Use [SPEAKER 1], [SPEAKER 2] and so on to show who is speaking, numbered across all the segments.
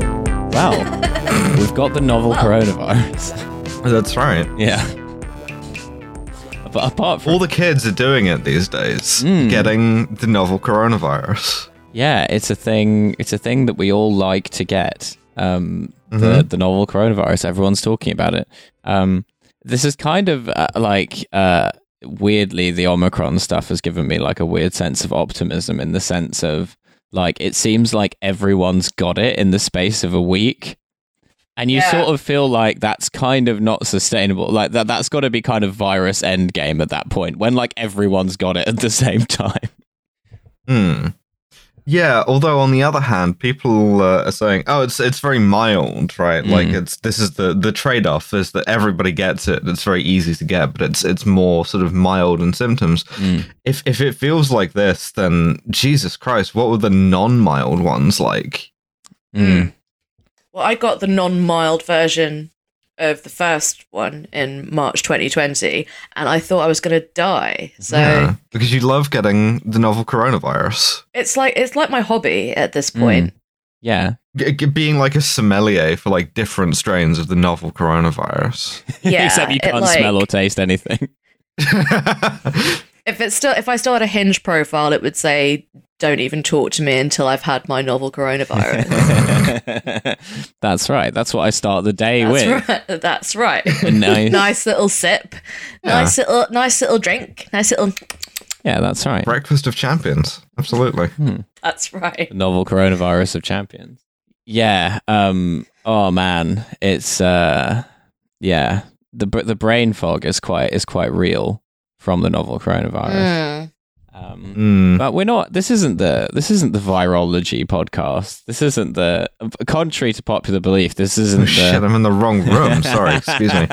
[SPEAKER 1] Well, we've got the novel coronavirus.
[SPEAKER 2] That's right.
[SPEAKER 1] yeah. But apart from
[SPEAKER 2] All the kids are doing it these days, getting the novel coronavirus.
[SPEAKER 1] yeah, it's a thing. It's a thing that we all like to get. Um, the, the novel coronavirus. Everyone's talking about it. Um, this is kind of uh, like uh, weirdly the Omicron stuff has given me like a weird sense of optimism in the sense of like it seems like everyone's got it in the space of a week. And you
[SPEAKER 3] Yeah.
[SPEAKER 1] sort of feel like that's kind of not sustainable. Like that that's got to be kind of virus end game at that point when like everyone's got it at the same time.
[SPEAKER 2] Hmm. Yeah. Although on the other hand, people uh, are saying, "Oh, it's it's very mild, right? Like it's this is the the trade off is that everybody gets it. It's very easy to get, but it's it's more sort of mild in symptoms. If if it feels like this, then Jesus Christ, what were the non mild ones like?
[SPEAKER 1] Mm.
[SPEAKER 3] Well, I got the non mild version of the first one in March 2020, and I thought I was going to die. So
[SPEAKER 2] Yeah, because you love getting the novel coronavirus.
[SPEAKER 3] it's like it's like my hobby at this
[SPEAKER 1] Hmm.
[SPEAKER 3] point.
[SPEAKER 1] Yeah.
[SPEAKER 2] G- g- being like a sommelier for like different strains of the novel coronavirus.
[SPEAKER 3] Yeah,
[SPEAKER 1] Except you
[SPEAKER 3] it,
[SPEAKER 1] can't
[SPEAKER 3] like-
[SPEAKER 1] smell or taste anything.
[SPEAKER 3] If it's still, if I still had a hinge profile, it would say, "Don't even talk to me until I've had my novel coronavirus."
[SPEAKER 1] That's right. That's what I start the day
[SPEAKER 3] That's
[SPEAKER 1] with.
[SPEAKER 3] right. That's right.
[SPEAKER 1] A nice-
[SPEAKER 3] nice little sip, nice little, nice little drink, nice little.
[SPEAKER 1] Yeah, that's right.
[SPEAKER 2] Breakfast of champions. Absolutely.
[SPEAKER 3] That's right.
[SPEAKER 1] Novel coronavirus of champions. Yeah. Um. Oh man, it's uh. Yeah. The br- the brain fog is quite is quite real from the novel coronavirus.
[SPEAKER 3] Mm.
[SPEAKER 1] Um.
[SPEAKER 2] Mm.
[SPEAKER 1] But we're not. This isn't the. This isn't the virology podcast. This isn't the. Contrary to popular belief, this isn't.
[SPEAKER 2] Oh,
[SPEAKER 1] the,
[SPEAKER 2] shit, I'm in the wrong room. Sorry, excuse me.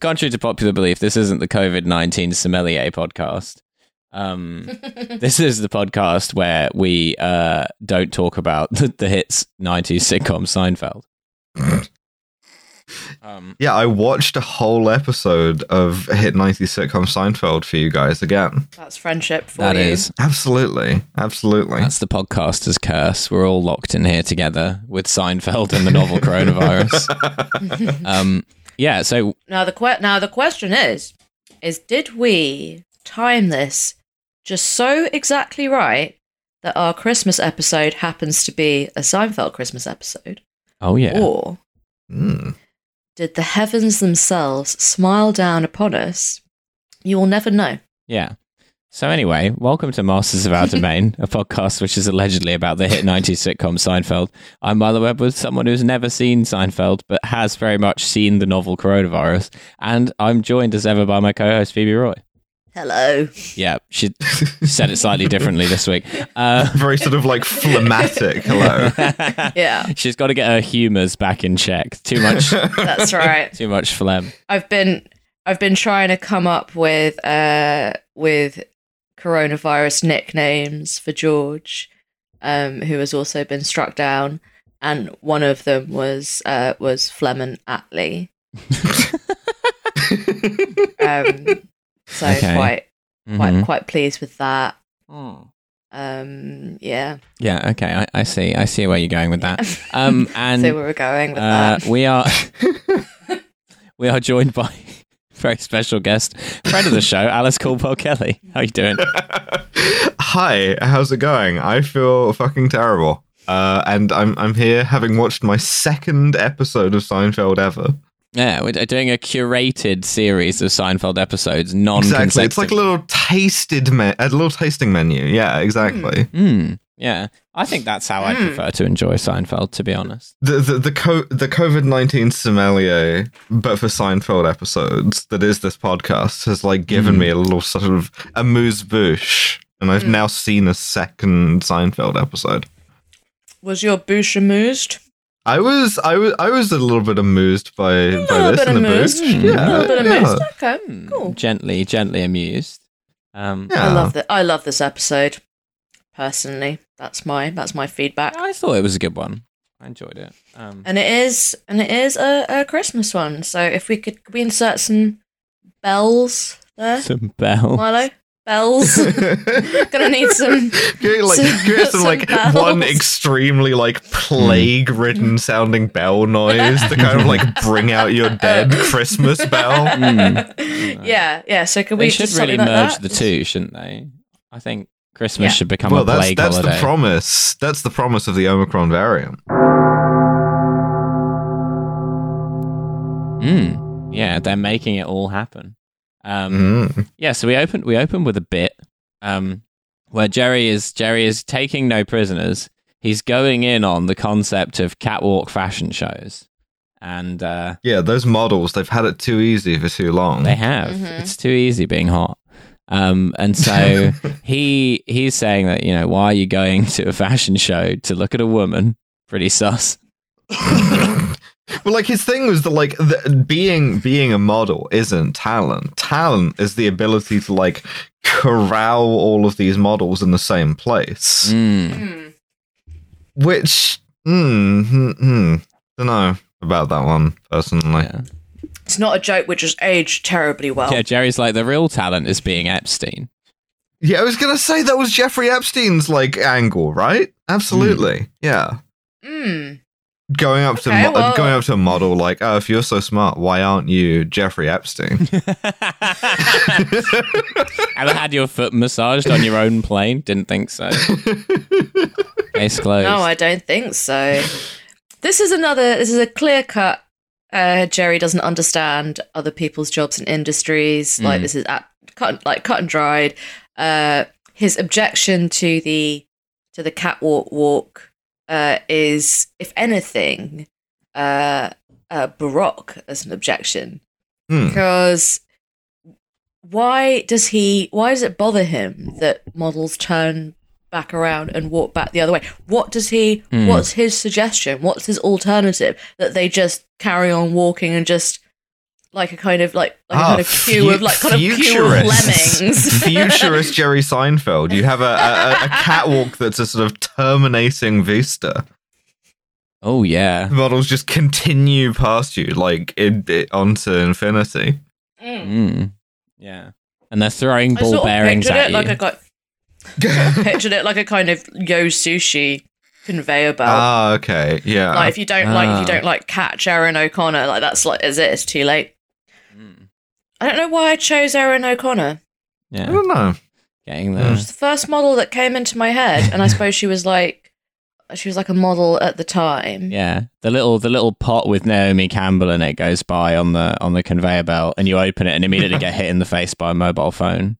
[SPEAKER 1] Contrary to popular belief, this isn't the COVID 19 sommelier podcast. Um, this is the podcast where we uh, don't talk about the, the hits 90s sitcom Seinfeld. um,
[SPEAKER 2] Yeah, I watched a whole episode of Hit 90 sitcom Seinfeld for you guys again.
[SPEAKER 3] That's friendship for
[SPEAKER 1] that
[SPEAKER 3] you.
[SPEAKER 1] is.
[SPEAKER 2] Absolutely. Absolutely.
[SPEAKER 1] That's the podcaster's curse. We're all locked in here together with Seinfeld and the novel coronavirus. um, yeah, so
[SPEAKER 3] Now the que- now the question is, is did we time this just so exactly right that our Christmas episode happens to be a Seinfeld Christmas episode,
[SPEAKER 1] oh yeah,
[SPEAKER 3] or
[SPEAKER 2] Mm.
[SPEAKER 3] did the heavens themselves smile down upon us? You will never know.
[SPEAKER 1] yeah. So anyway, welcome to Masters of Our Domain, a podcast which is allegedly about the hit '90s sitcom Seinfeld. I'm Mother Webb with someone who's never seen Seinfeld but has very much seen the novel Coronavirus, and I'm joined as ever by my co-host Phoebe Roy.
[SPEAKER 3] Hello.
[SPEAKER 1] Yeah, she said it slightly differently this week. Uh,
[SPEAKER 2] Very sort of like phlegmatic. Hello.
[SPEAKER 3] Yeah,
[SPEAKER 1] she's got to get her humours back in check. Too much,
[SPEAKER 3] that's right.
[SPEAKER 1] too much phlegm.
[SPEAKER 3] I've been I've been trying to come up with uh with coronavirus nicknames for George, um, who has also been struck down, and one of them was uh was Flemon Attlee. um, so
[SPEAKER 1] Okay.
[SPEAKER 3] quite quite
[SPEAKER 1] Mhm.
[SPEAKER 3] quite pleased with that. Hmm. Um, yeah,
[SPEAKER 1] Mm-hmm. Yeah. Okay. I, I see. I see where you're going with that. Um, and
[SPEAKER 3] so we were going with
[SPEAKER 1] Uh,
[SPEAKER 3] that.
[SPEAKER 1] we are we are joined by a very special guest, friend of the show, Alice Caldwell Kelly. How are you doing?
[SPEAKER 2] Hi, how's it going? I feel fucking terrible. Uh, and I'm I'm here having watched my second episode of Seinfeld ever.
[SPEAKER 1] Yeah, we're uh, doing a curated series of Seinfeld episodes, non
[SPEAKER 2] Exactly. It's like a little tasted me- a little tasting menu. Yeah, exactly.
[SPEAKER 3] Hmm.
[SPEAKER 1] Hmm. yeah, I think that's how I
[SPEAKER 2] Hmm.
[SPEAKER 1] prefer to enjoy Seinfeld, to be honest.
[SPEAKER 2] The the the, co- the COVID nineteen sommelier, but for Seinfeld episodes, that is this podcast has like given
[SPEAKER 3] Hmm.
[SPEAKER 2] me a little sort of amuse bouche, and I've now seen a second Seinfeld episode.
[SPEAKER 3] was your bouche amused?
[SPEAKER 2] I was I was I was a little bit amused by, by
[SPEAKER 3] little
[SPEAKER 2] this
[SPEAKER 3] bit
[SPEAKER 2] in the
[SPEAKER 3] amused.
[SPEAKER 2] booth.
[SPEAKER 3] Hmm.
[SPEAKER 2] Yeah,
[SPEAKER 3] A little bit
[SPEAKER 2] Oh, yeah.
[SPEAKER 3] amused. Okay, um, cool.
[SPEAKER 1] Hmm. Gently, gently amused. Um,
[SPEAKER 2] Yeah.
[SPEAKER 3] I love that. I love this episode. Personally, that's my that's my feedback.
[SPEAKER 1] I thought it was a good one. I enjoyed it. Um,
[SPEAKER 3] And it is and it is a, a Christmas one. So if we could, could we insert some bells there,
[SPEAKER 1] some bells.
[SPEAKER 3] Milo? bells. Gonna need some.
[SPEAKER 2] Get like
[SPEAKER 3] some-
[SPEAKER 2] get some,
[SPEAKER 3] some
[SPEAKER 2] like one
[SPEAKER 3] bells.
[SPEAKER 2] extremely like plague
[SPEAKER 1] Mm.
[SPEAKER 2] ridden sounding bell noise to kind of like bring out your dead Christmas bell.
[SPEAKER 3] yeah, yeah. So can
[SPEAKER 1] they
[SPEAKER 3] we
[SPEAKER 1] should
[SPEAKER 3] just
[SPEAKER 1] really
[SPEAKER 3] something like
[SPEAKER 1] merge
[SPEAKER 3] that?
[SPEAKER 1] the two, shouldn't they? I think Christmas
[SPEAKER 3] Yeah.
[SPEAKER 1] should become
[SPEAKER 2] well,
[SPEAKER 1] a
[SPEAKER 2] that's
[SPEAKER 1] plague
[SPEAKER 2] that's
[SPEAKER 1] holiday.
[SPEAKER 2] the promise. That's the promise of the Omicron variant.
[SPEAKER 1] Mm. Yeah, they're making it all happen. Um,
[SPEAKER 2] Mm.
[SPEAKER 1] Yeah, so we open we open with a bit um, where Jerry is Jerry is taking no prisoners. He's going in on the concept of catwalk fashion shows, and uh,
[SPEAKER 2] Yeah, those models they've had it too easy for too long.
[SPEAKER 1] they have.
[SPEAKER 3] Mhm.
[SPEAKER 1] It's too easy being hot. Um, and so he he's saying that you know why are you going to a fashion show to look at a woman? Pretty sus.
[SPEAKER 2] well, like his thing was that like the, being being a model isn't talent. Talent is the ability to like corral all of these models in the same place,
[SPEAKER 1] Mm.
[SPEAKER 3] Hmm.
[SPEAKER 2] which mm, mm, mm, don't know about that one personally.
[SPEAKER 1] Yeah.
[SPEAKER 3] It's not a joke. which has aged terribly well.
[SPEAKER 1] yeah, Jerry's like the real talent is being Epstein.
[SPEAKER 2] Yeah, I was gonna say that was Jeffrey Epstein's like angle, right? Absolutely, yeah.
[SPEAKER 3] Hmm.
[SPEAKER 2] Going up to
[SPEAKER 3] Okay,
[SPEAKER 2] mo-
[SPEAKER 3] well-
[SPEAKER 2] going up to a model like, oh, if you're so smart, why aren't you Jeffrey Epstein?
[SPEAKER 1] Ever had your foot massaged on your own plane? Didn't think so. Case closed.
[SPEAKER 3] No, I don't think so. This is another. This is a clear cut. Uh, Jerry doesn't understand other people's jobs and industries. Like
[SPEAKER 1] Mm.
[SPEAKER 3] this is at, cut like cut and dried. Uh, his objection to the to the catwalk walk uh, is, if anything, uh, uh, baroque as an objection
[SPEAKER 2] Hmm.
[SPEAKER 3] because why does he why does it bother him that models turn back around and walk back the other way what does he
[SPEAKER 1] Hmm.
[SPEAKER 3] what's his suggestion what's his alternative that they just carry on walking and just like a kind of like, like
[SPEAKER 2] Ah,
[SPEAKER 3] a kind of queue
[SPEAKER 2] fu-
[SPEAKER 3] of like kind of queue of
[SPEAKER 2] futurists.
[SPEAKER 3] lemmings
[SPEAKER 2] Futurist Jerry Seinfeld. You have a, a, a- a catwalk that's a sort of terminating vista.
[SPEAKER 1] Oh yeah.
[SPEAKER 2] The models just continue past you, like it, it, onto infinity.
[SPEAKER 3] Mm.
[SPEAKER 1] Mm. Yeah. And they're throwing
[SPEAKER 3] I sort
[SPEAKER 1] ball
[SPEAKER 3] of
[SPEAKER 1] bearings
[SPEAKER 3] pictured
[SPEAKER 1] at
[SPEAKER 3] it
[SPEAKER 1] you.
[SPEAKER 3] like a kind- sort of pictured it like a kind of yo sushi conveyor belt
[SPEAKER 2] Ah, okay, yeah.
[SPEAKER 3] like if you don't like if you
[SPEAKER 1] Ah.
[SPEAKER 3] don't like catch Aaron O'Connor like that's like is it it's too late
[SPEAKER 1] Mm.
[SPEAKER 3] I don't know why I chose Erin O'Connor.
[SPEAKER 2] I
[SPEAKER 1] Yeah.
[SPEAKER 2] don't know.
[SPEAKER 1] Getting
[SPEAKER 2] Mm.
[SPEAKER 1] the
[SPEAKER 3] She's the first model that came into my head, and I suppose she was like, she was like a model at the time.
[SPEAKER 1] yeah the little the little pot with Naomi Campbell in it goes by on the on the conveyor belt, and you open it and immediately get hit in the face by a mobile phone.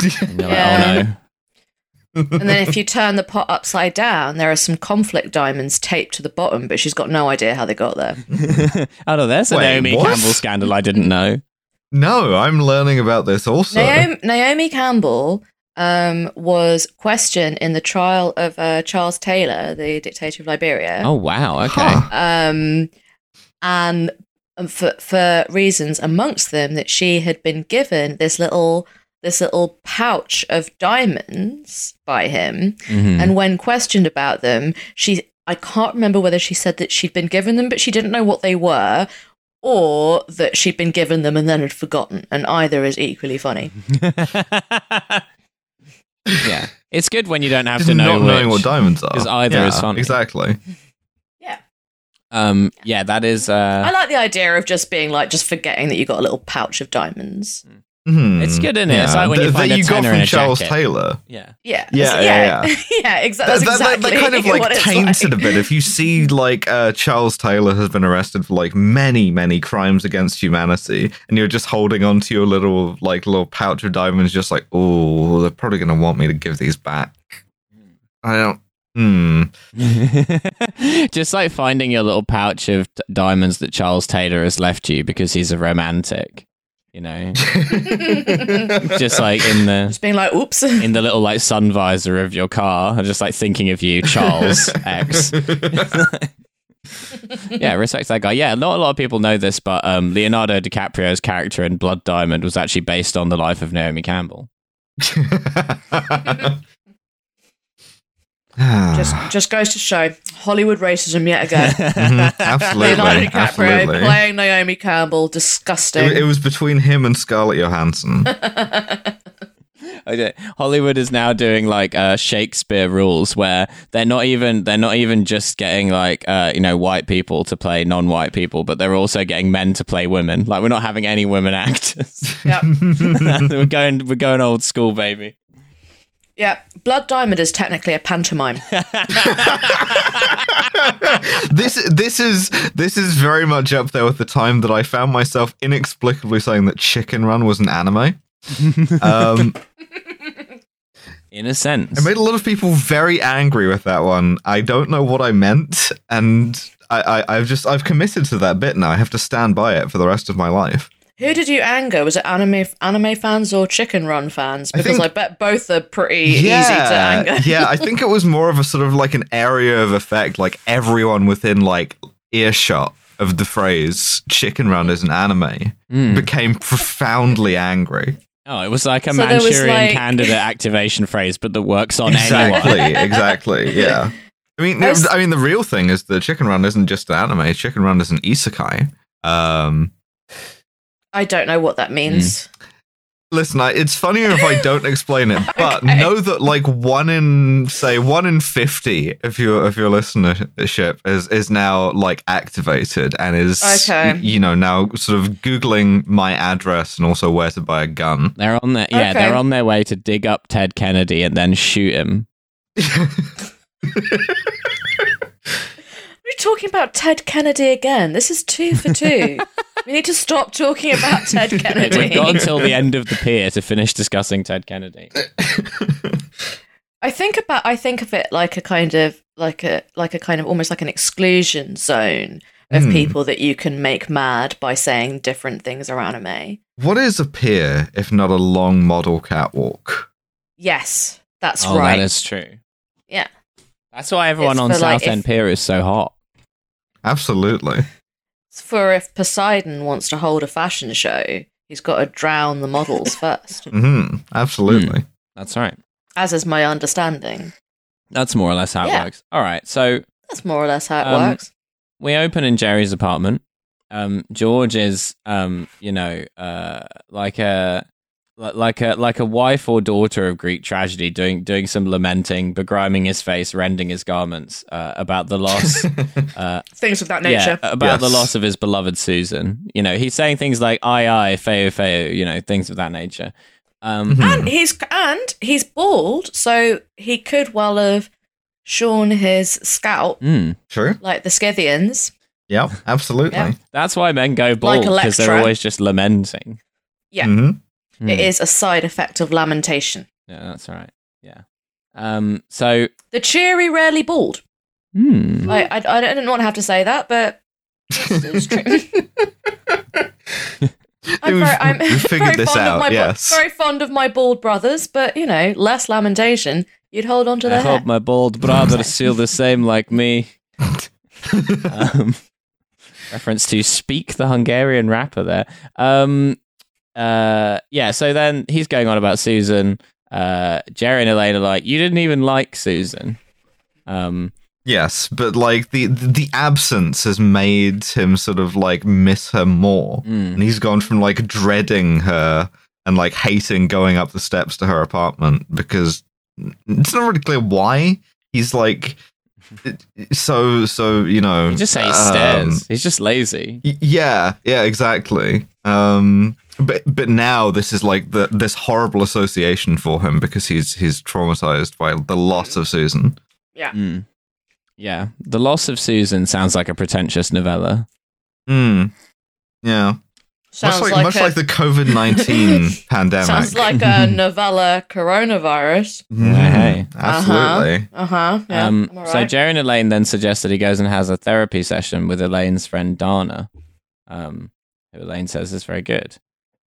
[SPEAKER 1] And you're
[SPEAKER 3] Yeah.
[SPEAKER 1] like, oh
[SPEAKER 3] And then if you turn the pot upside down, there are some conflict diamonds taped to the bottom, but she's got no idea how they got there.
[SPEAKER 1] no. oh no, there's a
[SPEAKER 2] Wait,
[SPEAKER 1] Naomi
[SPEAKER 2] what?
[SPEAKER 1] Campbell scandal I didn't know.
[SPEAKER 2] No, I'm learning about this also.
[SPEAKER 3] Naomi, Naomi Campbell um, was questioned in the trial of uh, Charles Taylor, the dictator of Liberia.
[SPEAKER 1] Oh wow, okay.
[SPEAKER 2] Huh.
[SPEAKER 3] um, and and for for reasons amongst them that she had been given this little this little pouch of diamonds by him,
[SPEAKER 1] Mhm.
[SPEAKER 2] Hmm.
[SPEAKER 3] and when questioned about them, she I can't remember whether she said that she'd been given them, but she didn't know what they were. Or that she'd been given them and then had forgotten, and either is equally funny.
[SPEAKER 1] yeah, it's good when you don't have
[SPEAKER 2] Just
[SPEAKER 1] to know
[SPEAKER 2] not knowing
[SPEAKER 1] which.
[SPEAKER 2] what diamonds are.
[SPEAKER 1] 'cause either
[SPEAKER 2] yeah,
[SPEAKER 1] is funny.
[SPEAKER 2] Exactly.
[SPEAKER 1] um, yeah, that is.
[SPEAKER 3] I
[SPEAKER 1] Uh,
[SPEAKER 3] like the idea of just being like just forgetting that you got a little pouch of diamonds.
[SPEAKER 2] Hmm.
[SPEAKER 1] It's good, isn't it? It's like when you
[SPEAKER 2] That-
[SPEAKER 1] find
[SPEAKER 2] that
[SPEAKER 1] a
[SPEAKER 2] you got
[SPEAKER 1] tenner
[SPEAKER 2] from
[SPEAKER 1] in a
[SPEAKER 2] Charles
[SPEAKER 1] jacket.
[SPEAKER 2] Taylor.
[SPEAKER 1] yeah,
[SPEAKER 3] Yeah,
[SPEAKER 2] Yeah,
[SPEAKER 3] yeah,
[SPEAKER 2] yeah,
[SPEAKER 3] yeah. exactly.
[SPEAKER 2] That,
[SPEAKER 3] That's
[SPEAKER 2] that- that-
[SPEAKER 3] exactly
[SPEAKER 2] that kind of
[SPEAKER 3] what
[SPEAKER 2] like
[SPEAKER 3] it's
[SPEAKER 2] tainted
[SPEAKER 3] like.
[SPEAKER 2] a bit. If you see like uh, Charles Taylor has been arrested for like many, many crimes against humanity, and you're just holding on to your little like little pouch of diamonds, just like, oh, they're probably gonna want me to give these back. I don't. Hmm.
[SPEAKER 1] just like finding your little pouch of d- diamonds that Charles Taylor has left you because he's a romantic. You know, just like in the
[SPEAKER 3] Just being like, oops.
[SPEAKER 1] in the little like sun visor of your car, and just like thinking of you, Charles X. yeah, respect that guy. Yeah, not a lot of people know this, but um, Leonardo DiCaprio's character in Blood Diamond was actually based on the life of Naomi Campbell.
[SPEAKER 3] just just goes to show Hollywood racism yet again.
[SPEAKER 2] Mhm, absolutely,
[SPEAKER 3] Leonardo DiCaprio
[SPEAKER 2] absolutely.
[SPEAKER 3] playing Naomi Campbell, disgusting.
[SPEAKER 2] It, it was between him and Scarlett Johansson.
[SPEAKER 1] Okay. Hollywood is now doing like uh, Shakespeare rules where they're not even they're not even just getting like uh, you know white people to play non-white people, but they're also getting men to play women. Like we're not having any women actors.
[SPEAKER 3] Yep.
[SPEAKER 1] we're going we're going old school, baby.
[SPEAKER 3] Yeah. Blood Diamond is technically a pantomime.
[SPEAKER 2] this this is this is very much up there with the time that I found myself inexplicably saying that Chicken Run was an anime. um,
[SPEAKER 1] In a sense.
[SPEAKER 2] it made a lot of people very angry with that one. I don't know what I meant, and I, I, I've just I've committed to that bit now. I have to stand by it for the rest of my life.
[SPEAKER 3] Who did you anger? Was it anime anime fans or Chicken Run fans?
[SPEAKER 2] I
[SPEAKER 3] Because I,
[SPEAKER 2] think-
[SPEAKER 3] bet both are pretty E-, easy to anger.
[SPEAKER 2] yeah, I think it was more of a sort of like an area of effect, like everyone within like earshot of the phrase "chicken run" is an anime
[SPEAKER 3] Hmm.
[SPEAKER 1] Mm.
[SPEAKER 2] became profoundly angry.
[SPEAKER 1] Oh, it was like a
[SPEAKER 3] So there was,
[SPEAKER 1] Manchurian
[SPEAKER 3] like-
[SPEAKER 1] candidate activation phrase, but that works on
[SPEAKER 2] exactly,
[SPEAKER 1] anyone.
[SPEAKER 2] exactly. Yeah. I mean,
[SPEAKER 3] I was-
[SPEAKER 2] I mean, the real thing is that Chicken Run isn't just an anime. Chicken Run is an isekai. Um,
[SPEAKER 3] I don't know what that
[SPEAKER 2] Mm.
[SPEAKER 3] means.
[SPEAKER 2] listen, I, it's funnier if I don't explain it, but
[SPEAKER 3] Okay.
[SPEAKER 2] know that like one in say one in fifty of your of your listenership is is now like activated and is
[SPEAKER 3] Okay.
[SPEAKER 2] y- you know now sort of googling my address and also where to buy a gun.
[SPEAKER 1] They're on their yeah,
[SPEAKER 3] Okay.
[SPEAKER 1] they're on their way to dig up Ted Kennedy and then shoot him.
[SPEAKER 3] We're talking about Ted Kennedy again. This is two for two. we need to stop talking about Ted
[SPEAKER 1] We've
[SPEAKER 3] Kennedy.
[SPEAKER 1] got until the end of the pier to finish discussing Ted Kennedy.
[SPEAKER 3] I think about I think of it like a kind of like a like a kind of almost like an exclusion zone of
[SPEAKER 2] Hmm.
[SPEAKER 3] people that you can make mad by saying different things are anime.
[SPEAKER 2] What is a pier if not a long model catwalk?
[SPEAKER 3] Yes, that's
[SPEAKER 1] oh,
[SPEAKER 3] right.
[SPEAKER 1] that is true.
[SPEAKER 3] Yeah.
[SPEAKER 1] That's why everyone
[SPEAKER 3] It's
[SPEAKER 1] on
[SPEAKER 3] for, like,
[SPEAKER 1] South End
[SPEAKER 3] if-
[SPEAKER 1] Pier is so hot.
[SPEAKER 2] Absolutely.
[SPEAKER 3] It's for if Poseidon wants to hold a fashion show, he's got to drown the models first,
[SPEAKER 2] hmm Absolutely.
[SPEAKER 1] That's right.
[SPEAKER 3] as is my understanding.
[SPEAKER 1] That's more or less how
[SPEAKER 3] Yeah.
[SPEAKER 1] it works. All right. So
[SPEAKER 3] That's more or less how it
[SPEAKER 1] Um,
[SPEAKER 3] works.
[SPEAKER 1] we open in Jerry's apartment. Um, George is, um, you know, uh, like a li- like a like a wife or daughter of Greek tragedy, doing doing some lamenting, begriming his face, rending his garments uh, about the loss. uh,
[SPEAKER 3] Things of that
[SPEAKER 1] yeah, uh,
[SPEAKER 3] nature.
[SPEAKER 1] about the
[SPEAKER 2] Yes.
[SPEAKER 1] loss of his beloved Susan. You know, he's saying things like "aye aye," "feo feo," you know, things of that nature. Um,
[SPEAKER 2] Mhm.
[SPEAKER 3] And he's and he's bald, so he could well have shorn his scalp
[SPEAKER 1] mm.
[SPEAKER 2] True.
[SPEAKER 3] like the Scythians.
[SPEAKER 2] Yep. Absolutely.
[SPEAKER 3] Yeah.
[SPEAKER 1] That's why men go bald
[SPEAKER 3] Like
[SPEAKER 1] because they're
[SPEAKER 3] Electra.
[SPEAKER 1] always just lamenting.
[SPEAKER 3] Yeah.
[SPEAKER 2] Mhm.
[SPEAKER 1] Hmm.
[SPEAKER 3] It is a side effect of lamentation.
[SPEAKER 1] Yeah, that's all right. Yeah. Um. So.
[SPEAKER 3] The cheery rarely bald.
[SPEAKER 1] Hmm.
[SPEAKER 3] I, I, I didn't want to have to say that, but it's true. I'm,
[SPEAKER 2] We've-
[SPEAKER 3] very, I'm
[SPEAKER 2] we've figured
[SPEAKER 3] very
[SPEAKER 2] this
[SPEAKER 3] fond
[SPEAKER 2] out,
[SPEAKER 3] of my bo-
[SPEAKER 2] yes.
[SPEAKER 3] very fond of my bald brothers, but you know, less lamentation. You'd hold on to
[SPEAKER 1] I
[SPEAKER 3] their hair.
[SPEAKER 1] hope my bald brothers feel the same like me. um, reference to speak the Hungarian rapper there. Um. Uh. Yeah. So then he's going on about Susan. Uh. Jerry and Elaine are like, you didn't even like Susan. Um.
[SPEAKER 2] Yes, but like the the absence has made him sort of like miss her more,
[SPEAKER 1] hmm.
[SPEAKER 2] and he's gone from like dreading her and like hating going up the steps to her apartment because it's not really clear why he's like so so you know
[SPEAKER 1] You just say he
[SPEAKER 2] um,
[SPEAKER 1] stares. He's just lazy.
[SPEAKER 2] Y- yeah yeah exactly um but but now this is like the this horrible association for him because he's he's traumatized by the loss of susan
[SPEAKER 1] Mm. Yeah. The Loss of Susan sounds like a pretentious novella.
[SPEAKER 2] Hmm. yeah
[SPEAKER 3] Sounds
[SPEAKER 2] much like,
[SPEAKER 3] like,
[SPEAKER 2] much
[SPEAKER 3] a,
[SPEAKER 2] like the covid-19 pandemic
[SPEAKER 3] sounds like a novella coronavirus.
[SPEAKER 2] Mm,
[SPEAKER 1] Yeah, hey.
[SPEAKER 2] absolutely
[SPEAKER 3] Uh huh. Yeah.
[SPEAKER 1] um,
[SPEAKER 3] I'm
[SPEAKER 1] So
[SPEAKER 3] alright.
[SPEAKER 1] Jerry and Elaine then suggest that he goes and has a therapy session with Elaine's friend Dana, um, who Elaine says is very good.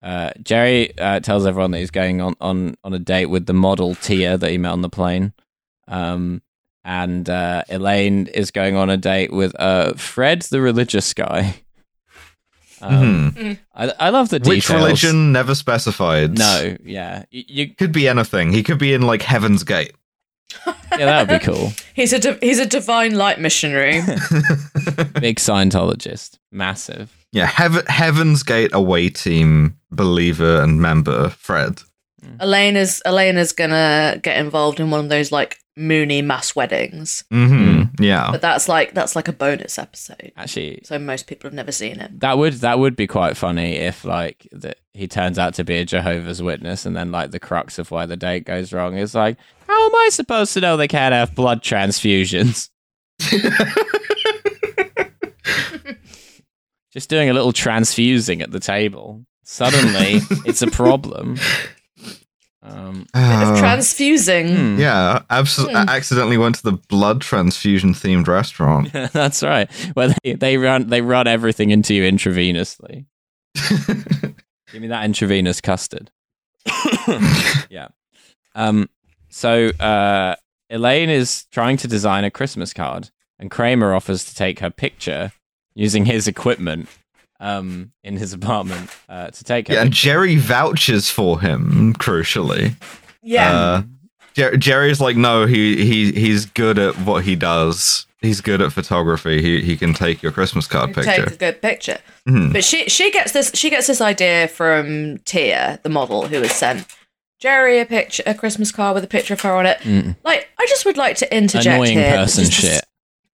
[SPEAKER 1] Uh, Jerry uh, tells everyone that he's going on, on, on a date with the model Tia that he met on the plane. Um, and uh, Elaine is going on a date with uh, Fred, the religious guy. Um,
[SPEAKER 2] Mhm.
[SPEAKER 1] I, I love the
[SPEAKER 2] which
[SPEAKER 1] details.
[SPEAKER 2] religion never specified
[SPEAKER 1] No, yeah. You, you,
[SPEAKER 2] could be anything he could be in like heaven's gate
[SPEAKER 1] yeah, that would be cool.
[SPEAKER 3] he's a di- he's a divine light missionary.
[SPEAKER 1] Big Scientologist. Massive.
[SPEAKER 2] yeah heaven heaven's gate away team believer and member fred
[SPEAKER 3] Elena's Elena's gonna get involved in one of those like Mooney mass weddings,
[SPEAKER 1] Hmm.
[SPEAKER 2] Mm-hmm. Yeah.
[SPEAKER 3] but that's like that's like a bonus episode.
[SPEAKER 1] Actually,
[SPEAKER 3] So most people have never seen it.
[SPEAKER 1] that would that would be quite funny if like that he turns out to be a Jehovah's Witness, and then like the crux of why the date goes wrong is like, how am I supposed to know they can't have blood transfusions? Just doing a little transfusing at the table. Suddenly, it's a problem. Um,
[SPEAKER 3] Of
[SPEAKER 2] Uh,
[SPEAKER 3] transfusing.
[SPEAKER 1] hmm.
[SPEAKER 2] yeah. Abso-
[SPEAKER 3] Hmm.
[SPEAKER 2] Accidentally went to the blood transfusion themed restaurant.
[SPEAKER 1] That's right. Where they, they run they run everything into you intravenously. Give me that intravenous custard. yeah. Um. So uh, Elaine is trying to design a Christmas card, and Kramer offers to take her picture using his equipment um, in his apartment uh, to take her.
[SPEAKER 2] yeah. And Jerry vouches for him. Crucially.
[SPEAKER 3] Yeah.
[SPEAKER 2] Uh, Jer- Jerry's like, no, he he he's good at what he does. He's good at photography. He he can take your Christmas card
[SPEAKER 3] Take
[SPEAKER 2] Ah, picture.
[SPEAKER 3] a good picture.
[SPEAKER 2] Mhm.
[SPEAKER 3] But she she gets this she gets this idea from Tia, the model who has sent Jerry a picture a Christmas card with a picture of her on it.
[SPEAKER 1] Mm.
[SPEAKER 3] Like I just would like to interject
[SPEAKER 1] Annoying
[SPEAKER 3] here that
[SPEAKER 1] person
[SPEAKER 3] just this-
[SPEAKER 1] shit.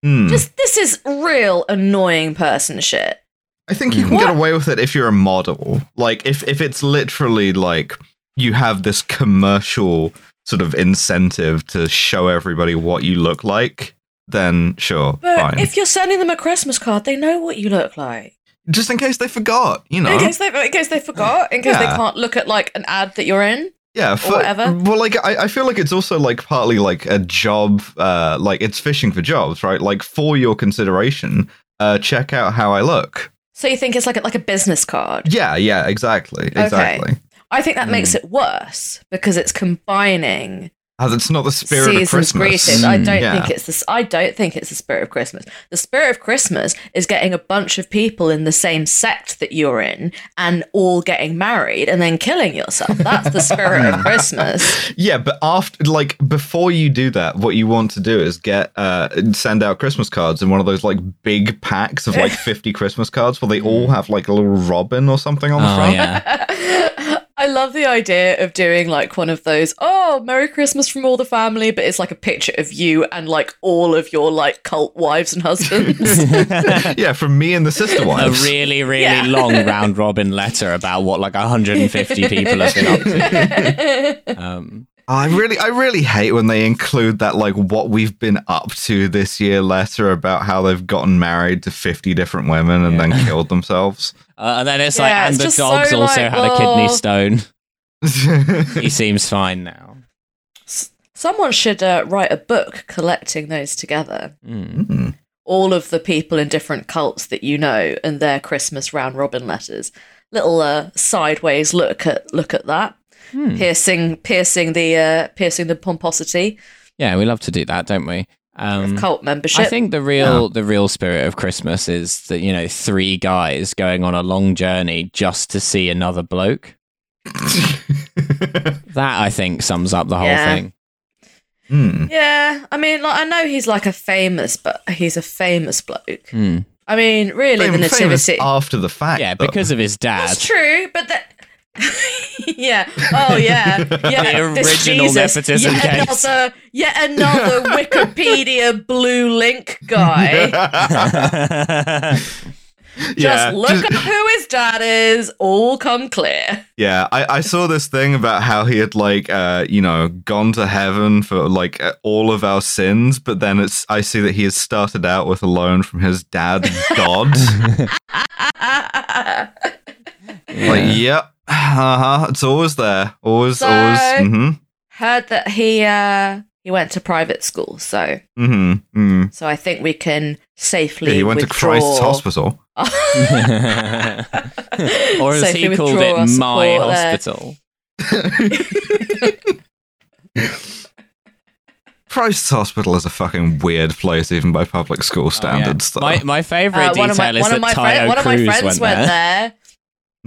[SPEAKER 2] Hmm.
[SPEAKER 3] Just this is real annoying person shit.
[SPEAKER 2] I think you can
[SPEAKER 3] What?
[SPEAKER 2] get away with it if you're a model. Like if if it's literally like you have this commercial sort of incentive to show everybody what you look like, then sure,
[SPEAKER 3] But
[SPEAKER 2] fine.
[SPEAKER 3] if you're sending them a Christmas card, they know what you look like.
[SPEAKER 2] Just in case they forgot, you know.
[SPEAKER 3] In case they in case they forgot, in case
[SPEAKER 2] Yeah.
[SPEAKER 3] they can't look at like an ad that you're in.
[SPEAKER 2] yeah for,
[SPEAKER 3] whatever.
[SPEAKER 2] well like I, I feel like it's also like partly like a job uh like it's fishing for jobs right like for your consideration uh check out how i look
[SPEAKER 3] So you think it's like a, like a business card.
[SPEAKER 2] yeah yeah exactly exactly
[SPEAKER 3] I think that
[SPEAKER 1] Hmm.
[SPEAKER 3] makes it worse because it's combining
[SPEAKER 2] as it's not the spirit of
[SPEAKER 3] season's
[SPEAKER 2] christmas
[SPEAKER 3] greetings. I
[SPEAKER 1] Mm,
[SPEAKER 3] don't
[SPEAKER 2] yeah.
[SPEAKER 3] think it's this. I don't think it's the spirit of Christmas. The spirit of Christmas is getting a bunch of people in the same sect that you're in and all getting married and then killing yourself. That's the spirit of Christmas.
[SPEAKER 2] Mm. yeah but after like before you do that what you want to do is get uh send out christmas cards in one of those like big packs of like 50 christmas cards where they all have like a little robin or something on the
[SPEAKER 1] Hmm. Oh
[SPEAKER 2] front
[SPEAKER 1] yeah.
[SPEAKER 3] I love the idea of doing like one of those. Oh, Merry Christmas from all the family, but it's like a picture of you and like all of your like cult wives and husbands.
[SPEAKER 2] yeah from me and the sister
[SPEAKER 1] A
[SPEAKER 2] wives
[SPEAKER 1] really, really
[SPEAKER 3] Yeah.
[SPEAKER 1] long round robin letter about what like 150 people have been up to. Um,
[SPEAKER 2] I really, I really hate when they include that, like, what we've been up to this year letter about how they've gotten married to 50 different women and
[SPEAKER 1] Yeah.
[SPEAKER 2] then killed themselves.
[SPEAKER 1] uh, and then it's
[SPEAKER 3] Yeah,
[SPEAKER 1] like, and
[SPEAKER 3] it's
[SPEAKER 1] the
[SPEAKER 3] just so,
[SPEAKER 1] dog's also
[SPEAKER 3] like,
[SPEAKER 1] had a kidney
[SPEAKER 3] well-
[SPEAKER 1] stone.
[SPEAKER 2] yeah,
[SPEAKER 1] He seems fine now.
[SPEAKER 3] Someone should uh, write a book collecting those together.
[SPEAKER 1] Mm.
[SPEAKER 3] all of the people in different cults that you know and their Christmas round robin letters. Little uh, sideways look at look at that,
[SPEAKER 1] Hmm.
[SPEAKER 3] piercing piercing the uh, piercing the pomposity
[SPEAKER 1] Yeah, we love to do that, don't we? Um,
[SPEAKER 3] of cult membership.
[SPEAKER 1] I think the real the real spirit of Christmas is that you know three guys going on a long journey just to see another bloke. That I think sums up the whole
[SPEAKER 3] Yeah.
[SPEAKER 1] thing.
[SPEAKER 2] Hmm.
[SPEAKER 3] yeah, I mean, like I know he's like a famous, but he's a famous bloke.
[SPEAKER 1] Hmm.
[SPEAKER 3] I mean, really,
[SPEAKER 2] Fam-
[SPEAKER 3] the
[SPEAKER 2] famous
[SPEAKER 1] Oh,
[SPEAKER 3] nativity.
[SPEAKER 2] after the fact.
[SPEAKER 1] Yeah,
[SPEAKER 2] though.
[SPEAKER 1] because of his dad.
[SPEAKER 3] That's true, but that. yeah. Oh yeah. Yeah.
[SPEAKER 1] The
[SPEAKER 3] this
[SPEAKER 1] original
[SPEAKER 3] Jesus,
[SPEAKER 1] nepotism
[SPEAKER 3] yet
[SPEAKER 1] case.
[SPEAKER 3] Another, yet another Wikipedia blue link guy.
[SPEAKER 2] Yeah,
[SPEAKER 3] Just look
[SPEAKER 2] just-
[SPEAKER 3] up who his dad is. All come clear.
[SPEAKER 2] Yeah, I, I saw this thing about how he had like uh you know gone to heaven for like uh, all of our sins, but then it's I see that he has started out with a loan from his dad God. Like yep, uh huh. It's always there, always,
[SPEAKER 3] So-
[SPEAKER 2] always. hmm
[SPEAKER 3] Heard that he uh he went to private school, so
[SPEAKER 2] hmm Mm.
[SPEAKER 3] so I think we can safely
[SPEAKER 2] Yeah, he went to
[SPEAKER 3] withdraw.
[SPEAKER 2] Christ's hospital.
[SPEAKER 1] or as
[SPEAKER 3] Safely
[SPEAKER 1] he called
[SPEAKER 3] withdraw
[SPEAKER 1] it,
[SPEAKER 3] our
[SPEAKER 1] my
[SPEAKER 3] support uh, there.
[SPEAKER 1] hospital.
[SPEAKER 2] Christ's hospital is a fucking weird place, even by public school standards. though.
[SPEAKER 1] Oh, My my favorite
[SPEAKER 3] Uh,
[SPEAKER 1] detail
[SPEAKER 3] one of my
[SPEAKER 1] is
[SPEAKER 3] one
[SPEAKER 1] that
[SPEAKER 3] of
[SPEAKER 1] Tayo
[SPEAKER 3] my, friend, one of my
[SPEAKER 1] Cruz
[SPEAKER 3] friends went,
[SPEAKER 1] went
[SPEAKER 3] there.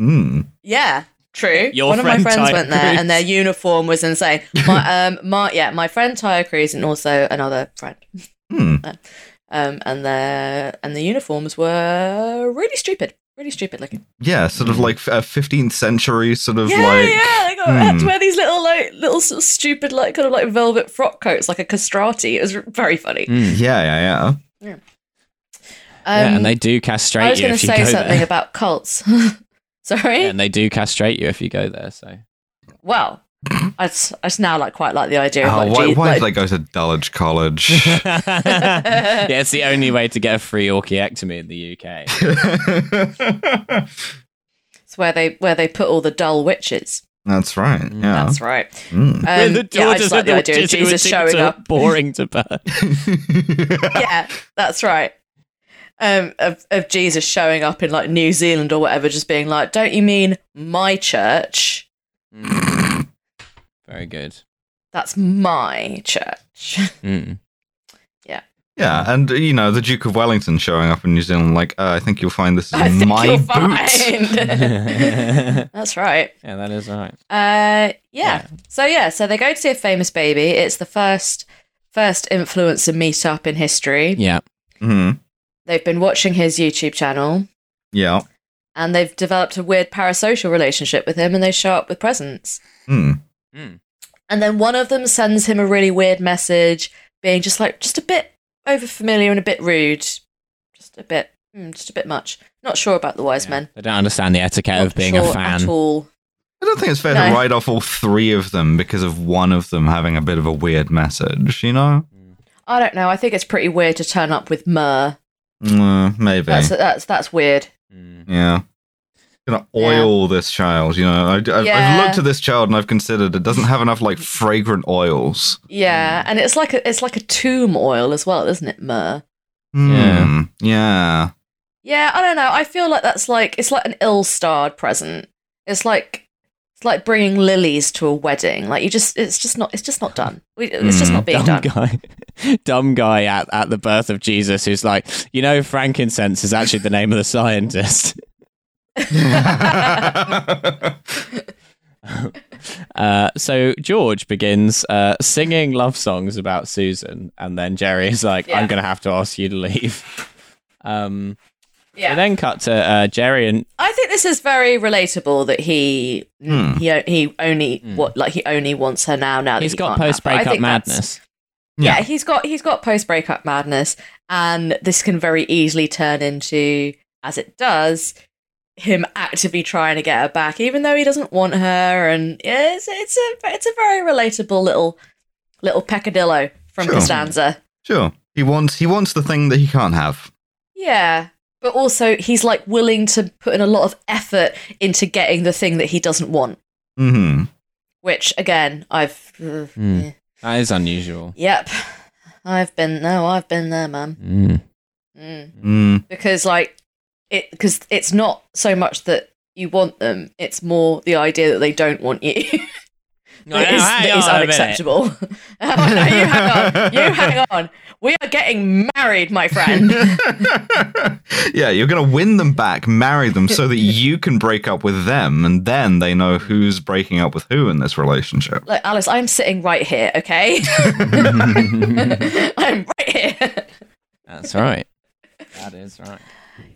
[SPEAKER 2] Mm.
[SPEAKER 3] Yeah, true.
[SPEAKER 1] Your
[SPEAKER 3] One of
[SPEAKER 1] friend
[SPEAKER 3] my friends
[SPEAKER 1] Tyre
[SPEAKER 3] went there,
[SPEAKER 1] Crews.
[SPEAKER 3] and their uniform was insane. My, um, my yeah, my friend Tyre Cruz, and also another friend.
[SPEAKER 2] Hmm.
[SPEAKER 3] Um, and their and the uniforms were really stupid. Really stupid looking.
[SPEAKER 2] Yeah, sort
[SPEAKER 1] Hmm.
[SPEAKER 2] of like a 15th century sort of
[SPEAKER 3] yeah,
[SPEAKER 2] like.
[SPEAKER 3] yeah. They got I had to
[SPEAKER 2] hmm.
[SPEAKER 3] wear these little like little sort of stupid like kind of like velvet frock coats, like a castrati. It was r- very funny.
[SPEAKER 1] Mm.
[SPEAKER 2] Yeah, yeah, yeah.
[SPEAKER 1] yeah,
[SPEAKER 3] Um,
[SPEAKER 1] and they do
[SPEAKER 3] I
[SPEAKER 1] castrate
[SPEAKER 3] was
[SPEAKER 1] you
[SPEAKER 3] going
[SPEAKER 1] if
[SPEAKER 3] to
[SPEAKER 1] you go
[SPEAKER 3] say something
[SPEAKER 1] there.
[SPEAKER 3] about cults. Sorry.
[SPEAKER 1] Yeah, and they do castrate you if you go there. So
[SPEAKER 3] Well, I s- I s- now like quite like the idea of
[SPEAKER 2] Oh,
[SPEAKER 3] like,
[SPEAKER 2] why,
[SPEAKER 3] gee,
[SPEAKER 2] why
[SPEAKER 3] like-
[SPEAKER 2] did I go to Dulwich College?
[SPEAKER 1] yeah, it's the only way to get a free orchiectomy in the UK.
[SPEAKER 3] it's where they where they put all the dull witches.
[SPEAKER 2] That's right.
[SPEAKER 1] Mm.
[SPEAKER 2] Yeah.
[SPEAKER 3] That's right.
[SPEAKER 2] Mm.
[SPEAKER 3] Um,
[SPEAKER 1] With
[SPEAKER 3] yeah, I
[SPEAKER 1] daughters
[SPEAKER 3] just like
[SPEAKER 1] of
[SPEAKER 3] the idea of
[SPEAKER 1] witches who were
[SPEAKER 3] Jesus
[SPEAKER 1] too-
[SPEAKER 3] showing
[SPEAKER 1] too
[SPEAKER 3] up.
[SPEAKER 1] Boring to burn.
[SPEAKER 3] yeah, that's right. Um, of of Jesus showing up in like New Zealand or whatever, just being like, "Don't you mean my church?
[SPEAKER 1] Mm. Very good.
[SPEAKER 3] That's my church."
[SPEAKER 1] Mm.
[SPEAKER 3] Hmm.
[SPEAKER 2] yeah, and uh, you know the Duke of Wellington showing up in New Zealand. Like, uh, I think you'll find this is
[SPEAKER 3] I think
[SPEAKER 2] my
[SPEAKER 3] you'll
[SPEAKER 2] boot.
[SPEAKER 3] find.
[SPEAKER 1] yeah,
[SPEAKER 3] that's right.
[SPEAKER 1] that is all right.
[SPEAKER 3] Uh, yeah.
[SPEAKER 1] Yeah.
[SPEAKER 3] So yeah, so they go to see a famous baby. It's the first first influencer meetup in history.
[SPEAKER 1] Yeah.
[SPEAKER 2] Mhm.
[SPEAKER 3] They've been watching his YouTube channel
[SPEAKER 2] Yeah.
[SPEAKER 3] and they've developed a weird parasocial relationship with him and they show up with presents.
[SPEAKER 2] Mm.
[SPEAKER 1] Mm.
[SPEAKER 3] And then one of them sends him a really weird message being just like just a bit overfamiliar and a bit rude. Just a bit mm, just a bit much. Not sure about the wise
[SPEAKER 1] Yeah.
[SPEAKER 3] men.
[SPEAKER 1] They don't understand the etiquette
[SPEAKER 3] Not
[SPEAKER 1] of being
[SPEAKER 3] sure
[SPEAKER 1] a
[SPEAKER 3] at
[SPEAKER 1] fan.
[SPEAKER 3] all.
[SPEAKER 2] I don't think it's fair
[SPEAKER 3] No.
[SPEAKER 2] to write off all three of them because of one of them having a bit of a weird message. You know,
[SPEAKER 3] I don't know. I think it's pretty weird to turn up with myrrh.
[SPEAKER 2] Mm, maybe.
[SPEAKER 3] That's that's that's weird.
[SPEAKER 1] Mm.
[SPEAKER 2] Yeah. Gonna oil this child, you know. I, have
[SPEAKER 3] Yeah.
[SPEAKER 2] I've looked at this child and I've considered it doesn't have enough like fragrant oils.
[SPEAKER 3] Yeah,
[SPEAKER 1] Hmm.
[SPEAKER 3] and it's like a it's like a tomb oil as well, isn't it, myrrh?
[SPEAKER 2] Hmm. Yeah.
[SPEAKER 3] Yeah, I don't know. I feel like that's like it's like an ill-starred present. It's like it's like bringing lilies to a wedding. Like you just it's just not it's just not done. We, it's just
[SPEAKER 2] Mm,
[SPEAKER 3] not being
[SPEAKER 1] Hmm. Dumb
[SPEAKER 3] done.
[SPEAKER 1] guy, dumb guy at, at the birth of Jesus, who's like, you know, frankincense is actually the name of the scientist. Uh, so George begins uh, singing love songs about Susan, and then Jerry is like,
[SPEAKER 3] Yeah.
[SPEAKER 1] "I'm going to have to ask you to leave." Um, We
[SPEAKER 3] Yeah.
[SPEAKER 1] then cut to uh, Jerry and
[SPEAKER 3] I think this is very relatable that he
[SPEAKER 2] Hmm.
[SPEAKER 3] he he only
[SPEAKER 1] Hmm.
[SPEAKER 3] what like he only wants her now now that
[SPEAKER 1] he's
[SPEAKER 3] he
[SPEAKER 1] got
[SPEAKER 3] can't have her. I
[SPEAKER 1] post breakup
[SPEAKER 3] think that's-
[SPEAKER 1] madness.
[SPEAKER 3] Yeah.
[SPEAKER 2] Yeah.
[SPEAKER 3] he's got he's got post breakup madness, and this can very easily turn into, as it does, him actively trying to get her back, even though he doesn't want her. And yeah, it's it's a it's a very relatable little little peccadillo from
[SPEAKER 2] Sure.
[SPEAKER 3] Costanza.
[SPEAKER 2] sure. He wants he wants the thing that he can't have.
[SPEAKER 3] Yeah. But also, he's like willing to put in a lot of effort into getting the thing that he doesn't want,
[SPEAKER 2] Mm-hmm.
[SPEAKER 3] which again, I've. ugh,
[SPEAKER 1] Hmm.
[SPEAKER 3] yeah.
[SPEAKER 1] That is unusual.
[SPEAKER 3] Yep. I've been. No, I've been there, man.
[SPEAKER 1] Mm.
[SPEAKER 3] Mm.
[SPEAKER 2] Mm.
[SPEAKER 3] because like it because it's not so much that you want them it's more the idea that they don't want you that is, that is unacceptable Oh, no, you hang on you hang on we are getting married my friend
[SPEAKER 2] yeah, you're gonna win them back, marry them, so that you can break up with them, and then they know who's breaking up with who in this relationship.
[SPEAKER 3] like alice i'm sitting right here okay i'm right here
[SPEAKER 1] That's right. That is right.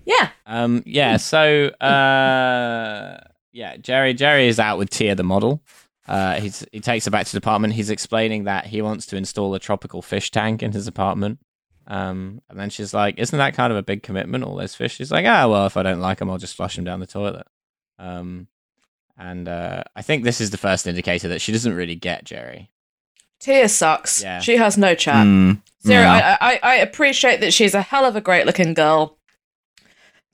[SPEAKER 3] yeah
[SPEAKER 1] Um, yeah. So, uh, yeah, Jerry. Jerry is out with Tia, the model. Uh, he's, he takes her back to the apartment. He's explaining that he wants to install a tropical fish tank in his apartment. Um, and then she's like, "Isn't that kind of a big commitment? All those fish." She's like, "Ah, well, if I don't like them, I'll just flush them down the toilet." Um, and uh, I think this is the first indicator that she doesn't really get Jerry.
[SPEAKER 3] tia sucks
[SPEAKER 1] Yeah.
[SPEAKER 3] she has no chat
[SPEAKER 2] Mm,
[SPEAKER 3] Zero,
[SPEAKER 2] yeah.
[SPEAKER 3] I, I, I appreciate that she's a hell of a great looking girl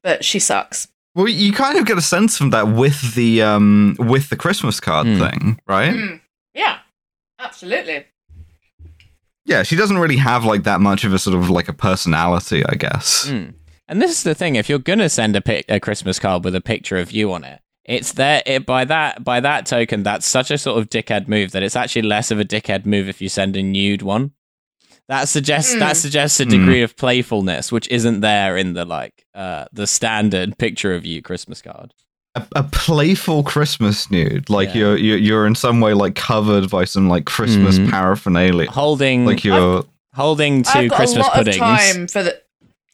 [SPEAKER 3] but she sucks
[SPEAKER 2] Well, you kind of get a sense from that with the um with the Christmas card
[SPEAKER 1] Hmm.
[SPEAKER 2] thing, right?
[SPEAKER 3] Mm. yeah absolutely
[SPEAKER 2] Yeah, she doesn't really have like that much of a sort of like a personality, I guess.
[SPEAKER 1] Mm. And this is the thing: if you're gonna send a, pic- a Christmas card with a picture of you on it, it's there. It, by that by that token, that's such a sort of dickhead move that it's actually less of a dickhead move if you send a nude one. That suggests
[SPEAKER 3] Mm.
[SPEAKER 1] that suggests a
[SPEAKER 2] Mm.
[SPEAKER 1] degree of playfulness which isn't there in the like uh, the standard picture of you Christmas card.
[SPEAKER 2] A, a playful Christmas nude, like
[SPEAKER 1] Yeah.
[SPEAKER 2] you're, you're you're in some way like covered by some like Christmas
[SPEAKER 1] Mhm.
[SPEAKER 2] paraphernalia,
[SPEAKER 1] Holding
[SPEAKER 2] like you're
[SPEAKER 1] holding 2
[SPEAKER 3] I've got
[SPEAKER 1] Christmas
[SPEAKER 3] a lot
[SPEAKER 1] puddings.
[SPEAKER 3] of time for the.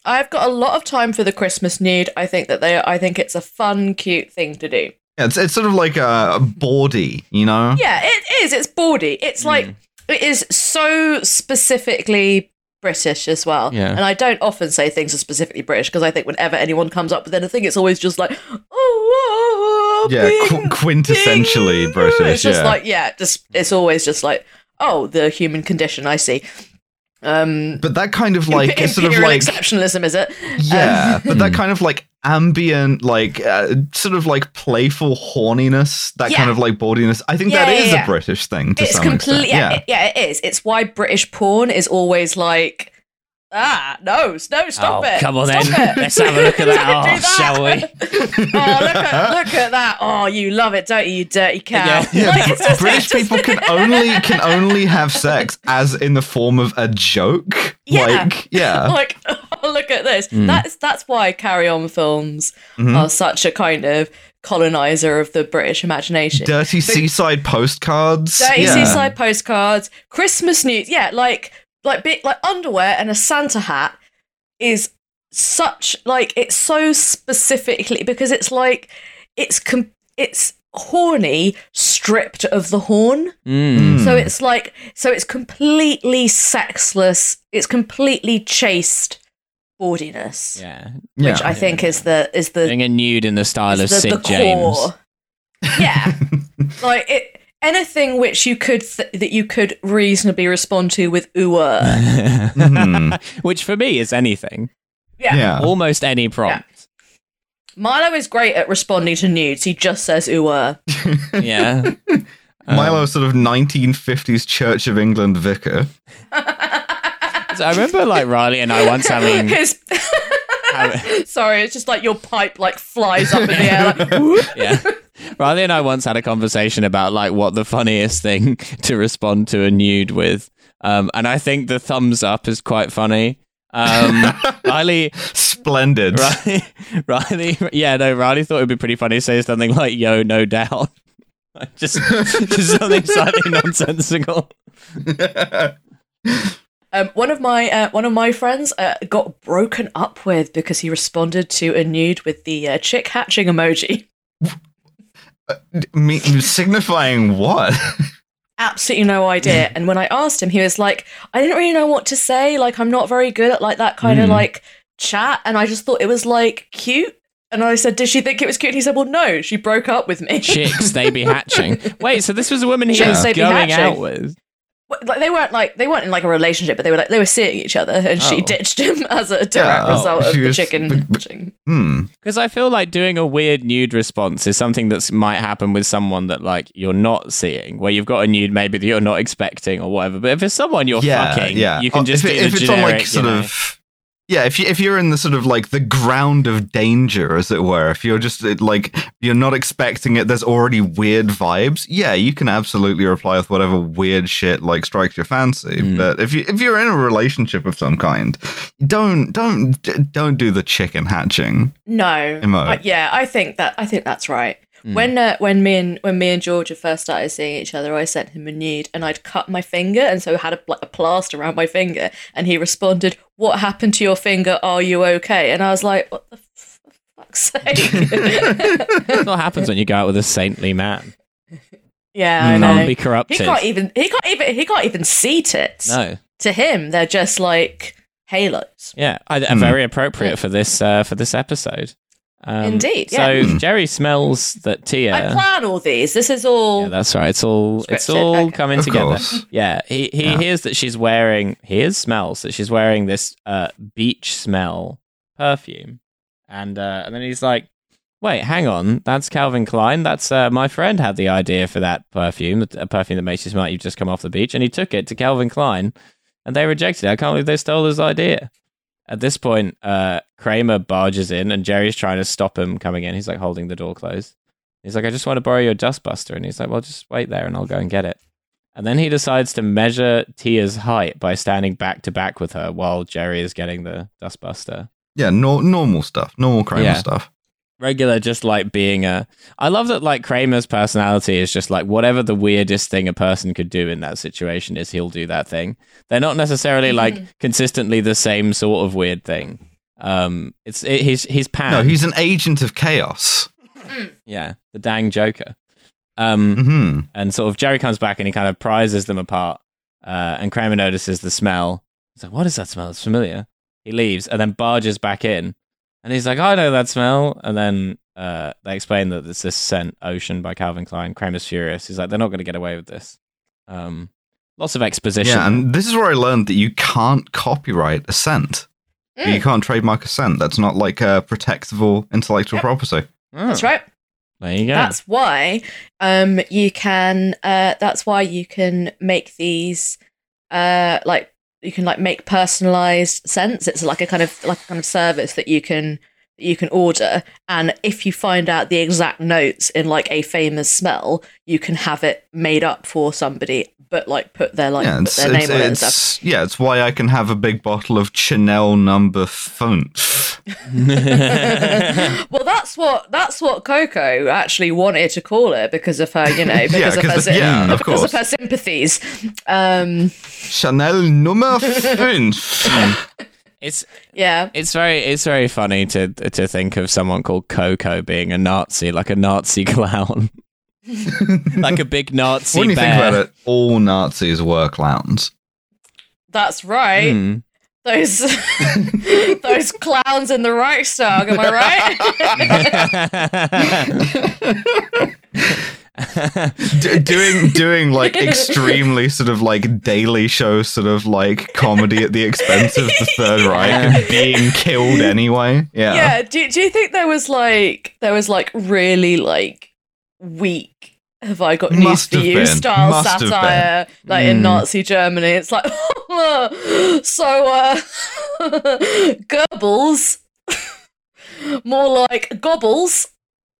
[SPEAKER 3] I've got a lot of time for the Christmas nude. I think that they I think it's a fun, cute thing to do.
[SPEAKER 2] Yeah, it's it's sort of like a bawdy, you know.
[SPEAKER 3] Yeah, it is. It's bawdy. It's like
[SPEAKER 1] Uh-huh. Mm.
[SPEAKER 3] it is so specifically British as well.
[SPEAKER 1] Yeah.
[SPEAKER 3] And I don't often say things are specifically British because I think whenever anyone comes up with anything, it's always just like, oh, oh, oh,
[SPEAKER 2] Yeah,
[SPEAKER 3] being
[SPEAKER 2] qu- quintessentially
[SPEAKER 3] Ding!
[SPEAKER 2] British.
[SPEAKER 3] It's just
[SPEAKER 2] yeah.
[SPEAKER 3] like yeah, just it's always just like oh, the human condition. I see. Um,
[SPEAKER 2] but that kind of like
[SPEAKER 3] imperial
[SPEAKER 2] it's sort of like
[SPEAKER 3] exceptionalism, is it?
[SPEAKER 2] yeah,
[SPEAKER 3] Um,
[SPEAKER 2] but that
[SPEAKER 1] Mm.
[SPEAKER 2] kind of like ambient, like uh, sort of like playful horniness, that
[SPEAKER 3] Yeah.
[SPEAKER 2] kind of like bawdiness. I think
[SPEAKER 3] Yeah,
[SPEAKER 2] that
[SPEAKER 3] yeah,
[SPEAKER 2] is
[SPEAKER 3] yeah.
[SPEAKER 2] a British thing to
[SPEAKER 3] it's
[SPEAKER 2] some
[SPEAKER 3] completely
[SPEAKER 2] extent.
[SPEAKER 3] yeah,
[SPEAKER 2] Yeah.
[SPEAKER 3] it- yeah, it is. It's why British porn is always like. Ah no! s- No, stop
[SPEAKER 1] Oh,
[SPEAKER 3] it!
[SPEAKER 1] come on
[SPEAKER 3] stop
[SPEAKER 1] then.
[SPEAKER 3] it.
[SPEAKER 1] Let's have a look at that.
[SPEAKER 3] Don't
[SPEAKER 1] Oh,
[SPEAKER 3] do that.
[SPEAKER 1] shall we?
[SPEAKER 3] oh, look at look at that! Oh, you love it, don't you? You dirty cow!
[SPEAKER 1] Yeah.
[SPEAKER 2] Yeah,
[SPEAKER 3] Like,
[SPEAKER 2] Br-
[SPEAKER 3] it's just-
[SPEAKER 2] British
[SPEAKER 3] it's just-
[SPEAKER 2] people can only can only have sex as in the form of a joke.
[SPEAKER 3] Yeah.
[SPEAKER 2] Like yeah.
[SPEAKER 3] like oh, look at this.
[SPEAKER 2] Hmm.
[SPEAKER 1] Mm.
[SPEAKER 3] That's that's why Carry On films
[SPEAKER 2] Mhm.
[SPEAKER 3] are such a kind of colonizer of the British imagination.
[SPEAKER 2] Dirty seaside postcards.
[SPEAKER 3] Dirty
[SPEAKER 2] yeah.
[SPEAKER 3] seaside postcards, Christmas news, yeah, like like bit like underwear and a Santa hat is such like it's so specifically because it's like it's com- it's horny stripped of the horn.
[SPEAKER 1] Mm.
[SPEAKER 2] Mm.
[SPEAKER 3] So it's like so it's completely sexless. It's completely chaste bawdiness,
[SPEAKER 1] Yeah.
[SPEAKER 2] Mm, yeah.
[SPEAKER 3] which I think is the is the
[SPEAKER 1] Being a nude in the style of
[SPEAKER 3] is
[SPEAKER 1] Sid James.
[SPEAKER 3] Yeah, like it. Anything which you could th- that you could reasonably respond to with ooh.
[SPEAKER 2] Mhm.
[SPEAKER 1] Which for me is anything.
[SPEAKER 3] Yeah.
[SPEAKER 2] yeah.
[SPEAKER 1] Almost any prompt.
[SPEAKER 3] Milo is great at responding to nudes. He just says ooh.
[SPEAKER 1] Yeah. Um,
[SPEAKER 2] Milo sort of 1950s Church of England vicar.
[SPEAKER 1] so I remember like Riley and I once having.
[SPEAKER 3] His-
[SPEAKER 1] having-
[SPEAKER 3] Sorry, it's just like your pipe like flies up in the air. Like, whoop.
[SPEAKER 1] yeah. Riley and I once had a conversation about like what the funniest thing to respond to a nude with. Um, and I think the thumbs up is quite funny. Um, Riley,
[SPEAKER 2] Splendid.
[SPEAKER 1] Riley, Riley, yeah, no, Riley thought it would be pretty funny to say something like "Yo, no doubt," Like, just, just something slightly nonsensical.
[SPEAKER 3] Um, one of my uh, one of my friends uh, got broken up with because he responded to a nude with the uh, chick hatching emoji.
[SPEAKER 2] Me- signifying what?
[SPEAKER 3] absolutely no
[SPEAKER 2] Mm.
[SPEAKER 3] idea and when i asked him he was like i didn't really know what to say like i'm not very good at like that kind of
[SPEAKER 2] Mm.
[SPEAKER 3] like chat and i just thought it was like cute and i said did she think it was cute and he said well no she broke up with me
[SPEAKER 1] Chicks, they be hatching. Wait, so this was a woman he
[SPEAKER 3] Chicks,
[SPEAKER 1] was
[SPEAKER 3] they be
[SPEAKER 1] going
[SPEAKER 3] hatching.
[SPEAKER 1] out with.
[SPEAKER 3] Well, like, they weren't like they weren't in like a relationship but they were like they were seeing each other and she
[SPEAKER 1] Oh.
[SPEAKER 3] ditched him as a direct
[SPEAKER 2] Yeah,
[SPEAKER 3] result
[SPEAKER 2] oh,
[SPEAKER 3] of
[SPEAKER 2] she
[SPEAKER 3] the
[SPEAKER 2] was-
[SPEAKER 3] chicken
[SPEAKER 2] but- but-
[SPEAKER 3] hatching.
[SPEAKER 2] Hmm.
[SPEAKER 1] Because I feel like doing a weird nude response is something that might happen with someone that like you're not seeing, where you've got a nude maybe that you're not expecting or whatever. But if it's someone you're fucking, you can
[SPEAKER 2] Oh,
[SPEAKER 1] just
[SPEAKER 2] if,
[SPEAKER 1] do
[SPEAKER 2] it- if
[SPEAKER 1] the
[SPEAKER 2] it's
[SPEAKER 1] generic.
[SPEAKER 2] on like sort
[SPEAKER 1] you know.
[SPEAKER 2] of yeah. If you if you're in the sort of like the ground of danger, as it were, if you're just it, like you're not expecting it, there's already weird vibes. Yeah, you can absolutely reply with whatever weird shit like strikes your fancy.
[SPEAKER 1] Mm.
[SPEAKER 2] But if you if you're in a relationship of some kind, don't don't d- don't do the chicken hatching.
[SPEAKER 3] no
[SPEAKER 2] Emo.
[SPEAKER 3] I- yeah i think that i think that's right
[SPEAKER 1] Mm.
[SPEAKER 3] When uh, when me and when me and Georgia first started seeing each other, I sent him a nude, and I'd cut my finger, and so had a, like a plaster around my finger, and he responded, "What happened to your finger? Are you okay?" And I was like, "What the f- fuck's sake?"
[SPEAKER 1] That's what happens when you go out with a saintly man.
[SPEAKER 3] yeah, I
[SPEAKER 1] Can't
[SPEAKER 3] know.
[SPEAKER 1] be
[SPEAKER 3] He
[SPEAKER 1] corrupted.
[SPEAKER 3] can't even he can't even he can't even see tits.
[SPEAKER 1] no.
[SPEAKER 3] To him, they're just like halos.
[SPEAKER 1] Yeah, I, uh,
[SPEAKER 2] Hmm.
[SPEAKER 1] very appropriate for this uh, for this episode. Um,
[SPEAKER 3] Indeed,
[SPEAKER 1] So
[SPEAKER 3] yeah.
[SPEAKER 2] Hmm.
[SPEAKER 1] Jerry smells that Tia.
[SPEAKER 3] I plan all these. This is all.
[SPEAKER 1] yeah, that's right. It's all it's
[SPEAKER 3] Scripted,
[SPEAKER 1] all
[SPEAKER 3] okay.
[SPEAKER 1] coming
[SPEAKER 2] Of
[SPEAKER 1] together.
[SPEAKER 2] course.
[SPEAKER 1] Yeah, he he
[SPEAKER 2] Yeah.
[SPEAKER 1] hears that she's wearing. He hears smells that she's wearing this uh, beach smell perfume, and uh, and then he's like, "Wait, hang on, that's Calvin Klein. That's uh, my friend had the idea for that perfume, a perfume that makes you smell like you've just come off the beach, and he took it to Calvin Klein, and they rejected it. I can't believe they stole his idea." At this point, uh, Kramer barges in, and Jerry's trying to stop him coming in. He's like holding the door closed. He's like, "I just want to borrow your dustbuster," and he's like, "Well, just wait there, and I'll go and get it." And then he decides to measure Tia's height by standing back to back with her while Jerry is getting the dustbuster.
[SPEAKER 2] Yeah, nor normal stuff, normal crime
[SPEAKER 1] Yeah.
[SPEAKER 2] stuff.
[SPEAKER 1] Regular, just like being a. I love that, like, Kramer's personality is just like whatever the weirdest thing a person could do in that situation is he'll do that thing. They're not necessarily like consistently the same sort of weird thing. Um, it's it, his his pan.
[SPEAKER 2] No, he's an agent of chaos.
[SPEAKER 1] yeah, the dang Joker. Um,
[SPEAKER 2] hmm
[SPEAKER 1] and sort of Jerry comes back and he kind of prizes them apart. Uh, and Kramer notices the smell. He's like, "What is that smell? It's familiar." He leaves and then barges back in, and he's like, "I know that smell." And then uh, they explain that it's this scent, "Ocean" by Calvin Klein. Kramer's furious. He's like, "They're not going to get away with this." Um, lots of exposition.
[SPEAKER 2] Yeah, and this is where I learned that you can't copyright a scent.
[SPEAKER 3] Mm.
[SPEAKER 2] You can't trademark a scent. That's not like a protectable intellectual
[SPEAKER 3] Yep.
[SPEAKER 2] property.
[SPEAKER 1] Oh,
[SPEAKER 3] Mm. That's right.
[SPEAKER 1] There you go.
[SPEAKER 3] That's why um you can uh that's why you can make these uh like you can like make personalized scents. It's like a kind of like a kind of service that you can that you can order and if you find out the exact notes in like a famous smell, you can have it made up for somebody but like put their like
[SPEAKER 2] yeah,
[SPEAKER 3] put
[SPEAKER 2] it's,
[SPEAKER 3] their
[SPEAKER 2] it's,
[SPEAKER 3] name on it and
[SPEAKER 2] it's-
[SPEAKER 3] stuff.
[SPEAKER 2] yeah, it's why I can have a big bottle of Chanel number font.
[SPEAKER 3] well that's what that's what Coco actually wanted to call it because of her, you know, because of her
[SPEAKER 2] 'cause-
[SPEAKER 3] sy-
[SPEAKER 2] yeah, of
[SPEAKER 3] because
[SPEAKER 2] course.
[SPEAKER 3] of her sympathies. Um,
[SPEAKER 2] Chanel number Hmm. font.
[SPEAKER 1] it's
[SPEAKER 3] yeah,
[SPEAKER 1] it's very it's very funny to to think of someone called Coco being a Nazi, like a Nazi clown, like a big Nazi
[SPEAKER 2] when you
[SPEAKER 1] bear.
[SPEAKER 2] think about it, all Nazis were clowns.
[SPEAKER 3] that's right.
[SPEAKER 1] Hmm.
[SPEAKER 3] Those those clowns in the Reichstag, am I right?
[SPEAKER 2] D- doing doing like extremely sort of like daily show sort of like comedy at the expense of the Third Reich and being killed anyway. Yeah.
[SPEAKER 3] yeah. Do do you think there was like there was like really like weak have I got news
[SPEAKER 2] Must
[SPEAKER 3] for
[SPEAKER 2] have
[SPEAKER 3] you
[SPEAKER 2] been.
[SPEAKER 3] style
[SPEAKER 2] Must have been. Hmm.
[SPEAKER 3] satire like in
[SPEAKER 1] Mm.
[SPEAKER 3] Nazi Germany? It's like so uh Goebbels more like gobbles.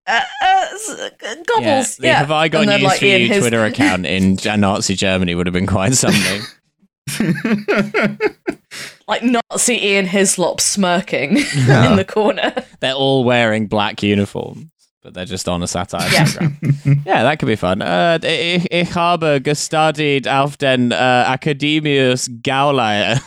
[SPEAKER 3] Uh, uh, s- gobbles,
[SPEAKER 1] the
[SPEAKER 3] yeah.
[SPEAKER 1] Have I got
[SPEAKER 3] And then,
[SPEAKER 1] news
[SPEAKER 3] like,
[SPEAKER 1] for you?
[SPEAKER 3] in his-
[SPEAKER 1] Twitter account in Ja- Nazi Germany would have been quite something.
[SPEAKER 3] like Nazi Ian Hislop smirking
[SPEAKER 2] Yeah.
[SPEAKER 3] in the corner.
[SPEAKER 1] they're all wearing black uniforms, but they're just on a satire
[SPEAKER 3] Yeah.
[SPEAKER 1] program. yeah, that could be fun. Uh, ich, ich habe gestudiert auf den uh, Academius Gauleiter.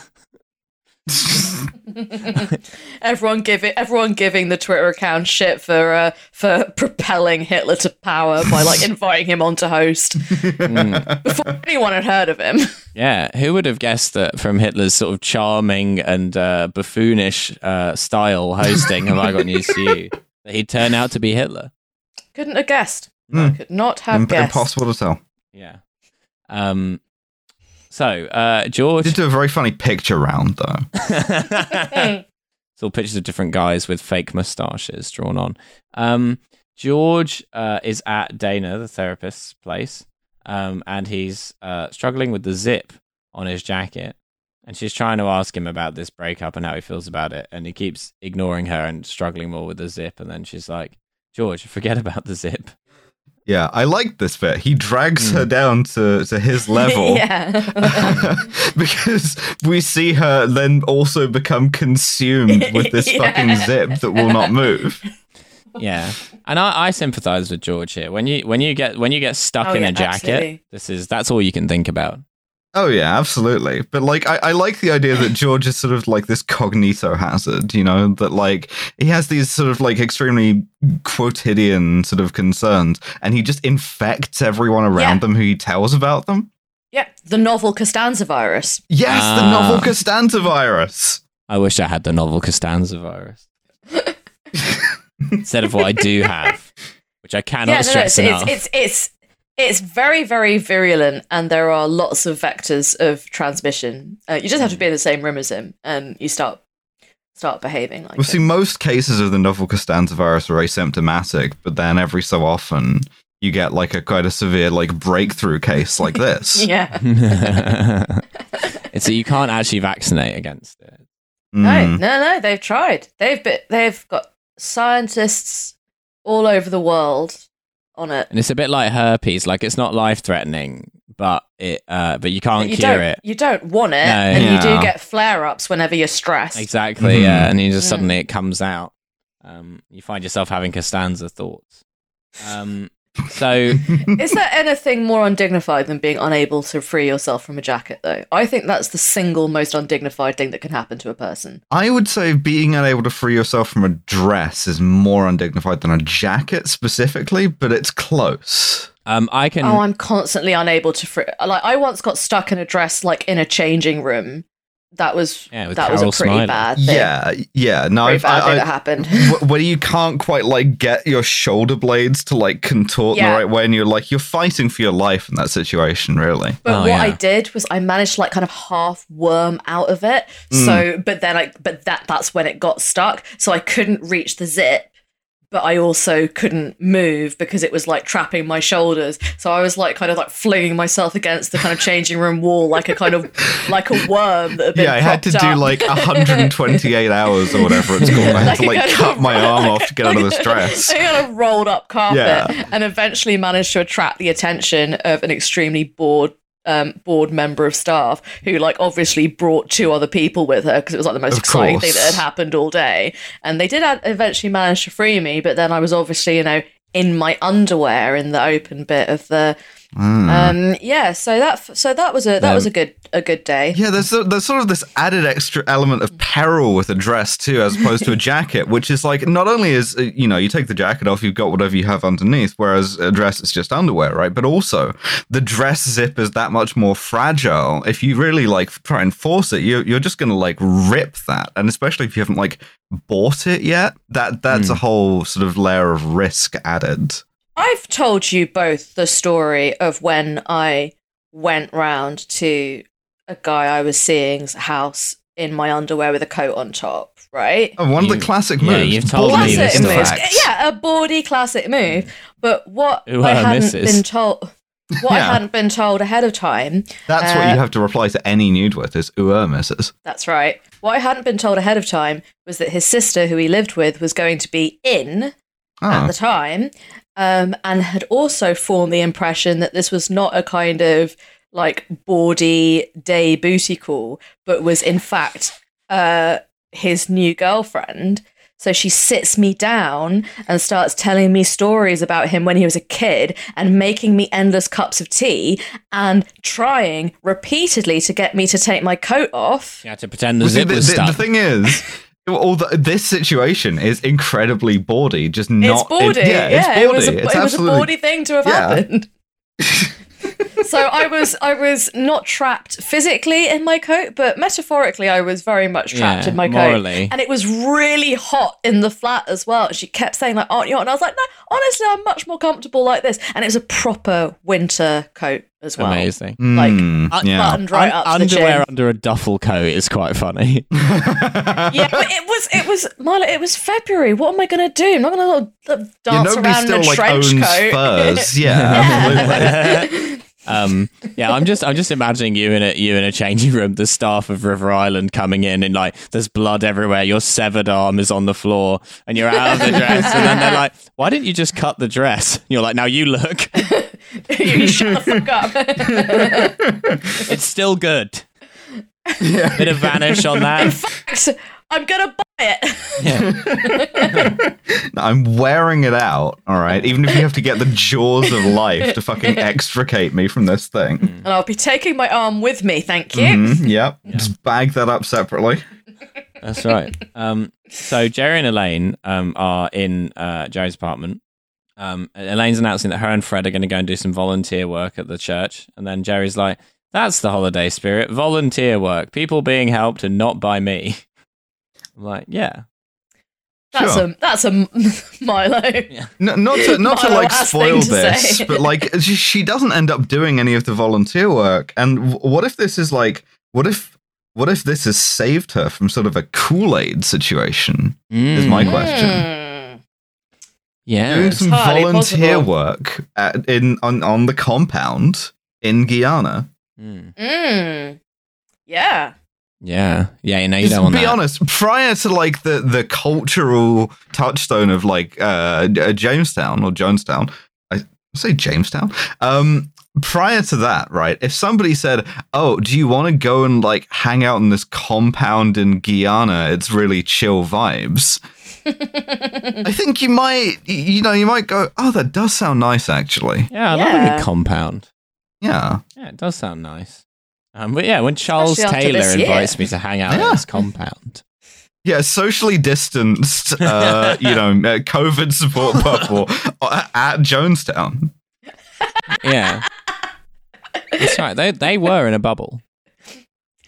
[SPEAKER 3] Everyone giving everyone giving the Twitter account shit for uh, for propelling Hitler to power by like inviting him on to host Mm. before anyone had heard of him.
[SPEAKER 1] Yeah, who would have guessed that from Hitler's sort of charming and uh, buffoonish uh, style hosting, Have I Got News for You, that he'd turn out to be Hitler?
[SPEAKER 3] Couldn't have guessed.
[SPEAKER 2] Hmm.
[SPEAKER 3] Could not have
[SPEAKER 2] Im-
[SPEAKER 3] guessed.
[SPEAKER 2] impossible to tell.
[SPEAKER 1] Yeah. Um. So, uh, George.
[SPEAKER 2] Did do a very funny picture round though.
[SPEAKER 3] Hmm.
[SPEAKER 1] it's all pictures of different guys with fake mustaches drawn on. Um, George uh, is at Dana, the therapist's place, um, and he's uh, struggling with the zip on his jacket. And she's trying to ask him about this breakup and how he feels about it. And he keeps ignoring her and struggling more with the zip. And then she's like, George, forget about the zip.
[SPEAKER 2] Yeah, I liked this bit. He drags her down to, to his level.
[SPEAKER 3] Hmm. yeah.
[SPEAKER 2] because we see her then also become consumed with this
[SPEAKER 3] Yeah.
[SPEAKER 2] fucking zip that will not move.
[SPEAKER 1] yeah and i, I sympathize with george here when you when you get when you get stuck
[SPEAKER 3] Oh,
[SPEAKER 1] in
[SPEAKER 3] yeah,
[SPEAKER 1] a jacket
[SPEAKER 3] absolutely.
[SPEAKER 1] this is that's all you can think about
[SPEAKER 2] Oh yeah, absolutely. But like, I, I like the idea that George is sort of like this cognito hazard, you know, that like he has these sort of like extremely quotidian sort of concerns, and he just infects everyone around
[SPEAKER 3] Yeah.
[SPEAKER 2] them who he tells about them.
[SPEAKER 3] yeah. The novel Costanza virus.
[SPEAKER 2] Yes, the
[SPEAKER 1] Ah.
[SPEAKER 2] novel Costanza virus.
[SPEAKER 1] i wish i had the novel costanza virus instead of what i do have which i cannot
[SPEAKER 3] yeah, no, no,
[SPEAKER 1] stress
[SPEAKER 3] it's, it's
[SPEAKER 1] enough
[SPEAKER 3] it's it's it's very very virulent, and there are lots of vectors of transmission. Uh, you just have to be in the same room as him, and you start start behaving like.
[SPEAKER 2] Well, see,
[SPEAKER 3] him.
[SPEAKER 2] most cases of the novel Costanza virus are asymptomatic, but then every so often you get like a quite a severe like breakthrough case like this.
[SPEAKER 3] yeah.
[SPEAKER 1] it's that you can't actually vaccinate against it
[SPEAKER 3] No,
[SPEAKER 2] Mm.
[SPEAKER 3] no, no. They've tried. They've been, they've got scientists all over the world on it.
[SPEAKER 1] and it's a bit like herpes like it's not life threatening but it uh but you can't
[SPEAKER 3] you
[SPEAKER 1] cure
[SPEAKER 3] don't.
[SPEAKER 1] it
[SPEAKER 3] You don't want it,
[SPEAKER 1] No.
[SPEAKER 3] and you
[SPEAKER 2] Yeah.
[SPEAKER 3] do get flare ups whenever you're stressed.
[SPEAKER 1] Exactly,
[SPEAKER 2] Mhm.
[SPEAKER 1] yeah. And you just
[SPEAKER 3] Mm.
[SPEAKER 1] suddenly it comes out. Um, you find yourself having Costanza thoughts. Um, So
[SPEAKER 3] Is there anything more undignified than being unable to free yourself from a jacket, though? I think that's the single most undignified thing that can happen to a person.
[SPEAKER 2] I would say being unable to free yourself from a dress is more undignified than a jacket specifically, but it's close.
[SPEAKER 1] um, I can.
[SPEAKER 3] Oh, I'm constantly unable to free. Like, I once got stuck in a dress, like in a changing room. That was
[SPEAKER 1] Yeah, with
[SPEAKER 3] that
[SPEAKER 1] Carol
[SPEAKER 3] was a pretty
[SPEAKER 1] Snyder.
[SPEAKER 3] bad thing.
[SPEAKER 2] Yeah, yeah. No,
[SPEAKER 3] pretty
[SPEAKER 2] I've,
[SPEAKER 3] bad
[SPEAKER 2] I,
[SPEAKER 3] thing
[SPEAKER 2] I,
[SPEAKER 3] that happened.
[SPEAKER 2] Wh- where you can't quite like get your shoulder blades to like contort in
[SPEAKER 3] Yeah.
[SPEAKER 2] the right way and you're like you're fighting for your life in that situation really
[SPEAKER 3] But
[SPEAKER 1] Oh,
[SPEAKER 3] what
[SPEAKER 1] yeah.
[SPEAKER 3] I did was I managed to like kind of half worm out of it.
[SPEAKER 2] Hmm.
[SPEAKER 3] So, but then I, but that that's when it got stuck. So I couldn't reach the zip, but I also couldn't move because it was like trapping my shoulders. So I was like kind of like flinging myself against the kind of changing room wall, like a kind of like a worm that had been
[SPEAKER 2] yeah i had to
[SPEAKER 3] propped
[SPEAKER 2] do
[SPEAKER 3] up.
[SPEAKER 2] like 128 hours or whatever it's called i had to
[SPEAKER 3] Like,
[SPEAKER 2] like
[SPEAKER 3] I
[SPEAKER 2] cut my arm off to get out of this
[SPEAKER 3] Like,
[SPEAKER 2] dress
[SPEAKER 3] I got a rolled up carpet
[SPEAKER 2] Yeah.
[SPEAKER 3] and eventually managed to attract the attention of an extremely bored um, board member of staff who like obviously brought two other people with her because it was like the most
[SPEAKER 2] Of
[SPEAKER 3] exciting thing
[SPEAKER 2] course.
[SPEAKER 3] that had happened all day. And they did ad- eventually manage to free me, but then I was obviously, you know, in my underwear in the open bit of the
[SPEAKER 2] Mm.
[SPEAKER 3] um yeah so that f- so that was a that
[SPEAKER 1] Um,
[SPEAKER 3] was a good a good day
[SPEAKER 2] yeah there's, there's sort of this added extra element of peril with a dress too as opposed to a jacket which is like not only is uh, you know you take the jacket off you've got whatever you have underneath whereas a dress is just underwear right but also the dress zip is that much more fragile if you really like try and force it you, you're just gonna like rip that and especially if you haven't like bought it yet that that's
[SPEAKER 1] Hmm.
[SPEAKER 2] a whole sort of layer of risk added
[SPEAKER 3] I've told you both the story of when I went round to a guy I was seeing's house in my underwear with a coat on top, right?
[SPEAKER 2] oh, one of
[SPEAKER 1] You-
[SPEAKER 2] the classic
[SPEAKER 1] yeah,
[SPEAKER 2] moves
[SPEAKER 1] you've told
[SPEAKER 2] bold
[SPEAKER 1] me this
[SPEAKER 2] in
[SPEAKER 3] move.
[SPEAKER 2] fact.
[SPEAKER 3] Yeah, a bawdy classic move. But what
[SPEAKER 1] Who
[SPEAKER 3] I
[SPEAKER 1] are
[SPEAKER 3] hadn't
[SPEAKER 1] misses?
[SPEAKER 3] been told what I
[SPEAKER 2] Yeah.
[SPEAKER 3] hadn't been told ahead of time
[SPEAKER 2] that's what
[SPEAKER 3] Uh,
[SPEAKER 2] you have to reply to any nude with is ooh misses
[SPEAKER 3] That's right. What I hadn't been told ahead of time was that his sister, who he lived with, was going to be in at
[SPEAKER 2] Oh.
[SPEAKER 3] the time, um, and had also formed the impression that this was not a kind of like bawdy day booty call, but was in fact uh, his new girlfriend. So she sits me down and starts telling me stories about him when he was a kid and making me endless cups of tea and trying repeatedly to get me to take my coat off.
[SPEAKER 1] you had to pretend the
[SPEAKER 2] Well, see,
[SPEAKER 1] zip was
[SPEAKER 2] the,
[SPEAKER 1] stuck.
[SPEAKER 2] thing is, all the, this situation is incredibly bawdy, just not.
[SPEAKER 3] it's bawdy.
[SPEAKER 2] it-
[SPEAKER 3] yeah,
[SPEAKER 2] it's bawdy.
[SPEAKER 3] it was a,
[SPEAKER 2] it's
[SPEAKER 3] it was a
[SPEAKER 2] absolutely.
[SPEAKER 3] bawdy thing to have
[SPEAKER 2] Yeah.
[SPEAKER 3] happened. so I was I was not trapped physically in my coat, but metaphorically I was very much trapped
[SPEAKER 1] Yeah,
[SPEAKER 3] in my
[SPEAKER 1] morally.
[SPEAKER 3] coat. And it was really hot in the flat as well. She kept saying like, "Aren't you?" hot?" And I was like, "No, honestly, I'm much more comfortable like this." And it was a proper winter coat as well,
[SPEAKER 1] Amazing.
[SPEAKER 3] like
[SPEAKER 2] Mm,
[SPEAKER 3] un-
[SPEAKER 2] yeah.
[SPEAKER 3] buttoned right
[SPEAKER 1] Un-
[SPEAKER 3] up to the
[SPEAKER 1] underwear
[SPEAKER 3] chin.
[SPEAKER 1] under a duffel coat is quite funny.
[SPEAKER 3] yeah, but it was it was Marla. It was February. What am I gonna do? I'm not gonna uh,
[SPEAKER 2] Yeah,
[SPEAKER 3] dance
[SPEAKER 2] nobody
[SPEAKER 3] around
[SPEAKER 2] still
[SPEAKER 3] in a
[SPEAKER 2] like
[SPEAKER 3] trench
[SPEAKER 2] owns
[SPEAKER 3] coat.
[SPEAKER 2] furs. Yeah, absolutely.
[SPEAKER 1] Um, yeah, I'm just I'm just imagining you in a you in a changing room, the staff of River Island coming in, and like there's blood everywhere. Your severed arm is on the floor, and you're out of the dress. And then they're like, "Why didn't you just cut the dress?" And you're like, "Now you look.
[SPEAKER 3] you shut the fuck up.
[SPEAKER 1] It's still good.
[SPEAKER 2] Yeah.
[SPEAKER 1] Bit of vanish on that.
[SPEAKER 3] I'm gonna buy it.
[SPEAKER 2] No, I'm wearing it out. All right, even if you have to get the jaws of life to fucking extricate me from this thing.
[SPEAKER 3] And I'll be taking my arm with me, thank you.
[SPEAKER 2] Mhm, yep, just bag that up separately.
[SPEAKER 1] That's right. Um, so Jerry and Elaine um, are in uh, Jerry's apartment. Um, and Elaine's announcing that her and Fred are going to go and do some volunteer work at the church, and then Jerry's like, "That's the holiday spirit: volunteer work, people being helped, and not by me." I'm like, yeah,
[SPEAKER 3] That's
[SPEAKER 2] Sure.
[SPEAKER 3] a that's a Milo.
[SPEAKER 2] No, not to not to
[SPEAKER 3] My
[SPEAKER 2] like
[SPEAKER 3] last
[SPEAKER 2] spoil
[SPEAKER 3] thing to
[SPEAKER 2] this,
[SPEAKER 3] say.
[SPEAKER 2] but like she, she doesn't end up doing any of the volunteer work. And w- what if this is like what if what if this has saved her from sort of a Kool Aid situation? Is my question.
[SPEAKER 3] Hmm.
[SPEAKER 1] yeah.
[SPEAKER 2] Doing some
[SPEAKER 3] Entirely
[SPEAKER 2] volunteer
[SPEAKER 3] possible.
[SPEAKER 2] work at, in on on the compound in Guyana.
[SPEAKER 1] Mm.
[SPEAKER 3] Mm. Yeah.
[SPEAKER 1] Yeah, yeah. You know, you
[SPEAKER 2] Just
[SPEAKER 1] don't want
[SPEAKER 2] be
[SPEAKER 1] that.
[SPEAKER 2] honest. Prior to like the the cultural touchstone of like uh, J- Jamestown or Jonestown, I say Jamestown. Um, prior to that, right? If somebody said, "Oh, do you want to go and like hang out in this compound in Guyana? It's really chill vibes." I think you might, you know, you might go, oh, that does sound nice, actually.
[SPEAKER 1] Yeah, I love a
[SPEAKER 3] Yeah.
[SPEAKER 1] good compound.
[SPEAKER 2] Yeah.
[SPEAKER 1] Yeah, it does sound nice. Um, but yeah, when Charles
[SPEAKER 3] Especially after
[SPEAKER 1] Taylor
[SPEAKER 3] this year.
[SPEAKER 1] invites me to hang out
[SPEAKER 2] Yeah.
[SPEAKER 1] at his compound,
[SPEAKER 2] Yeah, socially distanced, uh, you know, uh, COVID support purple uh, at Jonestown.
[SPEAKER 1] yeah, that's right. They they were in a bubble.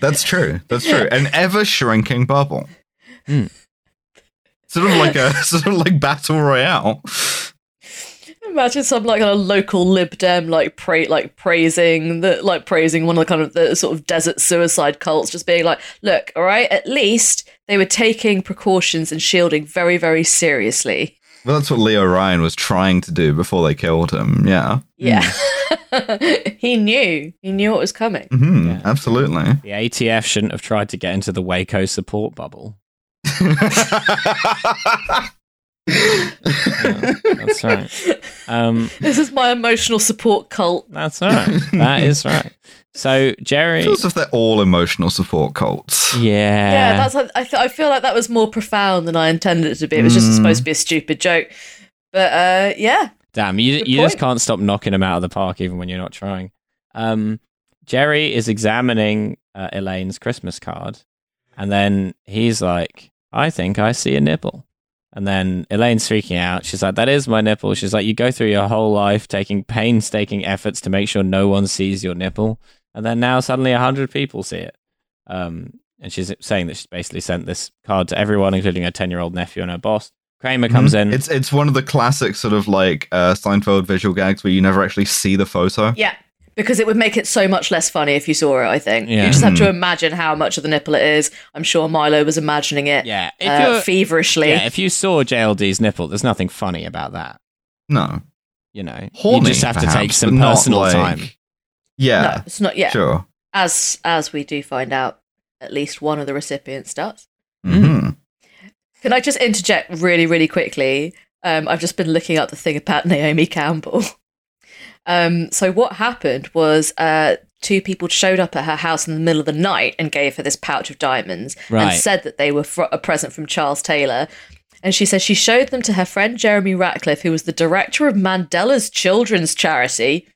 [SPEAKER 2] That's true. That's true. An ever shrinking bubble.
[SPEAKER 1] Hmm.
[SPEAKER 2] Sort of like a sort of like battle royale.
[SPEAKER 3] Imagine some like a local Lib Dem like pra- like praising the like praising one of the kind of the sort of desert suicide cults, just being like, "Look, all right, at least they were taking precautions and shielding very, very seriously."
[SPEAKER 2] Well, that's what Leo Ryan was trying to do before they killed him. Yeah.
[SPEAKER 3] Yeah, he knew he knew what was coming.
[SPEAKER 2] hmm
[SPEAKER 1] Yeah.
[SPEAKER 2] Absolutely.
[SPEAKER 1] The ATF shouldn't have tried to get into the Waco support bubble. Yeah, that's right. Um,
[SPEAKER 3] This is my emotional support cult.
[SPEAKER 1] that's right. That is right. So Jerry,
[SPEAKER 2] Feels if they're all emotional support cults.
[SPEAKER 1] yeah,
[SPEAKER 3] Yeah, that's. I, th- I feel like that was more profound than I intended it to be. It was just
[SPEAKER 2] Mm. supposed
[SPEAKER 3] supposed to be a stupid joke, but uh, yeah,
[SPEAKER 1] Damn, you
[SPEAKER 3] Good
[SPEAKER 1] you just
[SPEAKER 3] point.
[SPEAKER 1] can't stop knocking him out of the park even when you're not trying. Um, Jerry is examining uh, Elaine's Christmas card, and then he's like, "I think I see a nipple." And then Elaine's freaking out. She's like, "That is my nipple." She's like, "You go through your whole life taking painstaking efforts to make sure no one sees your nipple, and then now suddenly a hundred people see it." Um, and she's saying that she's basically sent this card to everyone, including her ten-year-old nephew and her boss. Kramer comes in.
[SPEAKER 2] Mm-hmm. It's it's one of the classic sort of like uh, Seinfeld visual gags where you never actually see the photo.
[SPEAKER 3] yeah, because it would make it so much less funny if you saw it. I think
[SPEAKER 1] Yeah.
[SPEAKER 3] you just have to imagine how much of the nipple it is. I'm sure Milo was imagining it
[SPEAKER 1] yeah, if
[SPEAKER 3] uh,
[SPEAKER 1] you're-
[SPEAKER 3] feverishly.
[SPEAKER 1] Yeah, if you saw JLD's nipple, there's nothing funny about that.
[SPEAKER 2] No,
[SPEAKER 1] You know,
[SPEAKER 2] Horny,
[SPEAKER 1] you just have
[SPEAKER 2] perhaps,
[SPEAKER 1] to take some
[SPEAKER 2] but not
[SPEAKER 1] personal
[SPEAKER 2] like-
[SPEAKER 1] time.
[SPEAKER 3] no,
[SPEAKER 2] Yeah,
[SPEAKER 3] it's not. Yeah,
[SPEAKER 2] sure.
[SPEAKER 3] as as we do find out, at least one of the recipients does.
[SPEAKER 1] Mm.
[SPEAKER 2] hmm
[SPEAKER 3] Can I just interject really, really quickly? Um, I've just been looking up the thing about Naomi Campbell. Um, so what happened was uh, two people showed up at her house in the middle of the night and gave her this pouch of diamonds
[SPEAKER 1] Right.
[SPEAKER 3] and said that they were fr- a present from Charles Taylor. And she said she showed them to her friend Jeremy Ratcliffe, who was the director of Mandela's Children's Charity,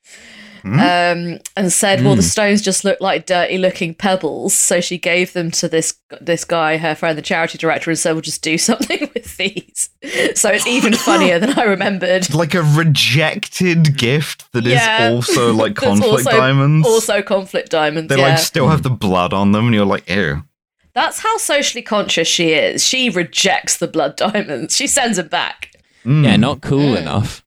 [SPEAKER 3] um, and said, "Well, the
[SPEAKER 2] Hmm.
[SPEAKER 3] stones just look like dirty-looking pebbles." So she gave them to this this guy, her friend, the charity director, and said, "We'll just do something with these." So it's even funnier than I remembered.
[SPEAKER 2] Like a rejected gift that is
[SPEAKER 3] Mm. Yeah.
[SPEAKER 2] also like
[SPEAKER 3] That's
[SPEAKER 2] conflict
[SPEAKER 3] also-
[SPEAKER 2] diamonds.
[SPEAKER 3] Also, conflict diamonds.
[SPEAKER 2] they
[SPEAKER 3] yeah.
[SPEAKER 2] like still have the blood on them, and you're like, ew.
[SPEAKER 3] That's how socially conscious she is. She rejects the blood diamonds. She sends them back.
[SPEAKER 2] Mm.
[SPEAKER 1] Yeah, not cool
[SPEAKER 3] Mm.
[SPEAKER 1] enough.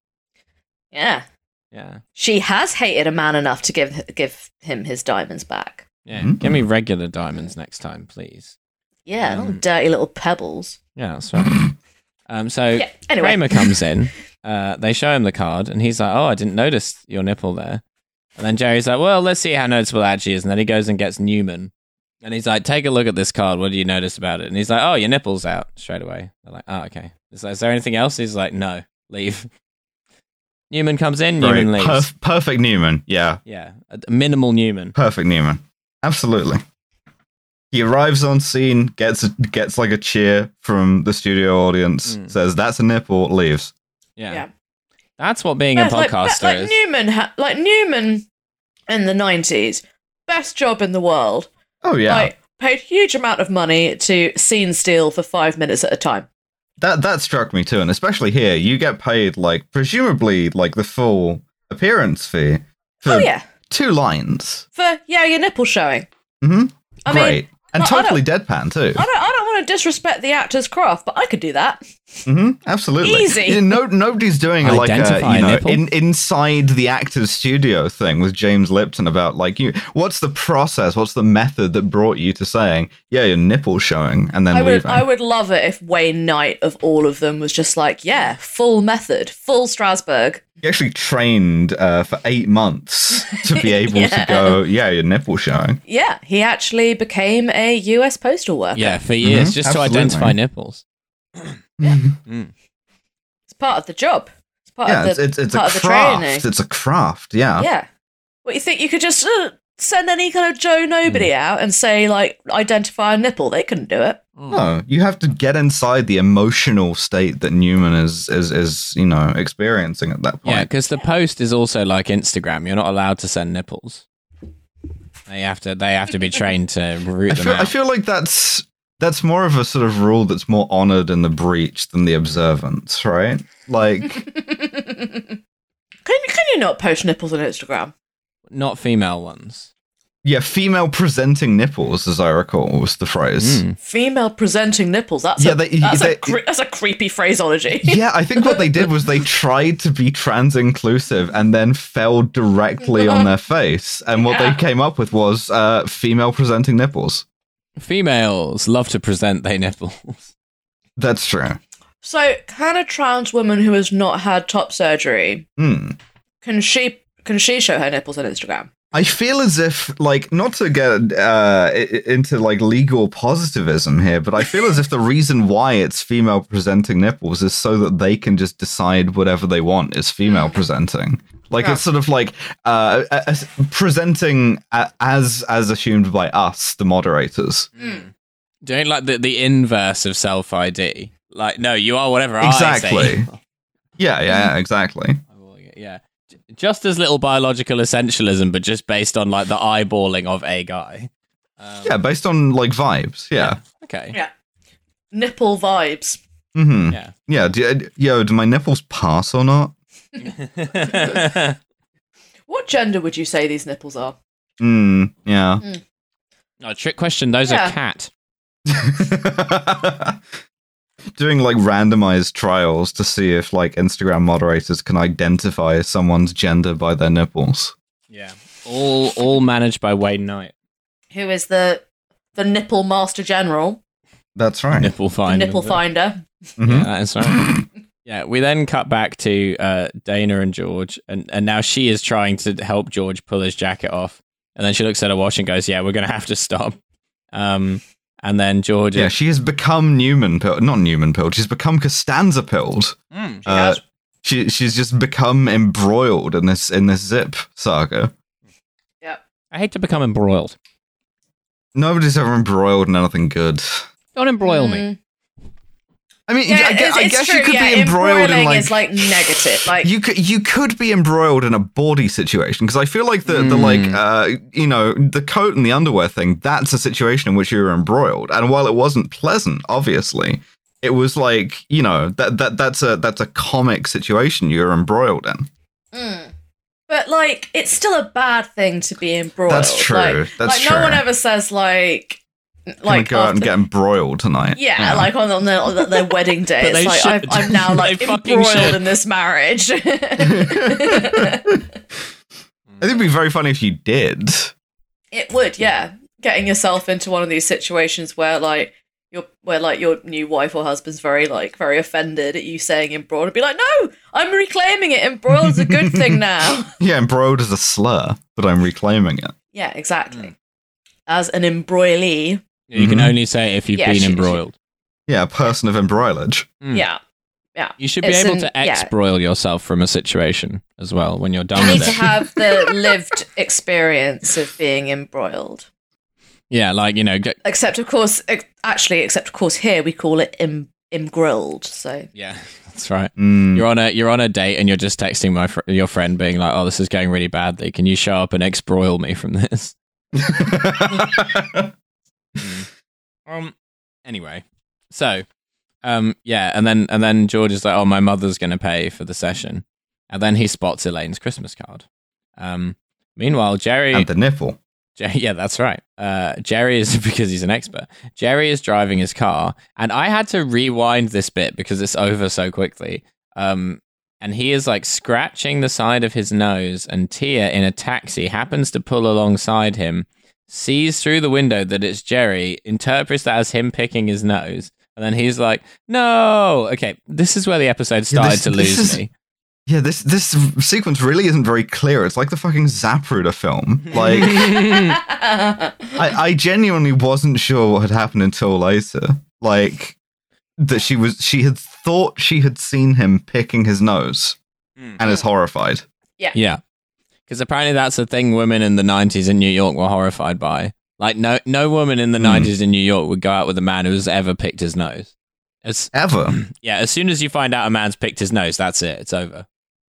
[SPEAKER 3] Yeah.
[SPEAKER 1] Yeah,
[SPEAKER 3] She has hated a man enough to give give him his diamonds back.
[SPEAKER 1] yeah.
[SPEAKER 2] Mm.
[SPEAKER 1] Give me regular diamonds next time, please.
[SPEAKER 3] Yeah,
[SPEAKER 1] Um,
[SPEAKER 2] Hmm.
[SPEAKER 3] not dirty little pebbles.
[SPEAKER 1] Yeah, that's right. um, so
[SPEAKER 3] Yeah. Anyway,
[SPEAKER 1] Kramer comes in. Uh, they show him the card, and he's like, "Oh, I didn't notice your nipple there." And then Jerry's like, "Well, let's see how noticeable that actually is." And then he goes and gets Newman, and he's like, "Take a look at this card. What do you notice about it?" And he's like, "Oh, your nipple's out straight away." They're like, "Oh, okay." He's like, "Is there anything else?" He's like, "No, leave." Newman comes in.
[SPEAKER 2] Right.
[SPEAKER 1] Newman leaves.
[SPEAKER 2] Perf- perfect Newman. Yeah,
[SPEAKER 1] Yeah, a a minimal Newman.
[SPEAKER 2] perfect Newman. Absolutely. He arrives on scene, gets gets like a cheer from the studio audience,
[SPEAKER 1] Mm.
[SPEAKER 2] says that's a nipple, leaves.
[SPEAKER 1] Yeah,
[SPEAKER 3] Yeah.
[SPEAKER 1] that's what being
[SPEAKER 3] Best-
[SPEAKER 1] a
[SPEAKER 3] like-
[SPEAKER 1] podcaster
[SPEAKER 3] like,
[SPEAKER 1] is.
[SPEAKER 3] Newman, ha- like Newman, in the nineties, best job in the world.
[SPEAKER 2] Oh yeah,
[SPEAKER 3] Like paid huge amount of money to scene steal for five minutes at a time.
[SPEAKER 2] that that struck me too, and especially here, you get paid like presumably like the full appearance fee for
[SPEAKER 3] oh yeah,
[SPEAKER 2] two lines.
[SPEAKER 3] for yeah your nipple showing.
[SPEAKER 2] hmm
[SPEAKER 3] I mean,
[SPEAKER 2] Great. and
[SPEAKER 3] I- I
[SPEAKER 2] totally deadpan too.
[SPEAKER 3] I don't, I don't want to disrespect the actor's craft, but I could do that.
[SPEAKER 2] hmm Absolutely.
[SPEAKER 3] Easy.
[SPEAKER 2] You know, no, nobody's doing like a
[SPEAKER 1] Identify
[SPEAKER 2] you
[SPEAKER 1] a
[SPEAKER 2] know
[SPEAKER 1] nipple.
[SPEAKER 2] in, inside the actor's studio thing with James Lipton about like you. What's the process? What's the method that brought you to saying yeah, your nipple showing and then
[SPEAKER 3] I would,
[SPEAKER 2] leaving?
[SPEAKER 3] I would love it if Wayne Knight of all of them was just like, yeah, full method, full Strasbourg.
[SPEAKER 2] He actually trained uh, for eight months to be able to
[SPEAKER 3] Yeah.
[SPEAKER 2] go yeah, your nipple showing.
[SPEAKER 3] Yeah, he actually became a U.S. postal worker.
[SPEAKER 1] Yeah, for years, just
[SPEAKER 2] Mm-hmm. Absolutely.
[SPEAKER 1] to identify nipples.
[SPEAKER 3] it's part of the job. It's part
[SPEAKER 2] Mm-hmm. yeah,
[SPEAKER 3] of the
[SPEAKER 2] it's it's, it's a
[SPEAKER 3] part of the
[SPEAKER 2] craft.
[SPEAKER 3] training.
[SPEAKER 2] It's a craft. Yeah.
[SPEAKER 3] yeah. What you think you could just uh, send any kind of Joe Nobody
[SPEAKER 2] Hmm.
[SPEAKER 3] out and say like identify a nipple. They couldn't do it.
[SPEAKER 2] No, you have to get inside the emotional state that Newman is is is you know experiencing at that
[SPEAKER 1] Yeah,
[SPEAKER 2] point.
[SPEAKER 1] because the post is also like Instagram. You're not allowed to send nipples. They have to. They have to be trained to root
[SPEAKER 2] I
[SPEAKER 1] them
[SPEAKER 2] feel,
[SPEAKER 1] out.
[SPEAKER 2] I feel like that's that's more of a sort of rule that's more honored in the breach than the observance, right? Like,
[SPEAKER 3] Can can you not post nipples on Instagram?
[SPEAKER 1] not female ones.
[SPEAKER 2] yeah, female presenting nipples, as I recall, was the phrase.
[SPEAKER 1] Mm.
[SPEAKER 3] Female presenting nipples. That's
[SPEAKER 2] Yeah,
[SPEAKER 3] a,
[SPEAKER 2] they-
[SPEAKER 3] that's,
[SPEAKER 2] they-
[SPEAKER 3] a cre- that's a creepy phraseology.
[SPEAKER 2] yeah, I think what they did was they tried to be trans inclusive and then fell directly on their face. And what
[SPEAKER 3] Yeah.
[SPEAKER 2] they came up with was uh, female presenting nipples.
[SPEAKER 1] Females love to present their nipples.
[SPEAKER 2] That's true.
[SPEAKER 3] So, can a trans woman who has not had top surgery
[SPEAKER 2] Hmm.
[SPEAKER 3] can she can she show her nipples on Instagram?
[SPEAKER 2] I feel as if, like, not to get uh, i- i- into like legal positivism here, but I feel as if the reason why it's female presenting nipples is so that they can just decide whatever they want is female presenting. Like
[SPEAKER 3] Yeah.
[SPEAKER 2] it's sort of like uh, a- as- presenting a- as as assumed by us, the moderators.
[SPEAKER 1] Don't like the the inverse of self ID. Like, no, you are whatever I say.
[SPEAKER 2] Exactly. Yeah, yeah, yeah, exactly.
[SPEAKER 1] I will, Yeah. J- Just as little biological essentialism, but just based on like the eyeballing of a guy. Um,
[SPEAKER 2] Yeah, based on like vibes. Yeah.
[SPEAKER 1] Okay.
[SPEAKER 3] Yeah, nipple vibes.
[SPEAKER 2] hmm
[SPEAKER 1] Yeah.
[SPEAKER 2] Yeah. Do, yo, do my nipples pass or not?
[SPEAKER 3] What gender would you say these nipples are?
[SPEAKER 2] Mm, yeah.
[SPEAKER 1] no, trick question. Those
[SPEAKER 3] Yeah.
[SPEAKER 1] are cat.
[SPEAKER 2] doing like randomized trials to see if like Instagram moderators can identify someone's gender by their nipples.
[SPEAKER 1] Yeah. All all managed by Wayne Knight.
[SPEAKER 3] Who is the the nipple master general?
[SPEAKER 2] That's right.
[SPEAKER 1] Nipple
[SPEAKER 3] The
[SPEAKER 1] find.
[SPEAKER 3] nipple finder.
[SPEAKER 2] Mhm.
[SPEAKER 3] Hmm?
[SPEAKER 1] Yeah, that's right. yeah, we then cut back to uh, Dana and George, and, and now she is trying to help George pull his jacket off. And then she looks at her watch and goes, "Yeah, we're going to have to stop." Um, and then George,
[SPEAKER 2] Yeah, she has become Newman pilled, not Newman pilled. She's become Costanza pilled.
[SPEAKER 1] Mm.
[SPEAKER 2] Uh, She she's just become embroiled in this in this zip saga.
[SPEAKER 1] I hate to become embroiled.
[SPEAKER 2] Nobody's ever embroiled in anything good.
[SPEAKER 1] Don't embroil
[SPEAKER 3] Mm.
[SPEAKER 1] me.
[SPEAKER 2] I mean,
[SPEAKER 3] Yeah,
[SPEAKER 2] I, gue-
[SPEAKER 3] it's,
[SPEAKER 2] I
[SPEAKER 3] it's
[SPEAKER 2] guess
[SPEAKER 3] true.
[SPEAKER 2] you could
[SPEAKER 3] yeah,
[SPEAKER 2] be embroiled in
[SPEAKER 3] embroiling
[SPEAKER 2] like
[SPEAKER 3] is like negative. Like
[SPEAKER 2] you could you could be embroiled in a bawdy situation because I feel like the the like
[SPEAKER 1] Mm.
[SPEAKER 3] Hmm.
[SPEAKER 2] uh you know the coat and the underwear thing that's a situation in which you were embroiled and while it wasn't pleasant obviously it was like you know that that that's a that's a comic situation you were embroiled in
[SPEAKER 3] Mm. But like, it's still a bad thing to be embroiled.
[SPEAKER 2] That's true,
[SPEAKER 3] Like,
[SPEAKER 2] that's
[SPEAKER 3] like no one
[SPEAKER 2] true.
[SPEAKER 3] ever says like,
[SPEAKER 2] like
[SPEAKER 3] like
[SPEAKER 2] go out and
[SPEAKER 3] after-
[SPEAKER 2] get embroiled tonight
[SPEAKER 3] yeah, like on, on, their, on their wedding day.
[SPEAKER 1] But they
[SPEAKER 3] It's like
[SPEAKER 1] should.
[SPEAKER 3] I've, I'm now like
[SPEAKER 1] They fucking
[SPEAKER 3] embroiled
[SPEAKER 1] should.
[SPEAKER 3] in this marriage.
[SPEAKER 2] I think it'd be very funny if you did
[SPEAKER 3] it would, yeah. Getting yourself into one of these situations where like your where like your new wife or husband's very like very offended at you saying embroiled, and be like, no, I'm reclaiming it. Embroiled is a good thing now.
[SPEAKER 2] yeah embroiled is a slur but I'm reclaiming it
[SPEAKER 3] Yeah, exactly.
[SPEAKER 2] Mm.
[SPEAKER 3] As an embroilee,
[SPEAKER 1] You can
[SPEAKER 2] Mhm.
[SPEAKER 1] only say it if you've
[SPEAKER 3] Mm-hmm. Yeah,
[SPEAKER 1] been
[SPEAKER 3] she- she-
[SPEAKER 1] embroiled.
[SPEAKER 2] yeah a person of embroilage
[SPEAKER 1] Mm.
[SPEAKER 3] yeah.
[SPEAKER 1] You should be
[SPEAKER 3] It's
[SPEAKER 1] able
[SPEAKER 3] an-
[SPEAKER 1] to
[SPEAKER 3] yeah.
[SPEAKER 1] ex-broil yourself from a situation as well when you're done
[SPEAKER 3] You need
[SPEAKER 1] with
[SPEAKER 3] to
[SPEAKER 1] it.
[SPEAKER 3] have the lived experience of being embroiled.
[SPEAKER 1] yeah, like you know, get,
[SPEAKER 3] Except, of course, ex- actually, except, of course, here we call it em- emgrilled. So,
[SPEAKER 1] yeah, that's right.
[SPEAKER 2] Mm.
[SPEAKER 1] You're on a you're on a date and you're just texting my fr- your friend being like, "Oh, this is going really badly. Can you show up and exbroil me from this?" Um. Anyway, so, um, yeah, and then and then George is like, "Oh, my mother's going to pay for the session," and then he spots Elaine's Christmas card. Um. Meanwhile, Jerry,
[SPEAKER 2] and the nipple
[SPEAKER 1] Jer- yeah, that's right. Uh, Jerry is because he's an expert. Jerry is driving his car, and I had to rewind this bit because it's over so quickly. Um, and he is like scratching the side of his nose, and Tia in a taxi happens to pull alongside him, sees through the window that it's Jerry, interprets that as him picking his nose, and then he's like, "No, okay, this is where the episode
[SPEAKER 2] Yeah,
[SPEAKER 1] started
[SPEAKER 2] this-
[SPEAKER 1] to
[SPEAKER 2] this
[SPEAKER 1] lose
[SPEAKER 2] is-
[SPEAKER 1] me."
[SPEAKER 2] Yeah, this this sequence really isn't very clear. It's like the fucking Zapruder film. Like, I, I genuinely wasn't sure what had happened until later. Like, that she was she had Hmm.
[SPEAKER 3] Hmm.
[SPEAKER 2] thought she had seen him picking his nose and is horrified.
[SPEAKER 1] Yeah. Because apparently that's a thing women in the 90s in New York were horrified by. Like, no, no woman in the
[SPEAKER 2] Hmm.
[SPEAKER 1] 90s in New York would go out with a man who's ever picked his nose. As,
[SPEAKER 2] Ever.
[SPEAKER 1] yeah, as soon as you find out a man's picked his nose, that's it. It's over.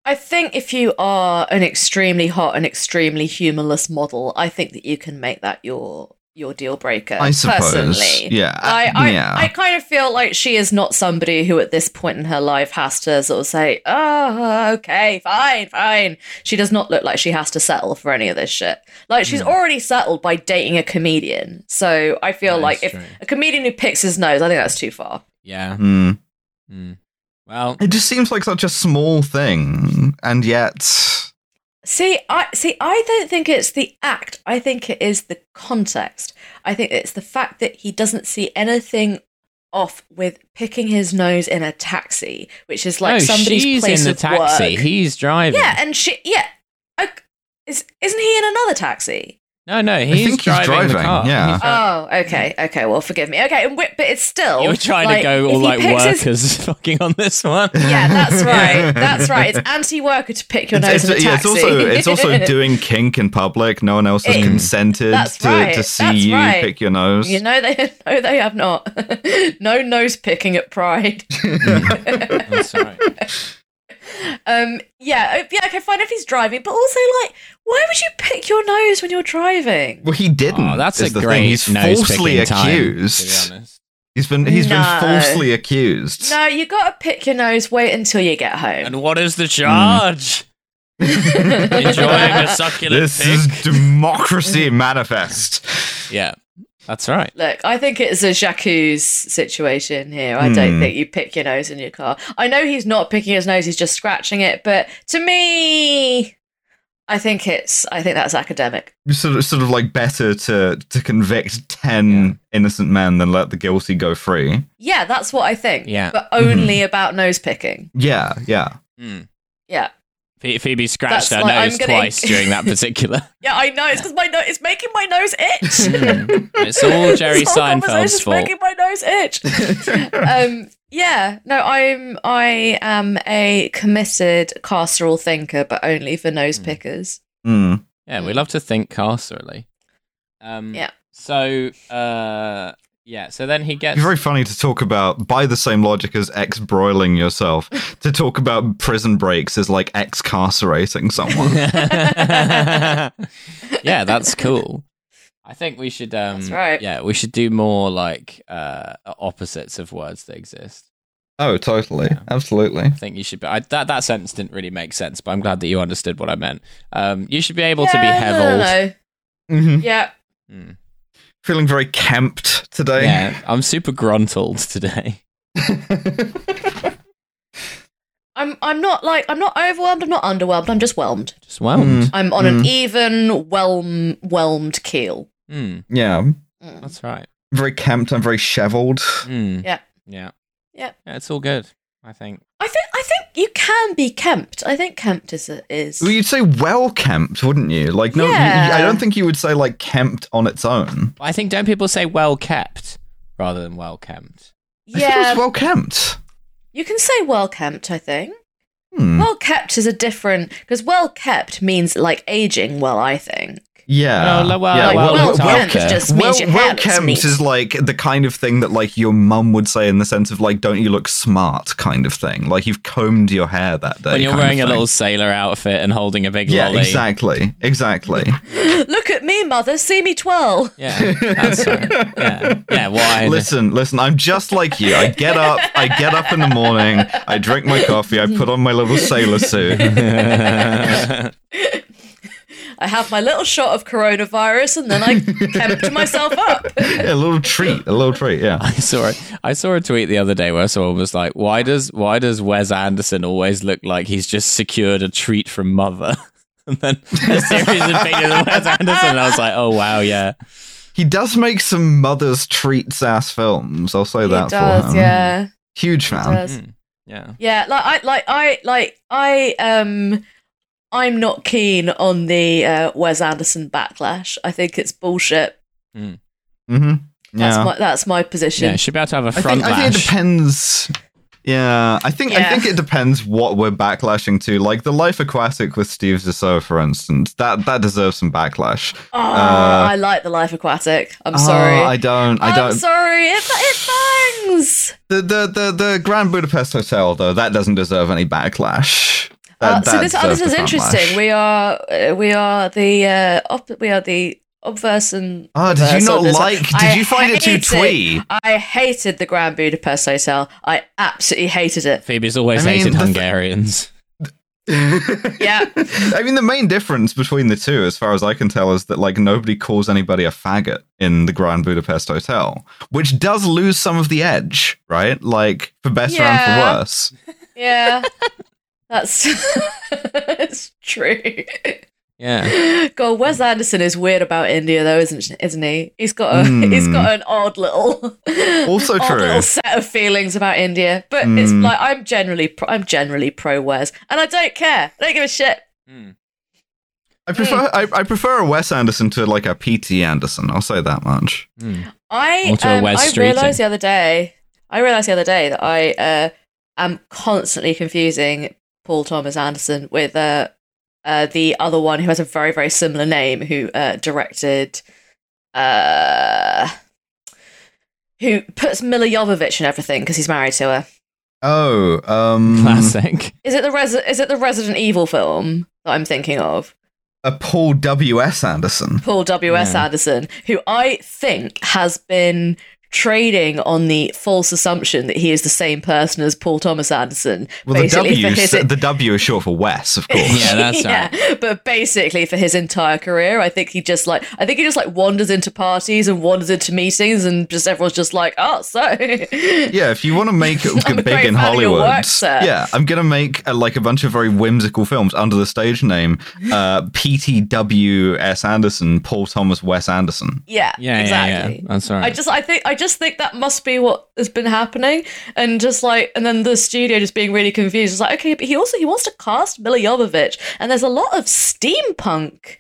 [SPEAKER 3] I think if you are an extremely hot and extremely humorless model, I think that you can make that your your deal breaker.
[SPEAKER 2] I suppose.
[SPEAKER 3] Personally.
[SPEAKER 2] Yeah.
[SPEAKER 3] I,
[SPEAKER 1] Uh,
[SPEAKER 3] I,
[SPEAKER 2] yeah.
[SPEAKER 3] I kind of feel like she is not somebody who at this point in her life has to sort of say, oh, okay, fine, fine. She does not look like she has to settle for any of this shit. Like, she's
[SPEAKER 1] Mm.
[SPEAKER 3] already settled by dating a comedian. So I feel
[SPEAKER 1] That
[SPEAKER 3] like
[SPEAKER 1] is
[SPEAKER 3] if
[SPEAKER 1] true.
[SPEAKER 3] a comedian who picks his nose, I think that's too far.
[SPEAKER 1] Yeah.
[SPEAKER 2] Hmm.
[SPEAKER 1] Mm. Well,
[SPEAKER 2] It just seems like such a small thing, and yet.
[SPEAKER 3] See, I see. I don't think it's the act. I think it is the context. I think it's the fact that he doesn't see anything off with picking his nose in a taxi, which is like
[SPEAKER 1] no,
[SPEAKER 3] somebody's
[SPEAKER 1] she's
[SPEAKER 3] place
[SPEAKER 1] in the
[SPEAKER 3] of
[SPEAKER 1] taxi.
[SPEAKER 3] work.
[SPEAKER 1] He's driving.
[SPEAKER 3] Yeah, and she. Yeah, I, is isn't he in another taxi?
[SPEAKER 1] No, no, he's
[SPEAKER 2] think he's
[SPEAKER 1] driving, the
[SPEAKER 2] driving,
[SPEAKER 1] car.
[SPEAKER 2] yeah.
[SPEAKER 1] He's dri-
[SPEAKER 3] Oh, okay, okay. Well, forgive me. Okay, and wi- but it's still
[SPEAKER 1] you were trying to go
[SPEAKER 3] if
[SPEAKER 1] all
[SPEAKER 3] he
[SPEAKER 1] like
[SPEAKER 3] picks his-
[SPEAKER 1] workers fucking on this one.
[SPEAKER 3] yeah, that's right. That's right. It's anti-worker to pick your
[SPEAKER 2] It's,
[SPEAKER 3] nose in a taxi.
[SPEAKER 2] yeah, it's also it's also doing kink in public. No one else has
[SPEAKER 3] It-
[SPEAKER 2] consented
[SPEAKER 3] That's
[SPEAKER 2] to,
[SPEAKER 3] right,
[SPEAKER 2] to see
[SPEAKER 3] that's
[SPEAKER 2] you
[SPEAKER 3] right.
[SPEAKER 2] pick your nose.
[SPEAKER 3] You know they no they have not. no nose picking at Pride.
[SPEAKER 1] That's right.
[SPEAKER 3] Um yeah, oh, yeah, okay, fine if he's driving, but also like why would you pick your nose when you're driving?
[SPEAKER 2] well, he didn't.
[SPEAKER 1] Oh, that's
[SPEAKER 2] is
[SPEAKER 1] a
[SPEAKER 2] the
[SPEAKER 1] great
[SPEAKER 2] thing. He's
[SPEAKER 1] nose
[SPEAKER 2] falsely
[SPEAKER 1] picking time,
[SPEAKER 2] accused.
[SPEAKER 1] to be honest.
[SPEAKER 2] he's been he's
[SPEAKER 3] No.
[SPEAKER 2] been falsely accused.
[SPEAKER 3] No, you gotta pick your nose, wait until you get home.
[SPEAKER 1] And what is the charge? Enjoying a succulent
[SPEAKER 2] Hmm. This
[SPEAKER 1] pig.
[SPEAKER 2] is democracy manifest.
[SPEAKER 1] yeah, that's right.
[SPEAKER 3] Look, I think it's a Jacques situation here. I don't
[SPEAKER 2] Hmm.
[SPEAKER 3] think you pick your nose in your car. I know he's not picking his nose, he's just scratching it, but to me I think it's I think that's academic.
[SPEAKER 2] Sort of, sort of like better to to convict ten innocent men than let the guilty go free.
[SPEAKER 3] Yeah, that's what I think.
[SPEAKER 1] Yeah. Mm-hmm.
[SPEAKER 3] But only about nose picking.
[SPEAKER 2] Yeah, yeah.
[SPEAKER 1] Mm.
[SPEAKER 3] Yeah.
[SPEAKER 1] Phe- Phoebe scratched her
[SPEAKER 3] That's like- I'm
[SPEAKER 1] nose
[SPEAKER 3] gonna-
[SPEAKER 1] twice during that particular.
[SPEAKER 3] Yeah, I know. It's because my nose it's making my nose itch.
[SPEAKER 1] Mm. It's all Jerry
[SPEAKER 3] This whole
[SPEAKER 1] Seinfeld's
[SPEAKER 3] conversation's
[SPEAKER 1] fault.
[SPEAKER 3] making my nose itch. um yeah, no, I'm I am a committed carceral thinker, but only for nose
[SPEAKER 1] Hmm.
[SPEAKER 3] pickers.
[SPEAKER 2] Hmm.
[SPEAKER 1] Yeah, we love to think carcerally. Um,
[SPEAKER 3] Yeah.
[SPEAKER 1] So, uh, yeah. So then he gets.
[SPEAKER 2] It's very funny to talk about by the same logic as ex broiling yourself. to talk about prison breaks is like excarcerating someone.
[SPEAKER 1] yeah, that's cool. I think we should. Um,
[SPEAKER 3] That's right.
[SPEAKER 1] Yeah, we should do more like uh, opposites of words that exist.
[SPEAKER 2] oh, totally,
[SPEAKER 1] Yeah.
[SPEAKER 2] absolutely.
[SPEAKER 1] I think you should be. I, that that sentence didn't really make sense, but I'm glad that you understood what I meant. Um, you should be able to be
[SPEAKER 3] Yeah, no, no,
[SPEAKER 1] heveled.
[SPEAKER 3] no.
[SPEAKER 2] hmm
[SPEAKER 3] Yeah.
[SPEAKER 1] Mm.
[SPEAKER 2] Feeling very kempt today.
[SPEAKER 1] Yeah, I'm super gruntled today.
[SPEAKER 3] I'm I'm not like I'm not overwhelmed, I'm not underwhelmed, I'm just whelmed.
[SPEAKER 1] Just whelmed.
[SPEAKER 3] I'm on
[SPEAKER 1] Hmm.
[SPEAKER 3] an even whelm whelmed keel.
[SPEAKER 2] Hmm.
[SPEAKER 1] Mm,
[SPEAKER 2] yeah,
[SPEAKER 3] Mm.
[SPEAKER 1] that's right.
[SPEAKER 2] very kempt. I'm very shevelled.
[SPEAKER 1] Mm.
[SPEAKER 3] Yeah.
[SPEAKER 1] Yeah.
[SPEAKER 3] Yeah.
[SPEAKER 1] Yeah. It's all good. I think.
[SPEAKER 3] I think I think you can be kempt. I think kempt is is
[SPEAKER 2] Well, you'd say well kempt, wouldn't you? Like, no, you- you- I
[SPEAKER 3] Yeah.
[SPEAKER 2] don't think you would say like kempt on its own.
[SPEAKER 1] I think don't people say well kept rather than well kempt?
[SPEAKER 2] I think it
[SPEAKER 3] yeah.
[SPEAKER 2] was well kempt.
[SPEAKER 3] you can say well kempt. I think
[SPEAKER 2] Hmm.
[SPEAKER 3] well kept is a different because well kept means like aging well. I think
[SPEAKER 2] yeah.
[SPEAKER 1] No, le- well,
[SPEAKER 2] yeah.
[SPEAKER 3] like,
[SPEAKER 1] well-
[SPEAKER 3] well,
[SPEAKER 1] well
[SPEAKER 3] kempt
[SPEAKER 1] kept.
[SPEAKER 3] just
[SPEAKER 2] well,
[SPEAKER 3] means your hair
[SPEAKER 2] well
[SPEAKER 3] looks
[SPEAKER 2] kempt
[SPEAKER 3] neat.
[SPEAKER 2] is like the kind of thing that like your mum would say in the sense of like, don't you look smart kind of thing. Like you've combed your hair that day.
[SPEAKER 1] when you're
[SPEAKER 2] kind of
[SPEAKER 1] wearing a
[SPEAKER 2] thing.
[SPEAKER 1] little sailor outfit and holding a big
[SPEAKER 2] Yeah,
[SPEAKER 1] lolly.
[SPEAKER 2] exactly. Exactly.
[SPEAKER 3] Look at me, mother. See me twirl.
[SPEAKER 1] Yeah, that's right. Yeah, yeah. Wine.
[SPEAKER 2] Listen, listen, I'm just like you. I get up, I get up in the morning, I drink my coffee, I put on my little sailor suit.
[SPEAKER 3] I have my little shot of coronavirus and then I kempt myself up.
[SPEAKER 2] a little treat, a little treat, yeah.
[SPEAKER 1] I saw it. I saw a tweet the other day where someone was like, "Why does why does Wes Anderson always look like he's just secured a treat from Mother?" And then a series of videos of Wes Anderson, and I was like, "Oh wow, yeah,
[SPEAKER 2] He does make some mother's treats ass films. I'll say
[SPEAKER 3] He
[SPEAKER 2] that for
[SPEAKER 3] does,
[SPEAKER 2] him.
[SPEAKER 3] yeah.
[SPEAKER 2] Huge
[SPEAKER 3] He
[SPEAKER 2] fan.
[SPEAKER 3] does.
[SPEAKER 1] Hmm, yeah."
[SPEAKER 3] Yeah, like I like I like I um I'm not keen on the uh, Wes Anderson backlash. I think it's bullshit.
[SPEAKER 2] hmm
[SPEAKER 3] That's
[SPEAKER 2] Yeah.
[SPEAKER 3] my that's my position.
[SPEAKER 1] Yeah, should be able to have a
[SPEAKER 2] I
[SPEAKER 1] front
[SPEAKER 2] think, I think it
[SPEAKER 1] lash.
[SPEAKER 2] depends. Yeah, I think I
[SPEAKER 3] Yeah.
[SPEAKER 2] think it depends what we're backlashing to. Like the Life Aquatic with Steve Zissou, for instance, that that deserves some backlash.
[SPEAKER 3] Oh,
[SPEAKER 2] Uh,
[SPEAKER 3] I like the life aquatic. I'm
[SPEAKER 2] Oh,
[SPEAKER 3] sorry.
[SPEAKER 2] I don't. I
[SPEAKER 3] am
[SPEAKER 2] don't.
[SPEAKER 3] sorry. It, it bangs.
[SPEAKER 2] the, the the the Grand Budapest Hotel though that doesn't deserve any backlash. That-
[SPEAKER 3] Uh, so
[SPEAKER 2] that
[SPEAKER 3] this, oh, this
[SPEAKER 2] deserves
[SPEAKER 3] is
[SPEAKER 2] the backlash.
[SPEAKER 3] interesting. We are uh, we are the uh, op- we are the obverse and
[SPEAKER 2] Oh, did you
[SPEAKER 3] reverse
[SPEAKER 2] not
[SPEAKER 3] of this.
[SPEAKER 2] like? Did
[SPEAKER 3] I
[SPEAKER 2] you find it too
[SPEAKER 3] hate
[SPEAKER 2] twee?
[SPEAKER 3] I hated the Grand Budapest Hotel. I absolutely hated it.
[SPEAKER 1] Phoebe's always
[SPEAKER 2] I mean,
[SPEAKER 1] hated
[SPEAKER 2] the-
[SPEAKER 1] Hungarians.
[SPEAKER 3] Yeah.
[SPEAKER 2] I mean, the main difference between the two, as far as I can tell, is that like nobody calls anybody a faggot in the Grand Budapest Hotel, which does lose some of the edge, right? Like for better
[SPEAKER 3] Yeah.
[SPEAKER 2] and for worse.
[SPEAKER 3] Yeah, that's it's true.
[SPEAKER 1] Yeah.
[SPEAKER 3] God, Wes Anderson is weird about India though, isn't isn't he? He's got a
[SPEAKER 2] Mm.
[SPEAKER 3] he's got an odd little
[SPEAKER 2] Also
[SPEAKER 3] odd
[SPEAKER 2] true.
[SPEAKER 3] little set of feelings about India. But it's
[SPEAKER 2] Mm.
[SPEAKER 3] like I'm generally pro- I'm generally pro Wes, and I don't care. I don't give a shit.
[SPEAKER 1] Hmm.
[SPEAKER 2] I prefer
[SPEAKER 3] Hmm.
[SPEAKER 2] I, I prefer a Wes Anderson to like a P.T. Anderson. I'll say that much.
[SPEAKER 1] Hmm.
[SPEAKER 3] I
[SPEAKER 1] Or to a
[SPEAKER 3] um,
[SPEAKER 1] Wes
[SPEAKER 3] I
[SPEAKER 1] Streeting.
[SPEAKER 3] realized the other day. I realized the other day that I uh, am constantly confusing Paul Thomas Anderson with uh, uh, the other one who has a very very similar name who uh, directed. Uh, who puts Mila Jovovich in everything because he's married to her?
[SPEAKER 2] Oh, um,
[SPEAKER 1] Classic.
[SPEAKER 3] Is it the Res- is it the Resident Evil film that I'm thinking of?
[SPEAKER 2] a Paul W. S. Anderson.
[SPEAKER 3] Paul W.S.
[SPEAKER 1] Yeah.
[SPEAKER 3] Anderson, who I think has been trading on the false assumption that he is the same person as Paul Thomas Anderson.
[SPEAKER 2] Well, the
[SPEAKER 3] basically
[SPEAKER 2] W,
[SPEAKER 3] for his.
[SPEAKER 2] the W is short for Wes, of course.
[SPEAKER 1] Yeah, that's right.
[SPEAKER 3] But basically, for his entire career, I think he just like I think he just like wanders into parties and wanders into meetings, and just everyone's just like, oh, so
[SPEAKER 2] Yeah, if you want to make it
[SPEAKER 3] I'm a
[SPEAKER 2] big
[SPEAKER 3] great
[SPEAKER 2] in
[SPEAKER 3] fan of your
[SPEAKER 2] Hollywood,
[SPEAKER 3] work, sir.
[SPEAKER 2] yeah, I'm gonna make uh, like a bunch of very whimsical films under the stage name uh, PTWS Anderson, Paul Thomas Wes Anderson.
[SPEAKER 3] yeah,
[SPEAKER 1] Yeah,
[SPEAKER 3] exactly.
[SPEAKER 1] yeah, yeah. That's all
[SPEAKER 3] I
[SPEAKER 1] right.
[SPEAKER 3] just I think I just think that must be what has been happening, and just like and then the studio just being really confused. It's like okay, but he also he wants to cast Mila Jovovich, and there's a lot of steampunk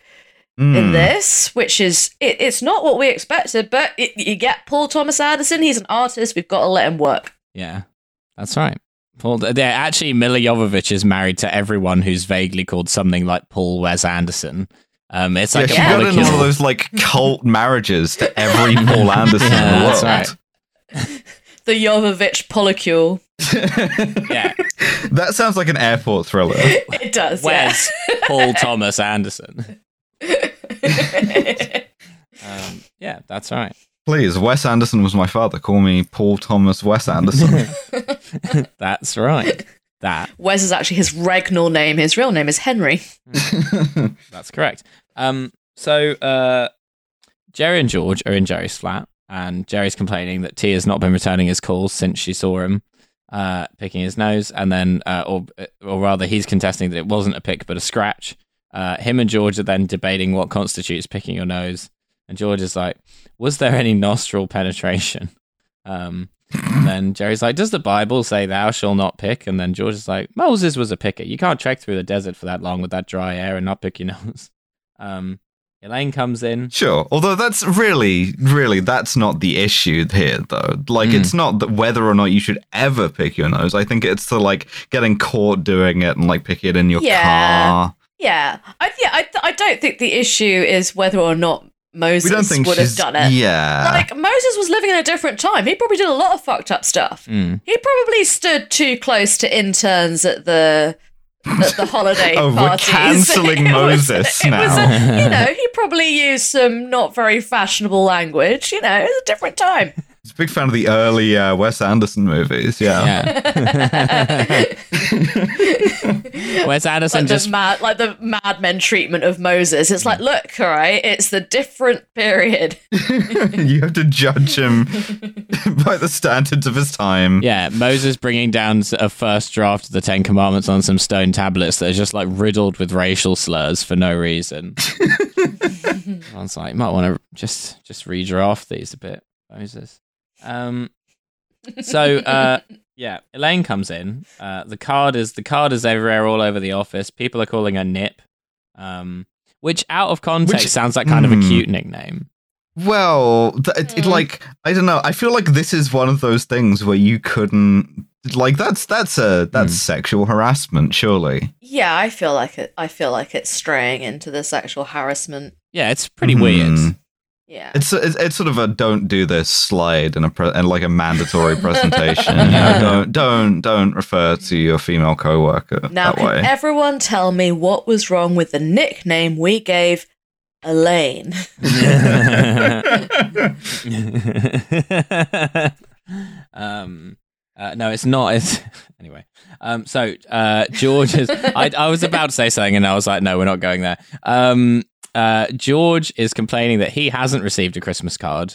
[SPEAKER 3] in
[SPEAKER 2] Mm.
[SPEAKER 3] this, which is it, it's not what we expected, but it, you get Paul Thomas Anderson. He's an artist. We've got to let him work.
[SPEAKER 1] Yeah. That's right. Paul, they're actually, Mila Jovovich is married to everyone who's vaguely called something like Paul Wes Anderson. Um, it's
[SPEAKER 2] Yeah,
[SPEAKER 1] like
[SPEAKER 2] she
[SPEAKER 1] a
[SPEAKER 2] got in
[SPEAKER 1] molecule.
[SPEAKER 2] one of those like cult marriages to every Paul Anderson in
[SPEAKER 1] Yeah, that's
[SPEAKER 2] the world.
[SPEAKER 1] right.
[SPEAKER 3] The Jovovich polycule.
[SPEAKER 1] Yeah.
[SPEAKER 2] That sounds like an airport thriller.
[SPEAKER 3] It does.
[SPEAKER 1] Wes Paul Thomas Anderson.
[SPEAKER 3] Yeah.
[SPEAKER 1] Um, yeah, that's right.
[SPEAKER 2] Please, Wes Anderson was my father. Call me Paul Thomas Wes Anderson.
[SPEAKER 1] That's right. That
[SPEAKER 3] Wes is actually his regnal name. His real name is Henry.
[SPEAKER 1] That's correct. Um, so uh, Jerry and George are in Jerry's flat, and Jerry's complaining that T has not been returning his calls since she saw him uh, picking his nose, and then, uh, or or rather, he's contesting that it wasn't a pick but a scratch. Uh, him and George are then debating what constitutes picking your nose, and George is like, "Was there any nostril penetration?" Um, and then Jerry's like, "Does the Bible say thou shall not pick?" And then George is like, "Moses was a picker. You can't trek through the desert for that long with that dry air and not pick your nose." Um, Elaine comes in.
[SPEAKER 2] Sure. Although that's really, really, that's not the issue here, though. Like,
[SPEAKER 1] Mm.
[SPEAKER 3] Hmm.
[SPEAKER 2] it's not that whether or not you should ever pick your nose. I think it's the like getting caught doing it and like picking it in your
[SPEAKER 3] Yeah.
[SPEAKER 2] car.
[SPEAKER 3] Yeah, I yeah, I, I don't think the issue is whether or not
[SPEAKER 2] We
[SPEAKER 3] Moses
[SPEAKER 2] don't think
[SPEAKER 3] would
[SPEAKER 2] she's
[SPEAKER 3] have done it.
[SPEAKER 2] yeah.
[SPEAKER 3] Like Moses was living in a different time. He probably did a lot of fucked up stuff.
[SPEAKER 2] Hmm.
[SPEAKER 1] Mm.
[SPEAKER 3] He probably stood too close to interns at the at the holiday
[SPEAKER 2] Oh, we're
[SPEAKER 3] parties.
[SPEAKER 2] cancelling
[SPEAKER 3] It was-
[SPEAKER 2] Moses
[SPEAKER 3] it was
[SPEAKER 2] now.
[SPEAKER 3] a- you know, he probably used some not very fashionable language. You know, it was a different time.
[SPEAKER 2] He's a big fan of the early uh, Wes Anderson movies. Yeah.
[SPEAKER 1] Yeah. Where's Anderson
[SPEAKER 3] like
[SPEAKER 1] just
[SPEAKER 3] the mad, like the madmen treatment of Moses. It's
[SPEAKER 2] Hmm.
[SPEAKER 3] like, look, all right, it's the different period.
[SPEAKER 2] you have to judge him by the standards of his time.
[SPEAKER 1] Yeah, Moses bringing down s- a first draft of the Ten Commandments on some stone tablets that are just like riddled with racial slurs for no reason. I was like, you might want to just just redraft these a bit, Moses. Um, so uh, yeah, Elaine comes in. Uh, the card is the card is everywhere, all over the office. People are calling her Nip, um, which out of context
[SPEAKER 2] Which-
[SPEAKER 1] sounds like kind of a
[SPEAKER 2] Hmm.
[SPEAKER 1] cute nickname.
[SPEAKER 2] Well, th- it, it,
[SPEAKER 3] Mm.
[SPEAKER 2] like I don't know. I feel like this is one of those things where you couldn't Like that's that's a that's
[SPEAKER 1] Hmm.
[SPEAKER 2] sexual harassment, surely.
[SPEAKER 3] Yeah, I feel like it. I feel like it's straying into the sexual harassment.
[SPEAKER 1] Yeah, it's pretty
[SPEAKER 2] Hmm.
[SPEAKER 1] weird.
[SPEAKER 3] Yeah,
[SPEAKER 2] It's, it's it's sort of a don't do this slide and a pre- and like a mandatory presentation. you know, don't don't don't refer to your female coworker
[SPEAKER 3] Now,
[SPEAKER 2] that way.
[SPEAKER 3] can everyone tell me what was wrong with the nickname we gave Elaine?
[SPEAKER 1] um, uh, no, it's not. It's anyway. Um, so uh, George is. I, I was about to say something, and I was like, "No, we're not going there." Um, uh, George is complaining that he hasn't received a Christmas card.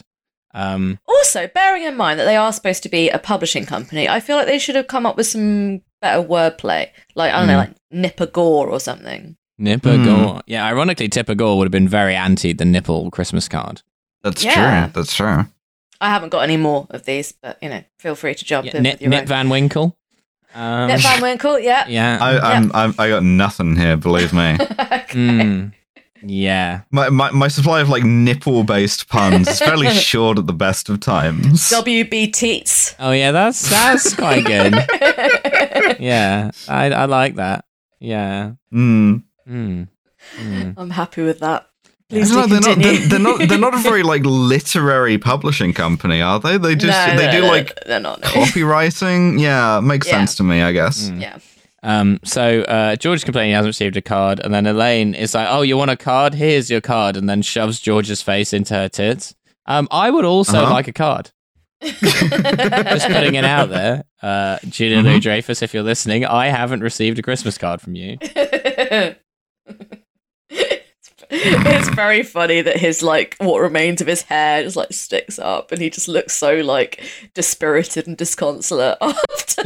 [SPEAKER 1] Um,
[SPEAKER 3] Also, bearing in mind that they are supposed to be a publishing company, I feel like they should have come up with some better wordplay. Like, I don't
[SPEAKER 1] Mm.
[SPEAKER 3] know, like Nipper Gore or something.
[SPEAKER 1] Nipper
[SPEAKER 2] Hmm.
[SPEAKER 1] Gore. Yeah, ironically, Tipper Gore would have been very anti the nipple Christmas card.
[SPEAKER 2] that's
[SPEAKER 3] Yeah.
[SPEAKER 2] true. That's true.
[SPEAKER 3] I haven't got any more of these, but, you know, feel free to jump
[SPEAKER 1] Yeah,
[SPEAKER 3] in
[SPEAKER 1] Nip,
[SPEAKER 3] with your
[SPEAKER 1] Nip
[SPEAKER 3] own.
[SPEAKER 1] Van Winkle. Um,
[SPEAKER 3] Nip Van Winkle, yeah.
[SPEAKER 1] yeah.
[SPEAKER 2] I, I'm, I'm I got nothing here. Believe me.
[SPEAKER 1] Mm. yeah.
[SPEAKER 2] My, my, my supply of like nipple based puns is fairly short at the best of times.
[SPEAKER 3] WB Teats.
[SPEAKER 1] Oh yeah, that's that's quite good. Mm. yeah, I I like that. Yeah.
[SPEAKER 2] Mm.
[SPEAKER 1] Mm. Mm.
[SPEAKER 3] I'm happy with that.
[SPEAKER 2] It's
[SPEAKER 3] Please do
[SPEAKER 2] not- they're, not,
[SPEAKER 3] continue.
[SPEAKER 2] they're, they're not they're not a very like literary publishing company, are they? They just
[SPEAKER 3] No,
[SPEAKER 2] they
[SPEAKER 3] no,
[SPEAKER 2] do
[SPEAKER 3] no,
[SPEAKER 2] like
[SPEAKER 3] they're not. no.
[SPEAKER 2] copywriting. Yeah, makes
[SPEAKER 3] Yeah.
[SPEAKER 2] sense to me, I guess.
[SPEAKER 1] Mm.
[SPEAKER 3] yeah.
[SPEAKER 1] Um. So uh, George complaining he hasn't received a card, and then Elaine is like, "Oh, you want a card? Here's your card," and then shoves George's face into her tits. Um, I would also
[SPEAKER 2] Uh-huh.
[SPEAKER 1] like a card. Just putting it out there, uh, Julia
[SPEAKER 2] Mhm.
[SPEAKER 1] Louis Dreyfus, if you're listening, I haven't received a Christmas card from you.
[SPEAKER 3] it's very funny that his like what remains of his hair just like sticks up and he just looks so like dispirited and disconsolate after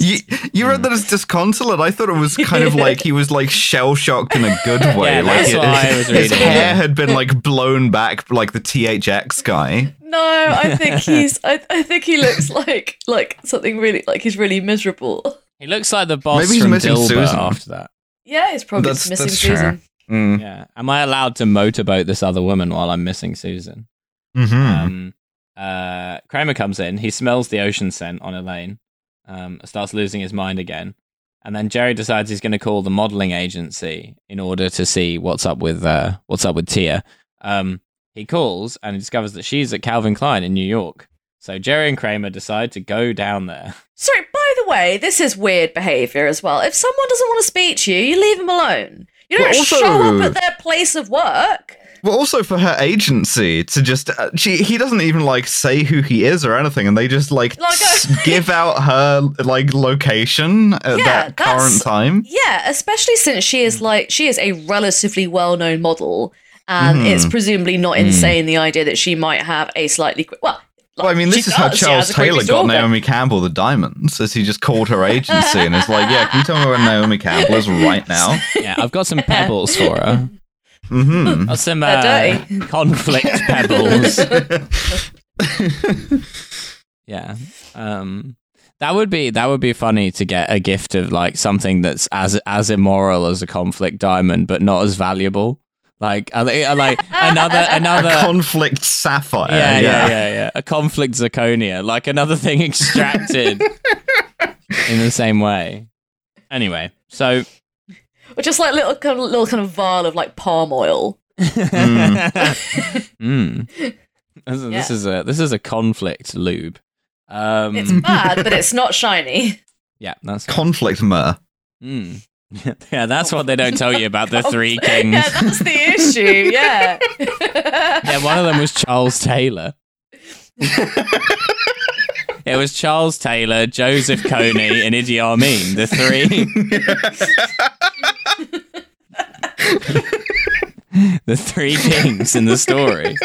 [SPEAKER 2] you, you read that as disconsolate. I thought it was kind of like he was like shell shocked in a good way.
[SPEAKER 1] Yeah,
[SPEAKER 2] like
[SPEAKER 1] that's
[SPEAKER 2] it-
[SPEAKER 1] what I was
[SPEAKER 2] his
[SPEAKER 1] reading, yeah.
[SPEAKER 2] hair had been like blown back, like the THX guy.
[SPEAKER 3] no i think he's I, I think he looks like like something really like he's really miserable
[SPEAKER 1] He looks like the boss
[SPEAKER 2] Maybe he's
[SPEAKER 1] from
[SPEAKER 2] missing
[SPEAKER 1] Dilbert
[SPEAKER 2] Susan.
[SPEAKER 1] after that.
[SPEAKER 3] yeah he's probably
[SPEAKER 2] That's-
[SPEAKER 3] missing
[SPEAKER 2] that's true.
[SPEAKER 3] susan
[SPEAKER 2] Mm.
[SPEAKER 1] Yeah. Am I allowed to motorboat this other woman while I'm missing Susan?
[SPEAKER 2] Mm-hmm.
[SPEAKER 1] Um, uh, Kramer comes in. He smells the ocean scent on Elaine. Um, starts losing his mind again. And then Jerry decides he's going to call the modeling agency in order to see what's up with uh, what's up with Tia. Um, he calls and he discovers that she's at Calvin Klein in New York. So Jerry and Kramer decide to go down there.
[SPEAKER 3] sorry by the way this is weird behavior as well if someone doesn't want to speak to you you leave them alone you don't
[SPEAKER 2] But also-
[SPEAKER 3] show up at their place of work
[SPEAKER 2] Well, also for her agency to just uh, she he doesn't even like say who he is or anything, and they just like,
[SPEAKER 3] Like a-
[SPEAKER 2] s- give out her like location at
[SPEAKER 3] Yeah,
[SPEAKER 2] that
[SPEAKER 3] that's-
[SPEAKER 2] current time.
[SPEAKER 3] Yeah, especially since she
[SPEAKER 2] Mm.
[SPEAKER 3] is like she is a relatively well-known model, and
[SPEAKER 2] Mhm.
[SPEAKER 3] it's presumably not insane the idea that she might have a slightly qu- well.
[SPEAKER 2] Well, I mean,
[SPEAKER 3] she
[SPEAKER 2] this is how
[SPEAKER 3] does, she
[SPEAKER 2] Charles
[SPEAKER 3] has a
[SPEAKER 2] Taylor
[SPEAKER 3] creepy
[SPEAKER 2] got
[SPEAKER 3] stalker.
[SPEAKER 2] Naomi Campbell the diamonds, as he just called her agency and is like, "Yeah, can you tell me where Naomi Campbell is right now?"
[SPEAKER 1] Yeah, I've got some pebbles for her.
[SPEAKER 2] hmm
[SPEAKER 1] Or some
[SPEAKER 3] They're
[SPEAKER 1] uh,
[SPEAKER 3] dirty.
[SPEAKER 1] conflict pebbles. Yeah. Um that would be that would be funny to get a gift of like something that's as as immoral as a conflict diamond but not as valuable. Like I li- I like another
[SPEAKER 2] A
[SPEAKER 1] another
[SPEAKER 2] conflict sapphire.
[SPEAKER 1] uh, yeah, yeah, yeah, yeah. A conflict zirconia, like another thing extracted in the same way. Anyway, so
[SPEAKER 3] or just like little kind of little kind of vial of like palm oil.
[SPEAKER 1] Mm. Hmm. This, is- this
[SPEAKER 3] Yeah.
[SPEAKER 1] is a this is a conflict lube.
[SPEAKER 2] Mm.
[SPEAKER 1] Um,
[SPEAKER 3] It's bad, but it's not shiny.
[SPEAKER 1] yeah, that's
[SPEAKER 2] Conflict myrrh.
[SPEAKER 1] Mm. yeah, that's what they don't tell you about the three
[SPEAKER 2] Mm.
[SPEAKER 1] kings.
[SPEAKER 3] Yeah, that's the issue. Yeah.
[SPEAKER 1] Yeah, one of them was Charles Taylor. it was Charles Taylor, Joseph Kony, and Idi Amin, the three, the three kings in the story.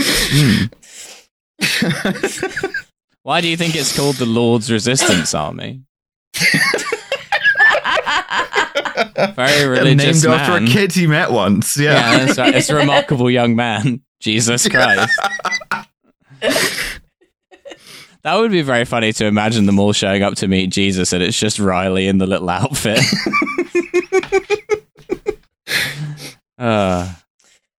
[SPEAKER 1] Hmm. Why do you think it's called the Lord's Resistance Army? Very
[SPEAKER 2] Named
[SPEAKER 1] religious man.
[SPEAKER 2] after a kid he met once. Yeah.
[SPEAKER 1] Yeah, that's right. It's a remarkable young man. Jesus Christ. that would be very funny to imagine them all showing up to meet Jesus and it's just Riley in the little outfit. uh,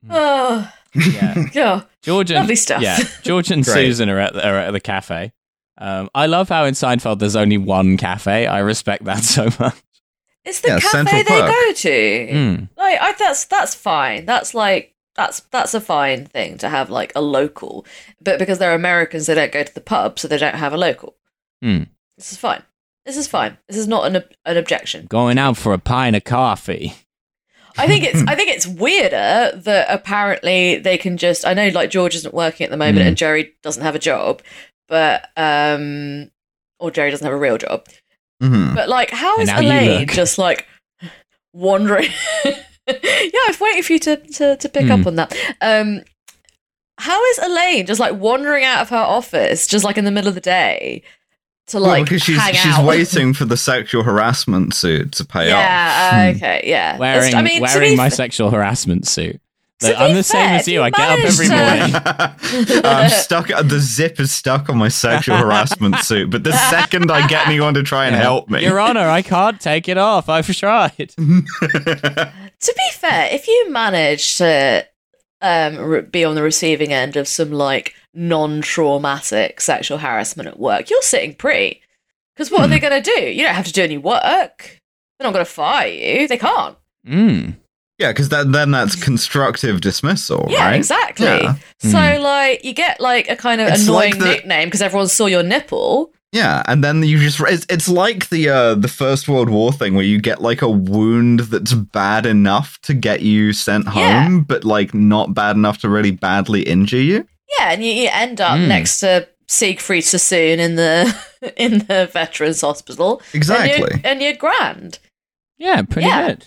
[SPEAKER 3] oh,
[SPEAKER 1] yeah.
[SPEAKER 3] yeah.
[SPEAKER 1] George and,
[SPEAKER 3] Lovely stuff.
[SPEAKER 1] Yeah, George and
[SPEAKER 2] Great.
[SPEAKER 1] Susan are at, are at the cafe. Um, I love how in Seinfeld there's only one cafe. I respect that so much.
[SPEAKER 3] It's the
[SPEAKER 2] Yeah,
[SPEAKER 3] cafe
[SPEAKER 2] Central
[SPEAKER 3] they
[SPEAKER 2] Park.
[SPEAKER 3] go to.
[SPEAKER 1] Mm.
[SPEAKER 3] Like I that's that's fine. That's like that's that's a fine thing to have like a local. But because they're Americans they don't go to the pub, so they don't have a local.
[SPEAKER 1] Hmm.
[SPEAKER 3] This is fine. This is fine. This is not an ob- an objection.
[SPEAKER 1] Going out for a pint of coffee.
[SPEAKER 3] I think it's I think it's weirder that apparently they can just I know like George isn't working at the moment
[SPEAKER 1] Hmm.
[SPEAKER 3] and Jerry doesn't have a job, but um or Jerry doesn't have a real job.
[SPEAKER 2] Mhm.
[SPEAKER 3] But like, how
[SPEAKER 1] And
[SPEAKER 3] is
[SPEAKER 1] now you
[SPEAKER 3] Elaine
[SPEAKER 1] look.
[SPEAKER 3] just like wandering? yeah, I was waiting for you to to, to pick
[SPEAKER 1] Hmm.
[SPEAKER 3] up on that. Um, how is Elaine just like wandering out of her office, just like in the middle of the day, to
[SPEAKER 2] Well,
[SPEAKER 3] like
[SPEAKER 2] because she's
[SPEAKER 3] hang
[SPEAKER 2] she's
[SPEAKER 3] out?
[SPEAKER 2] waiting for the sexual harassment suit to pay off.
[SPEAKER 3] yeah.
[SPEAKER 2] Hmm.
[SPEAKER 3] Okay. Yeah. That's-
[SPEAKER 1] Wearing,
[SPEAKER 3] I mean, to
[SPEAKER 1] wearing
[SPEAKER 3] be
[SPEAKER 1] my
[SPEAKER 3] f-
[SPEAKER 1] sexual harassment suit.
[SPEAKER 3] to
[SPEAKER 1] Like,
[SPEAKER 3] be
[SPEAKER 1] I'm the same
[SPEAKER 3] fair,
[SPEAKER 1] as you.
[SPEAKER 3] if
[SPEAKER 1] I get up every
[SPEAKER 3] managed to-
[SPEAKER 1] morning.
[SPEAKER 2] I'm stuck. The zip is stuck on my sexual harassment suit. But the second I get anyone to try and
[SPEAKER 1] Yeah.
[SPEAKER 2] help me,
[SPEAKER 1] Your Honor, I can't take it off. I've tried.
[SPEAKER 3] To be fair, if you manage to um, re- be on the receiving end of some like non-traumatic sexual harassment at work, you're sitting pretty. Because what are
[SPEAKER 2] Hmm.
[SPEAKER 3] they going to do? You don't have to do any work. They're not going to fire you. They can't.
[SPEAKER 1] Mm.
[SPEAKER 2] yeah, because that, then that's constructive dismissal,
[SPEAKER 3] Yeah,
[SPEAKER 2] right?
[SPEAKER 3] exactly.
[SPEAKER 2] Yeah. Hmm.
[SPEAKER 3] So
[SPEAKER 1] Mm.
[SPEAKER 3] like, you get like a kind of
[SPEAKER 2] It's
[SPEAKER 3] annoying
[SPEAKER 2] like the-
[SPEAKER 3] nickname because everyone saw your nipple.
[SPEAKER 2] Yeah, and then you just—it's it's like the uh, the First World War thing where you get like a wound that's bad enough to get you sent
[SPEAKER 3] Yeah.
[SPEAKER 2] home, but like not bad enough to really badly injure you.
[SPEAKER 3] Yeah, and you, you end up
[SPEAKER 1] Mm.
[SPEAKER 2] Hmm.
[SPEAKER 3] next to Siegfried Sassoon in the in the veterans hospital.
[SPEAKER 2] Exactly.
[SPEAKER 3] and you're, and you're grand.
[SPEAKER 1] Yeah, pretty
[SPEAKER 3] Yeah.
[SPEAKER 1] good.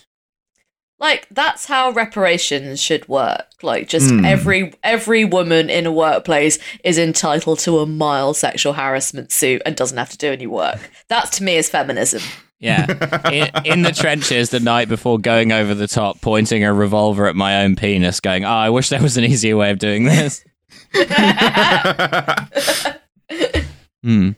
[SPEAKER 3] like that's how reparations should work like just
[SPEAKER 2] Hmm.
[SPEAKER 3] every every woman in a workplace is entitled to a mild sexual harassment suit and doesn't have to do any work that to me is feminism
[SPEAKER 1] Yeah. in, in the trenches the night before going over the top, pointing a revolver at my own penis, going, oh, I wish there was an easier way of doing this. Hmm.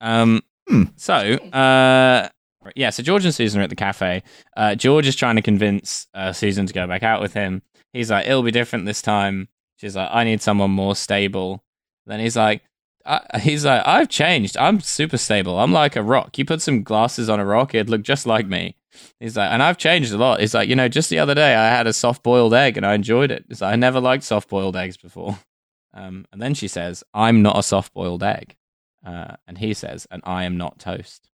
[SPEAKER 1] Um,
[SPEAKER 2] Hmm.
[SPEAKER 1] So, uh, yeah, so George and Susan are at the cafe. Uh, George is trying to convince uh, Susan to go back out with him. He's like, it'll be different this time. She's like, I need someone more stable. Then he's like, I, he's like, I've changed. I'm super stable. I'm like a rock. You put some glasses on a rock, it'd look just like me. He's like, and I've changed a lot. He's like, you know, just the other day I had a soft boiled egg and I enjoyed it. He's like, I never liked soft boiled eggs before. Um, and then she says, I'm not a soft boiled egg. Uh, and he says, and I am not toast.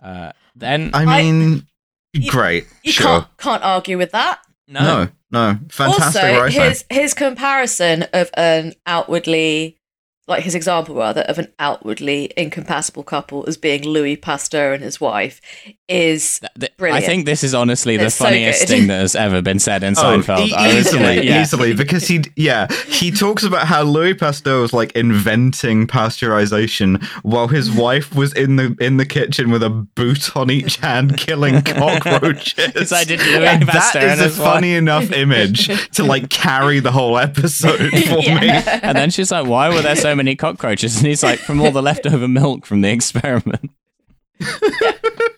[SPEAKER 1] Uh, then,
[SPEAKER 2] I
[SPEAKER 3] I-
[SPEAKER 2] mean,
[SPEAKER 3] You-
[SPEAKER 2] great,
[SPEAKER 3] you
[SPEAKER 2] sure.
[SPEAKER 3] can't can't argue with that
[SPEAKER 1] no.
[SPEAKER 2] No, no, fantastic
[SPEAKER 3] also
[SPEAKER 2] right there.
[SPEAKER 3] his his comparison of an outwardly like his example rather of an outwardly incompatible couple as being louis pasteur and his wife is
[SPEAKER 1] Th- th- I
[SPEAKER 3] Brilliant.
[SPEAKER 1] think this is honestly the
[SPEAKER 3] It's so
[SPEAKER 1] funniest
[SPEAKER 3] good.
[SPEAKER 1] thing that has ever been said in Oh, Seinfeld.
[SPEAKER 2] e-
[SPEAKER 1] I was-
[SPEAKER 2] easily,
[SPEAKER 1] yeah.
[SPEAKER 2] easily, because he, yeah, he talks about how Louis Pasteur was like inventing pasteurization, while his wife was in the in the kitchen with a boot on each hand, killing cockroaches.
[SPEAKER 1] Because I did Louis
[SPEAKER 2] And
[SPEAKER 1] Pasteur
[SPEAKER 2] that
[SPEAKER 1] and
[SPEAKER 2] is
[SPEAKER 1] his
[SPEAKER 2] a
[SPEAKER 1] wife.
[SPEAKER 2] funny enough image to like carry the whole episode for me.
[SPEAKER 3] yeah.
[SPEAKER 1] And then she's like, "Why were there so many cockroaches?" And he's like, "From all the leftover milk from the experiment."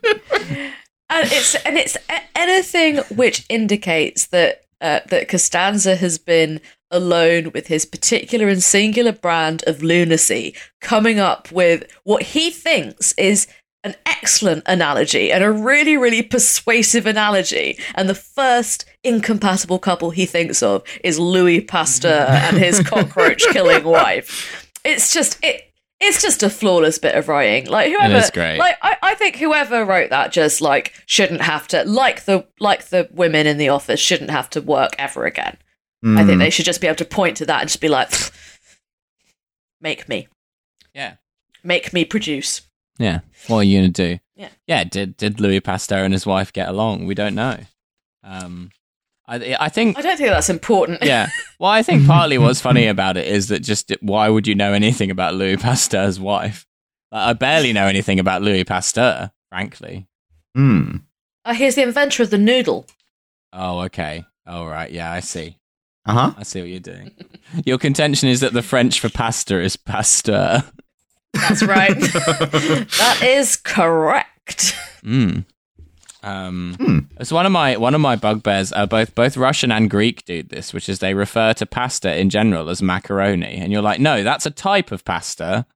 [SPEAKER 3] and it's and it's a- anything which indicates that uh, that Costanza has been alone with his particular and singular brand of lunacy, coming up with what he thinks is an excellent analogy and a really really persuasive analogy. And the first incompatible couple he thinks of is Louis Pasteur and his cockroach killing wife. It's just it. It's just a flawless bit of writing. Like whoever,
[SPEAKER 1] is great.
[SPEAKER 3] like I, I think whoever wrote that just like shouldn't have to like the like the women in the office shouldn't have to work ever again. I
[SPEAKER 1] Hmm.
[SPEAKER 3] think they should just be able to point to that and just be like, make me,
[SPEAKER 1] Yeah.
[SPEAKER 3] make me produce.
[SPEAKER 1] Yeah. What are you gonna do?
[SPEAKER 3] Yeah.
[SPEAKER 1] Yeah. Did Did Louis Pasteur and his wife get along? We don't know. Um, I I think
[SPEAKER 3] I don't think that's important.
[SPEAKER 1] yeah. Well, I think partly what's funny about it is that just why would you know anything about Louis Pasteur's wife? Like, I barely know anything about Louis Pasteur, frankly.
[SPEAKER 2] Mm.
[SPEAKER 3] Uh, here's the inventor of the noodle.
[SPEAKER 1] Oh, okay. All right. Yeah, I see.
[SPEAKER 2] Uh huh.
[SPEAKER 1] I see what you're doing. Your contention is that the French for pasta is pasteur.
[SPEAKER 3] That's right. that is correct.
[SPEAKER 1] Mm. Um,
[SPEAKER 2] Hmm.
[SPEAKER 1] It's one of my one of my bugbears. Uh, both both Russian and Greek do this, which is they refer to pasta in general as macaroni, and you're like, no, that's a type of pasta.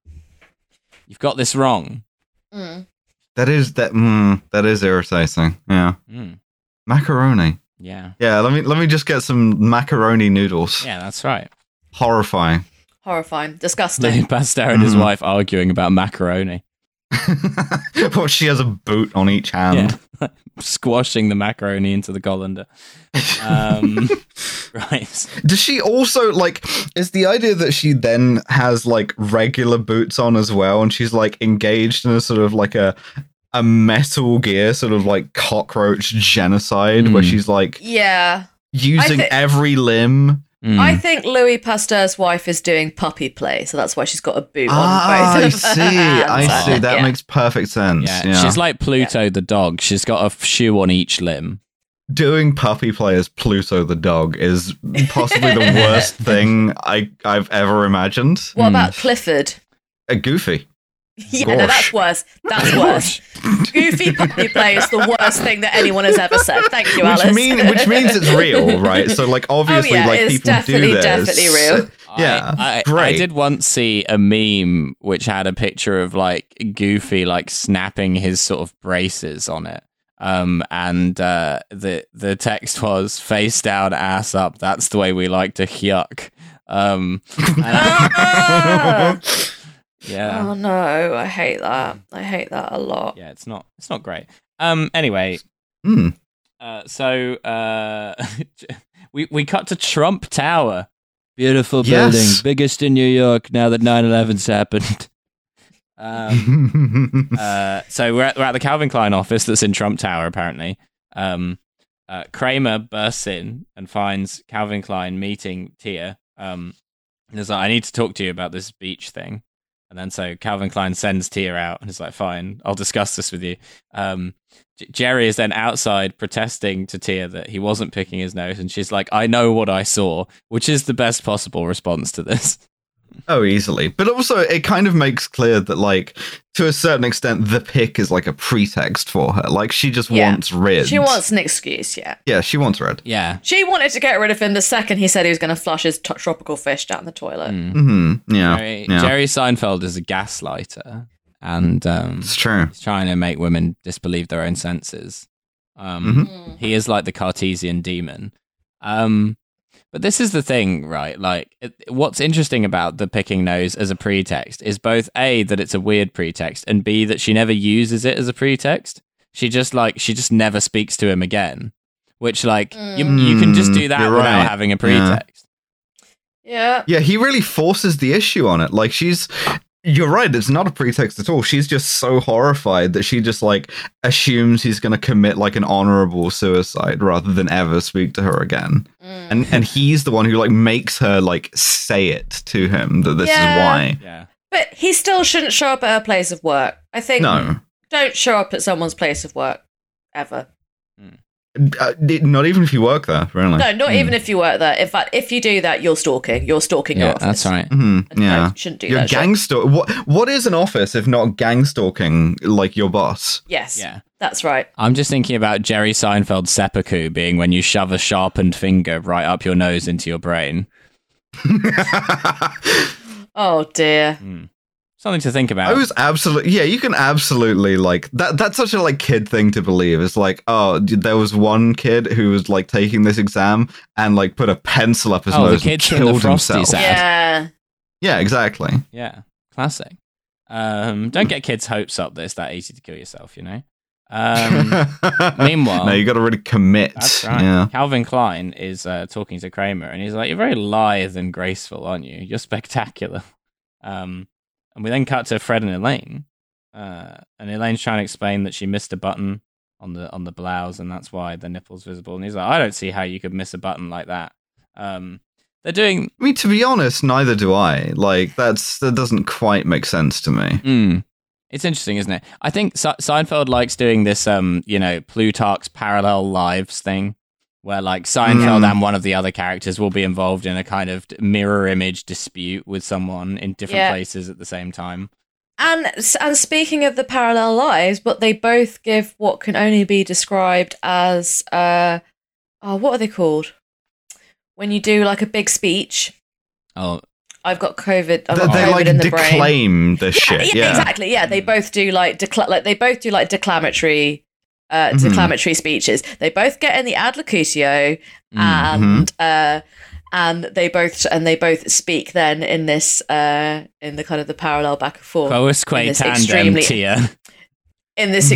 [SPEAKER 1] You've got this wrong.
[SPEAKER 3] Mm.
[SPEAKER 2] That is that. Mm, that is irritating. Yeah,
[SPEAKER 1] Mm,
[SPEAKER 2] macaroni.
[SPEAKER 1] yeah.
[SPEAKER 2] Yeah, let me let me just get some macaroni noodles.
[SPEAKER 1] Yeah, that's right.
[SPEAKER 2] Horrifying.
[SPEAKER 3] Horrifying. Disgusting.
[SPEAKER 1] Louis Pasteur and his
[SPEAKER 2] Mhm.
[SPEAKER 1] wife arguing about macaroni,
[SPEAKER 2] well, she has a boot on each hand.
[SPEAKER 1] squashing the macaroni into the colander. Um, right.
[SPEAKER 2] Does she also like? Is the idea that she then has like regular boots on as well, and she's like engaged in a sort of like a a Metal Gear sort of like cockroach genocide where
[SPEAKER 1] Mm.
[SPEAKER 2] she's like
[SPEAKER 3] yeah.
[SPEAKER 2] using
[SPEAKER 3] thi-
[SPEAKER 2] every limb.
[SPEAKER 1] Mm.
[SPEAKER 3] I think Louis Pasteur's wife is doing puppy play, so that's why she's got a boot
[SPEAKER 2] Ah,
[SPEAKER 3] on both
[SPEAKER 2] I
[SPEAKER 3] of her
[SPEAKER 2] see.
[SPEAKER 3] hands.
[SPEAKER 2] I see. That
[SPEAKER 3] Yeah.
[SPEAKER 2] makes perfect sense.
[SPEAKER 1] yeah,
[SPEAKER 2] Yeah,
[SPEAKER 1] she's like Pluto the dog. She's got a f- shoe on each limb.
[SPEAKER 2] doing puppy play as Pluto the dog is possibly the worst thing I I've ever imagined.
[SPEAKER 3] What
[SPEAKER 1] Mm.
[SPEAKER 3] about Clifford?
[SPEAKER 2] A goofy.
[SPEAKER 3] Yeah, no, that's
[SPEAKER 2] Gosh.
[SPEAKER 3] worse. That's worse. Goofy puppy play is the worst thing that anyone has ever said. Thank you, Alice. Oh,
[SPEAKER 2] Which, mean, which means it's real, right? So, like, obviously,
[SPEAKER 3] yeah,
[SPEAKER 2] like
[SPEAKER 3] it's
[SPEAKER 2] people
[SPEAKER 3] definitely,
[SPEAKER 2] do this.
[SPEAKER 3] definitely real.
[SPEAKER 2] Yeah,
[SPEAKER 1] I, I, I
[SPEAKER 2] great.
[SPEAKER 1] did once see a meme which had a picture of like Goofy like snapping his sort of braces on it. Um, and uh, the the text was face down, ass up. That's the way we like to yuck. Um, and I-
[SPEAKER 3] Ah!
[SPEAKER 1] yeah,
[SPEAKER 3] Oh no, I hate that. I hate that a lot.
[SPEAKER 1] yeah, it's not it's not great. Um, anyway,
[SPEAKER 2] Hmm.
[SPEAKER 1] Uh, so uh, we we cut to Trump Tower. Beautiful
[SPEAKER 2] Yes.
[SPEAKER 1] building, biggest in New York now that 9/11's happened. Um, uh, so we're at, we're at the Calvin Klein office that's in Trump Tower apparently. Um, uh, Kramer bursts in and finds Calvin Klein meeting Tia. Um, and is like, "I need to talk to you about this beach thing." And then so Calvin Klein sends Tia out and is like, "Fine, I'll discuss this with you." Um, J- Jerry is then outside protesting to Tia that he wasn't picking his nose, and she's like, "I know what I saw," which is the best possible response to this.
[SPEAKER 2] oh, easily. But also, it kind of makes clear that, like, to a certain extent, the pick is like a pretext for her. Like, she just
[SPEAKER 3] Yeah.
[SPEAKER 2] wants rid.
[SPEAKER 3] She wants an excuse, yeah.
[SPEAKER 2] Yeah, she wants rid.
[SPEAKER 1] Yeah.
[SPEAKER 3] She wanted to get rid of him the second he said he was going to flush his t- tropical fish down the toilet.
[SPEAKER 1] Mm.
[SPEAKER 2] hmm Yeah,
[SPEAKER 1] Jerry,
[SPEAKER 2] yeah.
[SPEAKER 1] Jerry Seinfeld is a gaslighter, and um,
[SPEAKER 2] it's true.
[SPEAKER 1] he's trying to make women disbelieve their own senses.
[SPEAKER 2] Mm-hmm.
[SPEAKER 1] Um,
[SPEAKER 3] Mm.
[SPEAKER 1] He is like the Cartesian demon. Um, but this is the thing, right? Like, it, what's interesting about the picking nose as a pretext is both a that it's a weird pretext, and b that she never uses it as a pretext. She just like she just never speaks to him again. Which like you, you can just do
[SPEAKER 2] Mm,
[SPEAKER 1] that
[SPEAKER 2] you're
[SPEAKER 1] without
[SPEAKER 2] right.
[SPEAKER 1] having a
[SPEAKER 2] Yeah.
[SPEAKER 1] pretext.
[SPEAKER 3] Yeah.
[SPEAKER 2] Yeah, he really forces the issue on it. Like she's you're right, it's not a pretext at all. She's just so horrified that she just like assumes he's gonna commit like an honorable suicide rather than ever speak to her again.
[SPEAKER 3] Mm.
[SPEAKER 2] And and he's the one who like makes her like say it to him that this
[SPEAKER 3] Yeah.
[SPEAKER 2] is why.
[SPEAKER 1] Yeah.
[SPEAKER 3] But he still shouldn't show up at her place of work. I think
[SPEAKER 2] No,
[SPEAKER 3] don't show up at someone's place of work ever.
[SPEAKER 2] Uh, not even if you work there, really.
[SPEAKER 3] No, not
[SPEAKER 1] Mm.
[SPEAKER 3] even if you work there. In fact, if you do that, you're stalking. You're stalking your
[SPEAKER 1] Yeah,
[SPEAKER 3] office.
[SPEAKER 1] that's right.
[SPEAKER 2] Mhm,
[SPEAKER 3] And
[SPEAKER 2] yeah,
[SPEAKER 3] I shouldn't do
[SPEAKER 2] you're
[SPEAKER 3] that. shit.
[SPEAKER 2] gang stalk. What what is an office if not gang stalking like your boss?
[SPEAKER 3] Yes,
[SPEAKER 1] Yeah.
[SPEAKER 3] that's right.
[SPEAKER 1] I'm just thinking about Jerry Seinfeld's seppuku being when you shove a sharpened finger right up your nose into your brain.
[SPEAKER 3] Oh dear.
[SPEAKER 1] Something to think about.
[SPEAKER 2] I was absolutely yeah. You can absolutely like that. That's such a like kid thing to believe. It's like oh, d- there was one kid who was like taking this exam and like put a pencil up his
[SPEAKER 1] Oh, the
[SPEAKER 2] nose and
[SPEAKER 1] kids from the
[SPEAKER 2] killed
[SPEAKER 1] Frosty
[SPEAKER 2] himself.
[SPEAKER 1] set. Sad.
[SPEAKER 3] Yeah.
[SPEAKER 2] Yeah, exactly.
[SPEAKER 1] yeah, classic. Um, don't get kids' hopes up that it's that easy to kill yourself, you know? Um, meanwhile-
[SPEAKER 2] no, you got to really commit.
[SPEAKER 1] that's right.
[SPEAKER 2] Yeah.
[SPEAKER 1] Calvin Klein is uh, talking to Kramer and he's like, You're very lithe and graceful, aren't you? You're spectacular. Um, and we then cut to Fred and Elaine. Uh, and Elaine's trying to explain that she missed a button on the on the blouse and that's why the nipple's visible. And he's like, I don't see how you could miss a button like that. Um, they're doing
[SPEAKER 2] I mean, to be honest, neither do I. Like that's that doesn't quite make sense to me.
[SPEAKER 1] Mm. It's interesting, isn't it? I think Se- Seinfeld likes doing this, um, you know, Plutarch's parallel lives thing, where like Seinfeld
[SPEAKER 2] Mm.
[SPEAKER 1] and one of the other characters will be involved in a kind of mirror image dispute with someone in different
[SPEAKER 3] Yeah.
[SPEAKER 1] places at the same time.
[SPEAKER 3] And and speaking of the parallel lives, but they both give what can only be described as uh, oh, what are they called? When you do like a big speech
[SPEAKER 1] Oh,
[SPEAKER 3] I've got COVID. I've
[SPEAKER 2] They,
[SPEAKER 3] got
[SPEAKER 2] they,
[SPEAKER 3] COVID
[SPEAKER 2] like
[SPEAKER 3] in the brain.
[SPEAKER 2] declaim this shit. Yeah,
[SPEAKER 3] exactly. Yeah, they both do like decla- like they both do like declamatory, uh,
[SPEAKER 2] Mhm.
[SPEAKER 3] declamatory speeches. They both get in the ad locutio, Ah,
[SPEAKER 1] Mm.
[SPEAKER 3] and uh, and they both and they both speak then in this uh, in the kind of the parallel back and forth
[SPEAKER 1] Quousque
[SPEAKER 3] It's
[SPEAKER 1] tandem
[SPEAKER 3] extremely-
[SPEAKER 1] tia.
[SPEAKER 3] in this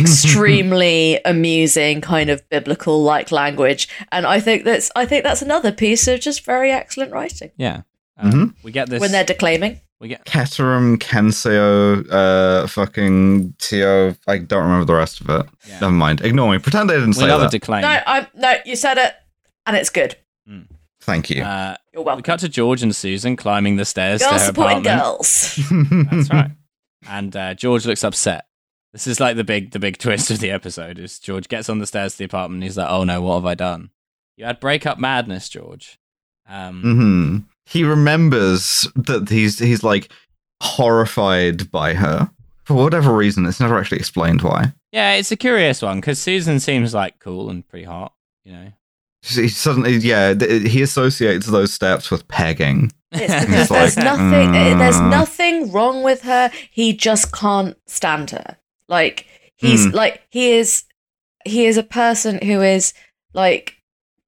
[SPEAKER 3] extremely amusing kind of biblical like language. And I think that's I think that's another piece of just very excellent writing
[SPEAKER 1] Yeah. Um,
[SPEAKER 2] Mhm.
[SPEAKER 1] We get this.
[SPEAKER 3] when they're declaiming.
[SPEAKER 1] we get
[SPEAKER 2] Keterum, Kenseo, uh, fucking Tio. I don't remember the rest of it.
[SPEAKER 1] Yeah.
[SPEAKER 2] Never mind. Ignore me. Pretend I didn't say
[SPEAKER 1] another
[SPEAKER 2] that.
[SPEAKER 1] declaim.
[SPEAKER 3] No, I'm no, you said it, and it's good.
[SPEAKER 2] Thank you.
[SPEAKER 1] Uh,
[SPEAKER 3] You're
[SPEAKER 1] we
[SPEAKER 3] welcome.
[SPEAKER 1] cut to George and Susan climbing the stairs to
[SPEAKER 3] Girls
[SPEAKER 1] her
[SPEAKER 3] supporting
[SPEAKER 1] apartment.
[SPEAKER 3] girls.
[SPEAKER 1] That's
[SPEAKER 2] Hmm.
[SPEAKER 1] right. And uh, George looks upset. This is like the big the big twist of the episode is George gets on the stairs to the apartment and he's like, Oh no, what have I done? You had breakup madness, George. Um,
[SPEAKER 2] hmm He remembers that he's he's like horrified by her for whatever reason. It's never actually explained why.
[SPEAKER 1] Yeah, it's a curious one because Susan seems like cool and pretty hot, you know.
[SPEAKER 2] He suddenly, yeah, th- he associates those steps with pegging.
[SPEAKER 3] It's because
[SPEAKER 2] It's like,
[SPEAKER 3] there's nothing. eh,
[SPEAKER 2] mm.
[SPEAKER 3] There's nothing wrong with her. He just can't stand her. Like he's
[SPEAKER 2] Mm.
[SPEAKER 3] like he is. He is a person who is like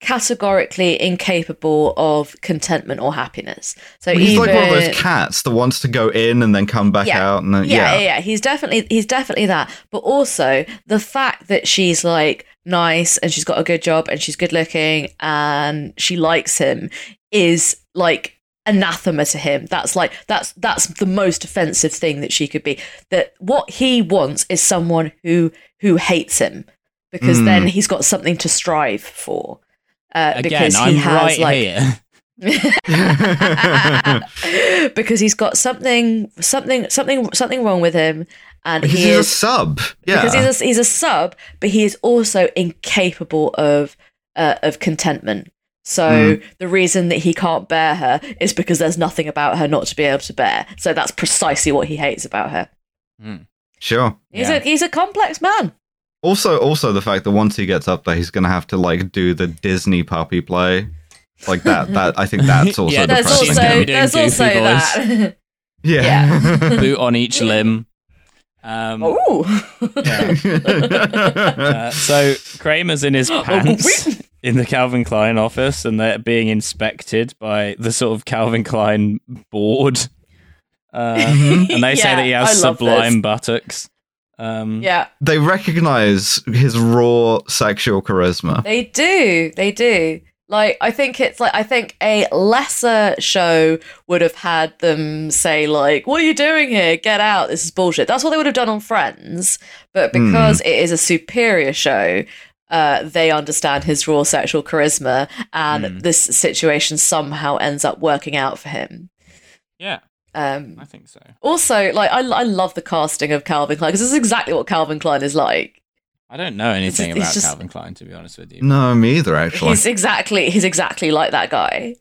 [SPEAKER 3] categorically incapable of contentment or happiness. So
[SPEAKER 2] he's
[SPEAKER 3] even
[SPEAKER 2] like one of those cats that wants to go in and then come back
[SPEAKER 3] Yeah.
[SPEAKER 2] out, and then,
[SPEAKER 3] yeah,
[SPEAKER 2] yeah,
[SPEAKER 3] yeah, yeah. He's definitely he's definitely that. But also the fact that she's like nice and she's got a good job and she's good looking and she likes him is like anathema to him. That's like that's that's the most offensive thing that she could be. That what he wants is someone who who hates him because
[SPEAKER 2] Mm.
[SPEAKER 3] then he's got something to strive for. Uh,
[SPEAKER 1] Again,
[SPEAKER 3] because he
[SPEAKER 1] I'm
[SPEAKER 3] has
[SPEAKER 1] right
[SPEAKER 3] like
[SPEAKER 1] here.
[SPEAKER 3] because he's got something, something, something, something wrong with him, and
[SPEAKER 2] Because
[SPEAKER 3] he
[SPEAKER 2] he's a
[SPEAKER 3] is
[SPEAKER 2] sub. Yeah,
[SPEAKER 3] because he's a, he's a sub, but he is also incapable of uh, of contentment. So
[SPEAKER 2] Hmm.
[SPEAKER 3] the reason that he can't bear her is because there's nothing about her not to be able to bear. So that's precisely what he hates about her.
[SPEAKER 1] Hmm.
[SPEAKER 2] sure.
[SPEAKER 3] He's
[SPEAKER 1] Yeah.
[SPEAKER 3] a he's a complex man.
[SPEAKER 2] Also, also the fact that once he gets up there, he's gonna have to like do the Disney puppy play, like that. That I think that's also
[SPEAKER 1] Yeah,
[SPEAKER 3] There's
[SPEAKER 2] depressing.
[SPEAKER 3] also
[SPEAKER 1] Gonna be doing
[SPEAKER 3] there's
[SPEAKER 1] goofy
[SPEAKER 3] also that.
[SPEAKER 2] yeah.
[SPEAKER 1] Boot on each limb. Um,
[SPEAKER 3] oh,
[SPEAKER 1] yeah. Uh, so Kramer's in
[SPEAKER 3] Oh,
[SPEAKER 1] his pants in the Calvin Klein office, and they're being inspected by the sort of Calvin Klein board, uh, and they say
[SPEAKER 3] Mm-hmm. Yeah,
[SPEAKER 1] that he
[SPEAKER 3] I
[SPEAKER 1] has
[SPEAKER 3] love this.
[SPEAKER 1] sublime buttocks. Um,
[SPEAKER 3] yeah.
[SPEAKER 2] they recognize his raw sexual charisma.
[SPEAKER 3] They do. They do. Like I think it's like I think a lesser show would have had them say like, "What are you doing here? Get out! This is bullshit." That's what they would have done on Friends, but because it is a superior show, uh, they understand his raw sexual charisma, and
[SPEAKER 1] Mm.
[SPEAKER 3] this situation somehow ends up working out for him.
[SPEAKER 1] yeah,
[SPEAKER 3] Um,
[SPEAKER 1] I think so.
[SPEAKER 3] also, like I, I love the casting of Calvin Klein because this is exactly what Calvin Klein is like.
[SPEAKER 1] I don't know anything
[SPEAKER 3] it's
[SPEAKER 1] about
[SPEAKER 3] just-
[SPEAKER 1] Calvin Klein, to be honest with you.
[SPEAKER 2] No, me either. Actually,
[SPEAKER 3] He's exactly he's exactly like that guy.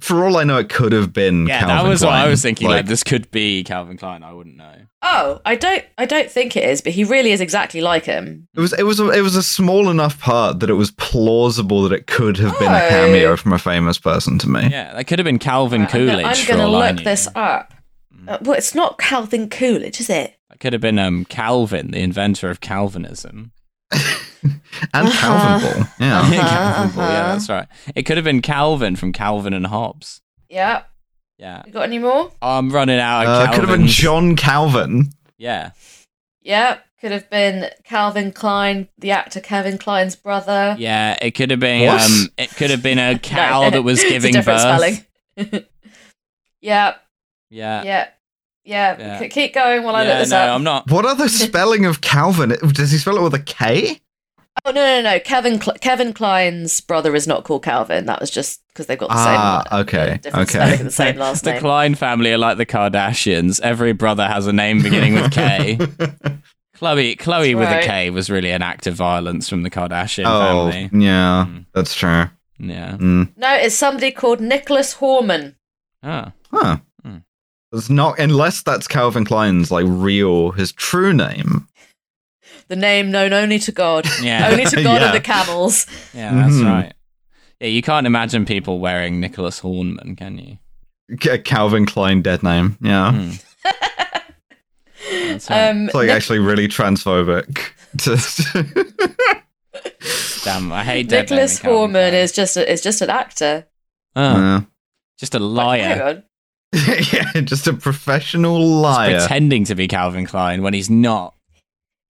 [SPEAKER 2] for all I know, it could have been.
[SPEAKER 1] yeah,
[SPEAKER 2] Calvin
[SPEAKER 1] that was what I
[SPEAKER 2] Klein.
[SPEAKER 1] was thinking. Like, this could be Calvin Klein. I wouldn't know.
[SPEAKER 3] Oh, I don't I don't think it is, but he really is exactly like him.
[SPEAKER 2] It was it was a, it was a small enough part that it was plausible that it could have been a
[SPEAKER 3] Oh.
[SPEAKER 2] cameo from a famous person to me.
[SPEAKER 1] Yeah, that could have been Calvin
[SPEAKER 3] Uh, I'm
[SPEAKER 1] Coolidge.
[SPEAKER 3] gonna, I'm
[SPEAKER 1] for
[SPEAKER 3] gonna
[SPEAKER 1] all I
[SPEAKER 3] look
[SPEAKER 1] knew.
[SPEAKER 3] this up. Uh, well, it's not Calvin Coolidge, is it?
[SPEAKER 1] That could have been um, Calvin, the inventor of Calvinism.
[SPEAKER 2] And
[SPEAKER 3] Uh-huh.
[SPEAKER 2] Calvin Ball. Yeah.
[SPEAKER 3] Uh-huh,
[SPEAKER 1] Calvin Ball, Yeah,
[SPEAKER 3] uh-huh.
[SPEAKER 1] that's right. It could have been Calvin from Calvin and Hobbes.
[SPEAKER 3] Yeah.
[SPEAKER 1] Yeah, Oh,
[SPEAKER 3] You got any more?
[SPEAKER 1] I'm running out of
[SPEAKER 2] Uh,
[SPEAKER 1] Calvin.
[SPEAKER 2] could have been John Calvin.
[SPEAKER 1] Yeah,
[SPEAKER 3] Yeah. Could have been Calvin Klein, the actor Kevin Klein's brother.
[SPEAKER 1] yeah. It could have been.
[SPEAKER 2] What?
[SPEAKER 1] Um, it could have been a
[SPEAKER 3] No, eh,
[SPEAKER 1] cow that was
[SPEAKER 3] it's a
[SPEAKER 1] giving birth.
[SPEAKER 3] different Spelling. yeah,
[SPEAKER 1] Yeah.
[SPEAKER 3] yeah, yeah.
[SPEAKER 1] Yeah.
[SPEAKER 3] C- keep going while I
[SPEAKER 1] Yeah,
[SPEAKER 3] look this
[SPEAKER 1] no,
[SPEAKER 3] up.
[SPEAKER 1] I'm not.
[SPEAKER 2] What other spelling of Calvin? Does he spell it with a K?
[SPEAKER 3] Oh no, no, no. Kevin Cl- Kevin Klein's brother is not called Calvin. That was just because they've got the same.
[SPEAKER 2] Ah, okay,
[SPEAKER 3] different
[SPEAKER 2] okay.
[SPEAKER 3] spelling, the same last
[SPEAKER 1] the
[SPEAKER 3] name.
[SPEAKER 1] Klein family are like the Kardashians. Every brother has a name beginning with K. Chloe, Chloe
[SPEAKER 3] That's
[SPEAKER 1] with a
[SPEAKER 3] right.
[SPEAKER 1] K was really an act of violence from the Kardashian
[SPEAKER 2] Oh,
[SPEAKER 1] family.
[SPEAKER 2] yeah,
[SPEAKER 1] Mm.
[SPEAKER 2] that's true.
[SPEAKER 1] Yeah.
[SPEAKER 2] Mm.
[SPEAKER 3] No, it's somebody called Nicholas Horman.
[SPEAKER 1] Ah.
[SPEAKER 2] Huh.
[SPEAKER 1] Mm.
[SPEAKER 2] It's not unless that's Calvin Klein's like real his true name.
[SPEAKER 3] The name known only to God.
[SPEAKER 1] Yeah.
[SPEAKER 3] only to God
[SPEAKER 2] Yeah.
[SPEAKER 3] and the camels.
[SPEAKER 1] Yeah, that's
[SPEAKER 2] Mhm.
[SPEAKER 1] right. Yeah, you can't imagine people wearing Nicholas Hornman, can you?
[SPEAKER 2] Ca- uh, Calvin Klein dead name. Yeah.
[SPEAKER 1] Hmm. That's right.
[SPEAKER 3] um,
[SPEAKER 2] It's like
[SPEAKER 3] next-
[SPEAKER 2] actually really transphobic.
[SPEAKER 1] Damn, I hate dead naming
[SPEAKER 3] Nicholas
[SPEAKER 1] Calvin
[SPEAKER 3] Foreman
[SPEAKER 1] Klein.
[SPEAKER 3] is just a, is just an actor.
[SPEAKER 1] Oh,
[SPEAKER 2] yeah.
[SPEAKER 1] just a
[SPEAKER 3] Like, oh, hang
[SPEAKER 1] liar.
[SPEAKER 3] on.
[SPEAKER 2] yeah, just a professional
[SPEAKER 1] He's
[SPEAKER 2] liar.
[SPEAKER 1] pretending to be Calvin Klein when he's not.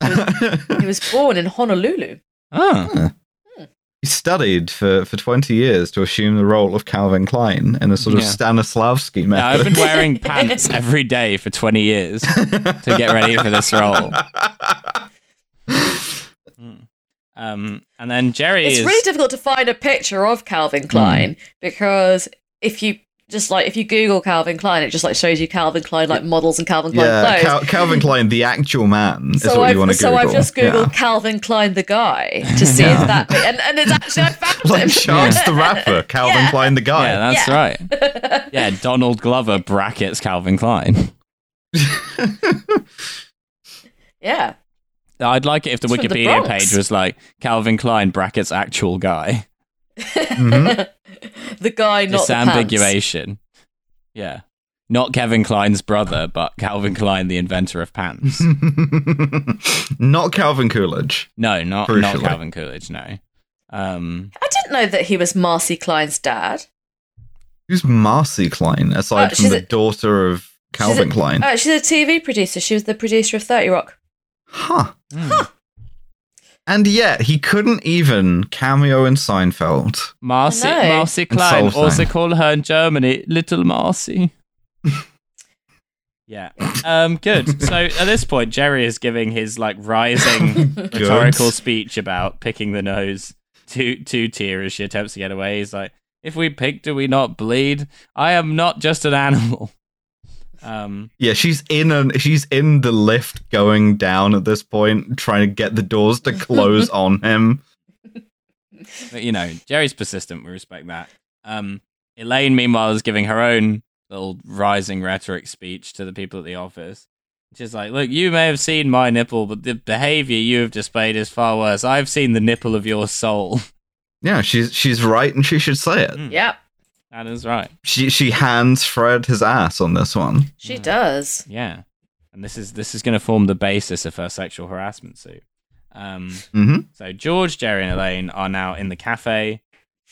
[SPEAKER 3] He was born in Honolulu.
[SPEAKER 1] Oh,
[SPEAKER 2] he studied for, for 20 years to assume the role of Calvin Klein in a sort of
[SPEAKER 1] Yeah.
[SPEAKER 2] Stanislavski
[SPEAKER 1] No, I've
[SPEAKER 2] method.
[SPEAKER 1] been wearing pants every day for 20 years to get ready for this role. Hmm. Um, and then Jerry
[SPEAKER 3] It's
[SPEAKER 1] is
[SPEAKER 3] really difficult to find a picture of Calvin
[SPEAKER 2] Hmm.
[SPEAKER 3] Klein because if you just like if you Google Calvin Klein, it just like shows you Calvin Klein like models and Calvin Klein
[SPEAKER 2] yeah,
[SPEAKER 3] clothes.
[SPEAKER 2] Cal- Calvin Klein, the actual man, is
[SPEAKER 3] so
[SPEAKER 2] what
[SPEAKER 3] I've,
[SPEAKER 2] you want to
[SPEAKER 3] so
[SPEAKER 2] Google.
[SPEAKER 3] I've just
[SPEAKER 2] Yeah.
[SPEAKER 3] googled Calvin Klein the guy to see
[SPEAKER 1] Yeah.
[SPEAKER 3] if that and, and it's actually I found him.
[SPEAKER 2] Like Chance the rapper, Calvin
[SPEAKER 3] Yeah.
[SPEAKER 2] Klein the guy.
[SPEAKER 1] Yeah, that's
[SPEAKER 3] Yeah.
[SPEAKER 1] right. Yeah, Donald Glover brackets Calvin Klein.
[SPEAKER 3] yeah,
[SPEAKER 1] I'd like it if the
[SPEAKER 3] It's from the
[SPEAKER 1] Wikipedia
[SPEAKER 3] Bronx.
[SPEAKER 1] page was like Calvin Klein brackets actual guy.
[SPEAKER 2] Mhm.
[SPEAKER 3] the guy not the pants.
[SPEAKER 1] Disambiguation. Yeah. Not Kevin Klein's brother, but Calvin Klein, the inventor of pants.
[SPEAKER 2] Not Calvin Coolidge.
[SPEAKER 1] No, not not
[SPEAKER 2] Crucially.
[SPEAKER 1] Calvin Coolidge. No. Um,
[SPEAKER 3] I didn't know that he was Marcy Klein's dad.
[SPEAKER 2] Who's Marcy Klein, aside
[SPEAKER 3] Uh,
[SPEAKER 2] from
[SPEAKER 3] she's
[SPEAKER 2] the
[SPEAKER 3] a-
[SPEAKER 2] daughter of Calvin
[SPEAKER 3] she's a,
[SPEAKER 2] Klein?
[SPEAKER 3] Oh, she's a TV producer. She was the producer of Thirty Rock.
[SPEAKER 2] huh.
[SPEAKER 1] hmm.
[SPEAKER 2] And yet, he couldn't even cameo in Seinfeld.
[SPEAKER 1] Marcy,
[SPEAKER 3] I know.
[SPEAKER 1] Marcy
[SPEAKER 2] And
[SPEAKER 1] Klein.
[SPEAKER 2] Solstein.
[SPEAKER 1] Also call her in Germany Little Marcy. yeah. Um, good. So at this point, Jerry is giving his like rising rhetorical
[SPEAKER 2] Good.
[SPEAKER 1] speech about picking the nose to to tear as she attempts to get away. He's like, "If we pick, do we not bleed? I am not just an animal." Um,
[SPEAKER 2] Yeah, she's in an she's in the lift going down at this point, trying to get the doors to close on him.
[SPEAKER 1] but you know, Jerry's persistent. We respect that. Um, Elaine, meanwhile, is giving her own little rising rhetoric speech to the people at the office. She's like, "Look, you may have seen my nipple, but the behavior you have displayed is far worse. I've seen the nipple of your soul."
[SPEAKER 2] Yeah, she's she's right and she should say it.
[SPEAKER 1] Mm.
[SPEAKER 3] Yep,
[SPEAKER 1] That is right.
[SPEAKER 2] She she hands Fred his ass on this one.
[SPEAKER 3] she
[SPEAKER 1] Mm.
[SPEAKER 3] does.
[SPEAKER 1] Yeah, and this is this is going to form the basis of her sexual harassment suit. Um,
[SPEAKER 2] Mhm.
[SPEAKER 1] So George, Jerry, and Elaine are now in the cafe,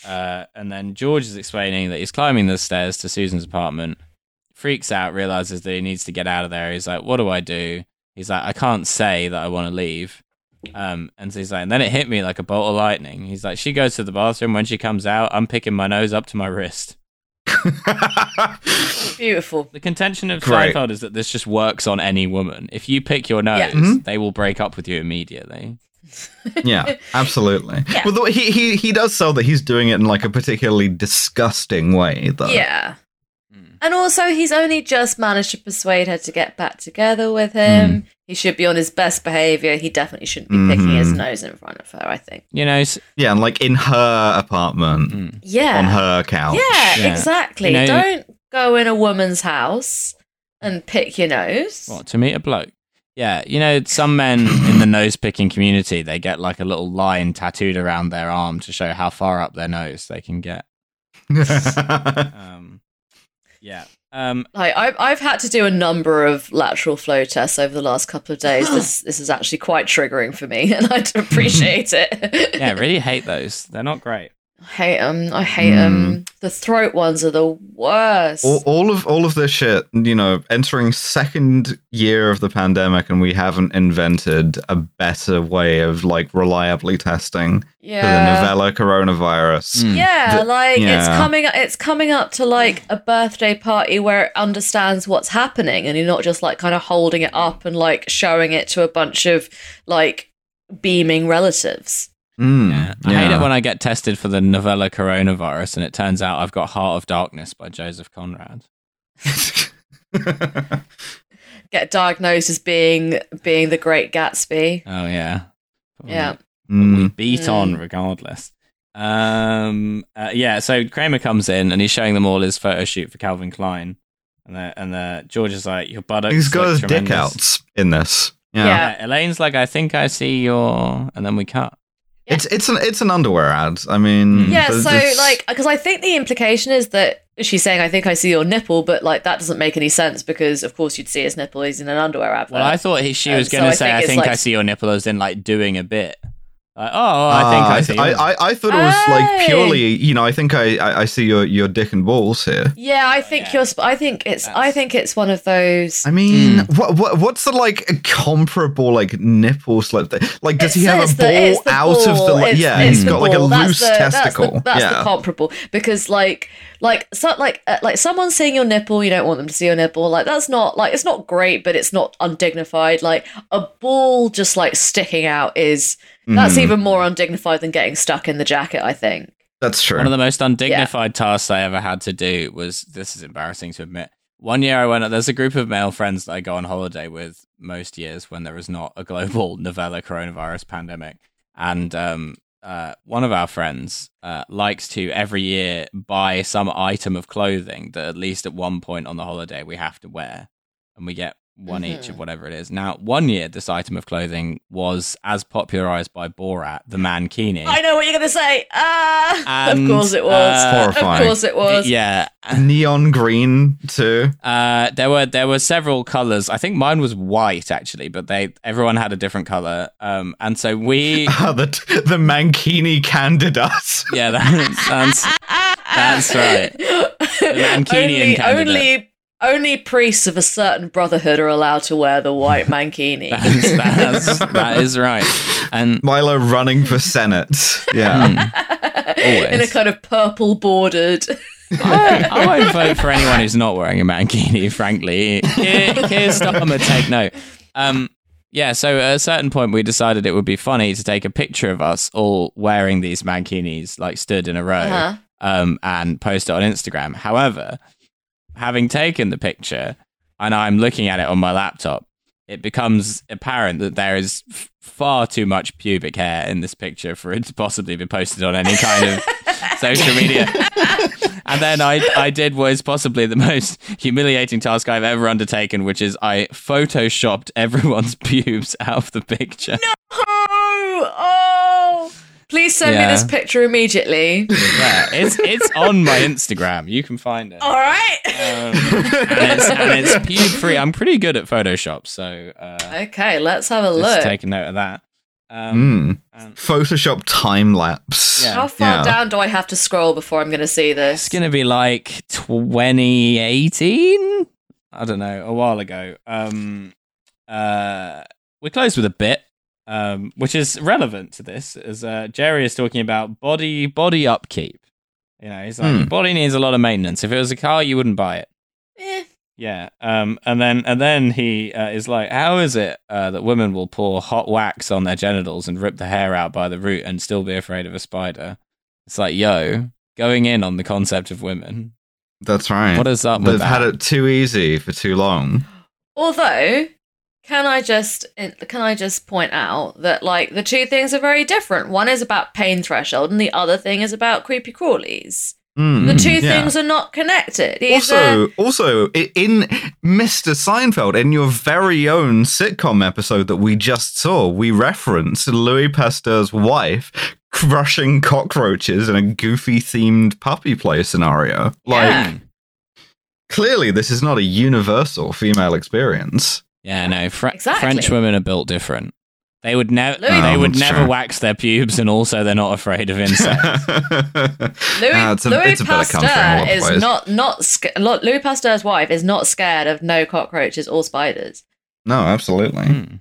[SPEAKER 1] uh, and then George is explaining that he's climbing the stairs to Susan's apartment. Freaks out, realizes that he needs to get out of there. He's like, "What do I do?" He's like, "I can't say that I want to leave." Um, and so he's like, and then it hit me like a bolt of lightning. He's like, she goes to the bathroom. When she comes out, I'm picking my nose up to my wrist.
[SPEAKER 3] Beautiful.
[SPEAKER 1] The contention of
[SPEAKER 2] Great.
[SPEAKER 1] Seinfeld is that this just works on any woman. If you pick your nose,
[SPEAKER 3] Yeah.
[SPEAKER 2] Mhm.
[SPEAKER 1] they will break up with you immediately.
[SPEAKER 2] yeah, absolutely.
[SPEAKER 3] Yeah.
[SPEAKER 2] Well, though he he he does sell that he's doing it in like a particularly disgusting way. Though.
[SPEAKER 3] Yeah.
[SPEAKER 1] Mm.
[SPEAKER 3] And also, he's only just managed to persuade her to get back together with him.
[SPEAKER 2] Hmm.
[SPEAKER 3] He should be on his best behavior. He definitely shouldn't be picking his
[SPEAKER 2] Mhm.
[SPEAKER 3] nose in front of her, I think.
[SPEAKER 1] You know, s-
[SPEAKER 2] Yeah, and like in her apartment
[SPEAKER 1] mm.
[SPEAKER 3] Yeah.
[SPEAKER 2] on her couch.
[SPEAKER 3] Yeah,
[SPEAKER 1] Yeah.
[SPEAKER 3] exactly.
[SPEAKER 1] You know-
[SPEAKER 3] Don't go in a woman's house and pick your nose.
[SPEAKER 1] what to meet a bloke? Yeah, you know, some men in the nose picking community, they get like a little line tattooed around their arm to show how far up their nose they can get. Um, yeah. Um,
[SPEAKER 3] Like I've, I've had to do a number of lateral flow tests over the last couple of days. This this is actually quite triggering for me, and I
[SPEAKER 2] Hmm.
[SPEAKER 3] do appreciate it.
[SPEAKER 1] yeah, I really hate those. They're not great.
[SPEAKER 3] I hate them. I hate
[SPEAKER 2] Hmm.
[SPEAKER 3] them. The throat ones are the worst.
[SPEAKER 2] all, all of all of this shit, you know, entering second year of the pandemic, and we haven't invented a better way of like reliably testing
[SPEAKER 3] yeah.
[SPEAKER 2] for the novella coronavirus.
[SPEAKER 1] Mm.
[SPEAKER 3] Yeah,
[SPEAKER 2] The-
[SPEAKER 3] like it's
[SPEAKER 2] yeah.
[SPEAKER 3] coming it's coming up to like a birthday party where it understands what's happening and you're not just like kind of holding it up and like showing it to a bunch of like beaming relatives.
[SPEAKER 2] Mm,
[SPEAKER 1] Hmm. Yeah. I hate it when I get tested for the novella coronavirus and it turns out I've got Heart of Darkness by Joseph Conrad.
[SPEAKER 3] Get diagnosed as being being the great Gatsby.
[SPEAKER 1] Oh, yeah.
[SPEAKER 3] Yeah.
[SPEAKER 1] but we
[SPEAKER 2] Mm.
[SPEAKER 1] beat
[SPEAKER 3] Mm.
[SPEAKER 1] on regardless. Um, uh, yeah, so Kramer comes in and he's showing them all his photo shoot for Calvin Klein, and the, and the George is like, "Your buttocks."
[SPEAKER 2] He's got
[SPEAKER 1] look
[SPEAKER 2] his
[SPEAKER 1] tremendous."
[SPEAKER 2] dick out in this. Yeah.
[SPEAKER 3] Yeah.
[SPEAKER 1] Yeah, Elaine's like, "I think I see your," and then we cut.
[SPEAKER 3] Yeah.
[SPEAKER 2] It's it's an it's an underwear ad. I mean,
[SPEAKER 3] Yeah,
[SPEAKER 1] Mm.
[SPEAKER 2] there's-
[SPEAKER 3] so
[SPEAKER 2] there's-
[SPEAKER 3] like because I think the implication is that she's saying, I think I see your nipple, but like that doesn't make any sense because, of course, you'd see his nipple. He's in an underwear advert.
[SPEAKER 1] Well, I thought he, she
[SPEAKER 3] Um,
[SPEAKER 1] was
[SPEAKER 3] so
[SPEAKER 1] going to
[SPEAKER 3] I
[SPEAKER 1] say,
[SPEAKER 3] think
[SPEAKER 1] I
[SPEAKER 3] it's
[SPEAKER 1] think
[SPEAKER 3] like-
[SPEAKER 1] I see your nipple as in like doing a bit. Like, oh, I think
[SPEAKER 2] Ah,
[SPEAKER 1] I see.
[SPEAKER 2] th- I, I, I thought it was like
[SPEAKER 3] Hey!
[SPEAKER 2] purely, you know, I think I, I, I see your, your dick and balls here.
[SPEAKER 3] yeah, I think
[SPEAKER 1] yeah.
[SPEAKER 3] you're. Sp- I think it's. I
[SPEAKER 1] That's-
[SPEAKER 3] think it's one of those.
[SPEAKER 2] I mean,
[SPEAKER 1] Mm.
[SPEAKER 2] what, what what's the like comparable like nipple slip? Thing? Like, does
[SPEAKER 3] It
[SPEAKER 2] he have a
[SPEAKER 3] says that
[SPEAKER 2] ball
[SPEAKER 3] it's
[SPEAKER 2] out
[SPEAKER 3] the
[SPEAKER 2] of the?
[SPEAKER 3] ball,
[SPEAKER 2] Like,
[SPEAKER 3] it's-
[SPEAKER 2] yeah,
[SPEAKER 3] it's
[SPEAKER 2] he's
[SPEAKER 3] the
[SPEAKER 2] got like a
[SPEAKER 3] ball, that's
[SPEAKER 2] loose
[SPEAKER 3] the- that's the-
[SPEAKER 2] testicle.
[SPEAKER 3] That's the,
[SPEAKER 2] yeah.
[SPEAKER 3] comparable because like like so, like uh, like someone seeing your nipple, you don't want them to see your nipple. Like that's not like it's not great, but it's not undignified. Like a ball just like sticking out is that's
[SPEAKER 1] Mm.
[SPEAKER 2] Mhm.
[SPEAKER 3] even more undignified than getting stuck in the jacket. I think.
[SPEAKER 2] That's true.
[SPEAKER 1] One of the most undignified tasks I ever had to do was this is embarrassing to admit. One year I went, there's a group of male friends that I go on holiday with most years when there is not a global novella coronavirus pandemic. And um, uh, one of our friends uh, likes to every year buy some item of clothing that at least at one point on the holiday we have to wear. And we get one each of
[SPEAKER 3] Mhm.
[SPEAKER 1] whatever it is. Now, one year this item of clothing was as popularized by Borat, the mankini.
[SPEAKER 3] I know what you're gonna say. Ah,
[SPEAKER 1] And,
[SPEAKER 3] of course it was.
[SPEAKER 1] uh,
[SPEAKER 3] of
[SPEAKER 2] Horrifying.
[SPEAKER 3] course it was.
[SPEAKER 1] Yeah,
[SPEAKER 2] Neon green too.
[SPEAKER 1] Uh, there were there were several colors. I think mine was white actually, but they everyone had a different color. Um, and so we,
[SPEAKER 2] uh, the the Mankini Candidate.
[SPEAKER 1] yeah, that sounds. That's right. Mancunian
[SPEAKER 3] Ah, only,
[SPEAKER 1] candidate.
[SPEAKER 3] only, only priests of a certain brotherhood are allowed to wear the white mankini.
[SPEAKER 1] That's, that's, that is right. And
[SPEAKER 2] Milo running for senate. Yeah.
[SPEAKER 1] mm,
[SPEAKER 3] In a kind of purple bordered.
[SPEAKER 1] I, I won't vote for anyone who's not wearing a mankini. Frankly, Keir Keir Starmer, take note. Um, yeah, so at a certain point, we decided it would be funny to take a picture of us all wearing these mankinis, like stood in a row.
[SPEAKER 3] Uh-huh.
[SPEAKER 1] um, and post it on Instagram. However, having taken the picture and I'm looking at it on my laptop, it becomes apparent that there is f- far too much pubic hair in this picture for it to possibly be posted on any kind of social media. and then I, I did what is possibly the most humiliating task I've ever undertaken, which is I photoshopped everyone's pubes out of the picture.
[SPEAKER 3] Oh, oh. Please send
[SPEAKER 1] Yeah.
[SPEAKER 3] me this picture immediately.
[SPEAKER 1] Yeah, it's, it's on my Instagram. You can find it.
[SPEAKER 3] All right.
[SPEAKER 1] Um, and it's, and it's pube free. I'm pretty good at Photoshop, so uh,
[SPEAKER 3] Okay, let's have a
[SPEAKER 1] just
[SPEAKER 3] look.
[SPEAKER 1] take a note of that. Um,
[SPEAKER 2] Mm.
[SPEAKER 1] and
[SPEAKER 2] Photoshop time lapse.
[SPEAKER 1] Yeah.
[SPEAKER 3] How far
[SPEAKER 2] Yeah.
[SPEAKER 3] down do I have to scroll before I'm going to see this?
[SPEAKER 1] it's gonna be like 2018. I don't know, a while ago. Um, uh, we closed with a bit, um, which is relevant to this, as uh, Jerry is talking about body body upkeep. You know, he's like,
[SPEAKER 2] Hmm.
[SPEAKER 1] your body needs a lot of maintenance. If it was a car, you wouldn't buy it.
[SPEAKER 3] Eh.
[SPEAKER 1] Yeah, um, and then and then he uh, is like, "How is it uh, that women will pour hot wax on their genitals and rip the hair out by the root and still be afraid of a spider?" It's like, yo, going in on the concept of women.
[SPEAKER 2] That's right.
[SPEAKER 1] What is up
[SPEAKER 2] Mm. They've
[SPEAKER 1] with that?
[SPEAKER 2] had it too easy for too long.
[SPEAKER 3] Although, can I just can I just point out that like the two things are very different. One is about pain threshold, and the other thing is about creepy crawlies.
[SPEAKER 2] Mm.
[SPEAKER 3] The two
[SPEAKER 2] Yeah.
[SPEAKER 3] things are not connected. These are-
[SPEAKER 2] Also, also i- in Mr. Seinfeld, in your very own sitcom episode that we just saw, we referenced Louis Pasteur's wife crushing cockroaches in a goofy themed puppy play scenario. Like,
[SPEAKER 3] Yeah.
[SPEAKER 2] clearly, this is not a universal female experience.
[SPEAKER 1] yeah, no, Fr-
[SPEAKER 3] Exactly.
[SPEAKER 1] French women are built different. They would never,
[SPEAKER 3] Louis-
[SPEAKER 1] they
[SPEAKER 2] Oh,
[SPEAKER 1] would
[SPEAKER 2] that's
[SPEAKER 1] never
[SPEAKER 2] true.
[SPEAKER 1] wax their pubes, and also they're not afraid of insects.
[SPEAKER 3] Louis,
[SPEAKER 2] Ah, it's a-
[SPEAKER 3] Louis
[SPEAKER 2] it's a better
[SPEAKER 3] Pasteur
[SPEAKER 2] country in a lot of
[SPEAKER 3] is
[SPEAKER 2] ways.
[SPEAKER 3] not not sc- lo- Louis Pasteur's wife is not scared of no cockroaches or spiders.
[SPEAKER 2] no, absolutely.
[SPEAKER 1] Hmm.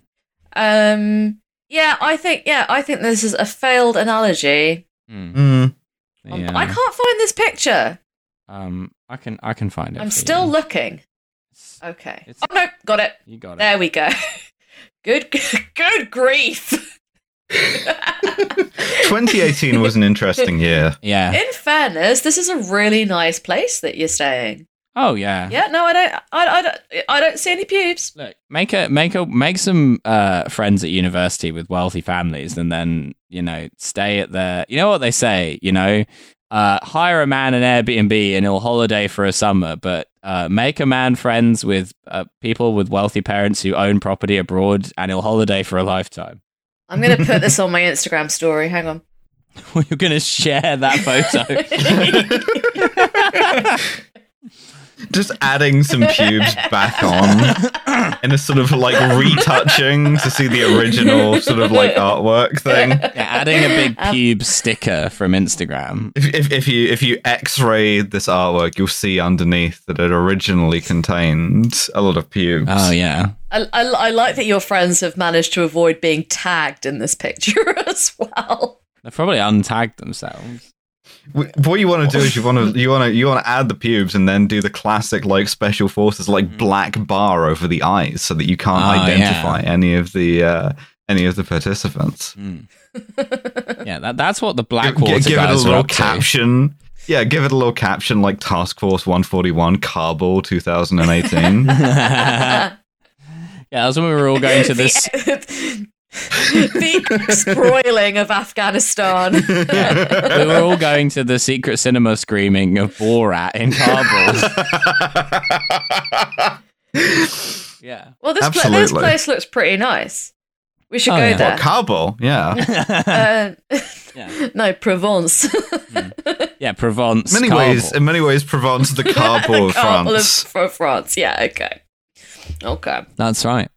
[SPEAKER 3] Um, yeah, I think yeah, I think this is a failed analogy.
[SPEAKER 1] Hmm.
[SPEAKER 2] Mm.
[SPEAKER 3] Um,
[SPEAKER 1] Yeah.
[SPEAKER 3] I can't find this picture.
[SPEAKER 1] Um, I can, I can find it.
[SPEAKER 3] I'm
[SPEAKER 1] for
[SPEAKER 3] still
[SPEAKER 1] you.
[SPEAKER 3] looking. Okay.
[SPEAKER 1] It's-
[SPEAKER 3] oh no, got it.
[SPEAKER 1] you got it.
[SPEAKER 3] There we go. Good, good grief. In
[SPEAKER 2] 2018 was an interesting year.
[SPEAKER 1] Yeah.
[SPEAKER 3] fairness, this is a really nice place that you're staying.
[SPEAKER 1] oh yeah.
[SPEAKER 3] Yeah, no, I don't, I, I don't, I don't see any pubes.
[SPEAKER 1] Look, make a make a make some uh, friends at university with wealthy families, and then you know stay at their. You know what they say, you know, uh, hire a man an Airbnb and he'll holiday for a summer, but uh, make a man friends with uh, people with wealthy parents who own property abroad, and he'll holiday for a lifetime.
[SPEAKER 3] I'm gonna put this on my Instagram story. Hang on.
[SPEAKER 1] You're gonna share that photo.
[SPEAKER 2] Just adding some pubes back on in a sort of like retouching to see the original sort of like artwork thing.
[SPEAKER 1] Yeah, adding a big pube sticker from Instagram.
[SPEAKER 2] If, if, if you if you X-ray this artwork, you'll see underneath that it originally contained a lot of pubes.
[SPEAKER 1] Oh yeah.
[SPEAKER 3] I, I, I like that your friends have managed to avoid being tagged in this picture as well.
[SPEAKER 1] They probably untagged themselves.
[SPEAKER 2] W- What you want to do is you want to you want to you want to add the pubes and then do the classic like special forces like black bar over the eyes so that you can't
[SPEAKER 1] Mm-hmm. Oh,
[SPEAKER 2] identify any of the uh, any of the participants.
[SPEAKER 1] Hmm. Yeah, that, that's what the
[SPEAKER 2] Gi- gi-
[SPEAKER 1] Blackwater
[SPEAKER 2] give it a
[SPEAKER 1] guys are
[SPEAKER 2] little
[SPEAKER 1] up to.
[SPEAKER 2] caption. Yeah, give it a little caption like Task Force 141 Kabul 2018.
[SPEAKER 1] yeah, that's when we were all going to this.
[SPEAKER 3] The, the spoiling of Afghanistan.
[SPEAKER 1] we were all going to the secret cinema screening of Borat in Kabul. yeah.
[SPEAKER 3] Well, this, pla- this
[SPEAKER 2] Absolutely.
[SPEAKER 3] place looks pretty nice. We should
[SPEAKER 1] Oh,
[SPEAKER 3] go
[SPEAKER 1] yeah.
[SPEAKER 3] there.
[SPEAKER 2] Kabul, yeah.
[SPEAKER 3] uh,
[SPEAKER 1] yeah.
[SPEAKER 3] no, Provence.
[SPEAKER 1] Yeah, Provence.
[SPEAKER 2] many
[SPEAKER 1] Kabul.
[SPEAKER 2] ways, um, in many ways, Provence the Kabul of
[SPEAKER 3] Carnival of-
[SPEAKER 2] France.
[SPEAKER 3] for France. Yeah, okay. Okay.
[SPEAKER 1] That's right.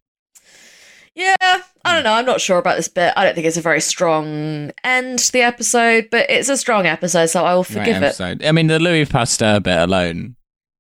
[SPEAKER 3] Yeah, I don't know. I'm not sure about this bit. I don't think it's a very strong end to the episode, but it's a strong episode, so I will
[SPEAKER 1] Right
[SPEAKER 3] forgive it.
[SPEAKER 1] episode. I mean, the Louis Pasteur bit alone.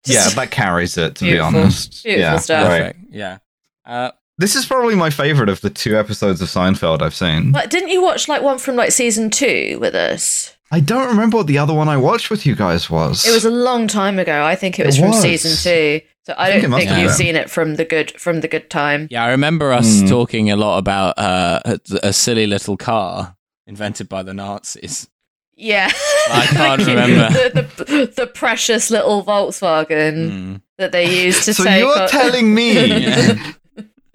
[SPEAKER 2] Yeah, that carries it. To be
[SPEAKER 3] Beautiful.
[SPEAKER 2] honest,
[SPEAKER 3] Beautiful
[SPEAKER 2] yeah,
[SPEAKER 3] stuff.
[SPEAKER 2] right.
[SPEAKER 1] Perfect. Yeah. Uh,
[SPEAKER 2] This is probably my favorite of the two episodes of Seinfeld I've seen.
[SPEAKER 3] Like, didn't you watch like one from like season two with us?
[SPEAKER 2] I don't remember what the other one I watched with you guys was.
[SPEAKER 3] It was a long time ago. I think it
[SPEAKER 2] It
[SPEAKER 3] was from
[SPEAKER 2] was.
[SPEAKER 3] season two. So I,
[SPEAKER 2] I think it
[SPEAKER 3] don't
[SPEAKER 2] must
[SPEAKER 3] think
[SPEAKER 1] have
[SPEAKER 3] you've
[SPEAKER 1] been.
[SPEAKER 3] seen it from the good from the good time.
[SPEAKER 1] yeah, I remember us
[SPEAKER 2] Hmm.
[SPEAKER 1] talking a lot about uh, a, a silly little car invented by the Nazis.
[SPEAKER 3] Yeah,
[SPEAKER 1] I can't remember.
[SPEAKER 3] the, the, the precious little Volkswagen
[SPEAKER 1] Hmm.
[SPEAKER 3] that they used to
[SPEAKER 2] so
[SPEAKER 3] take.
[SPEAKER 2] you're
[SPEAKER 3] on-
[SPEAKER 2] telling me
[SPEAKER 1] Yeah.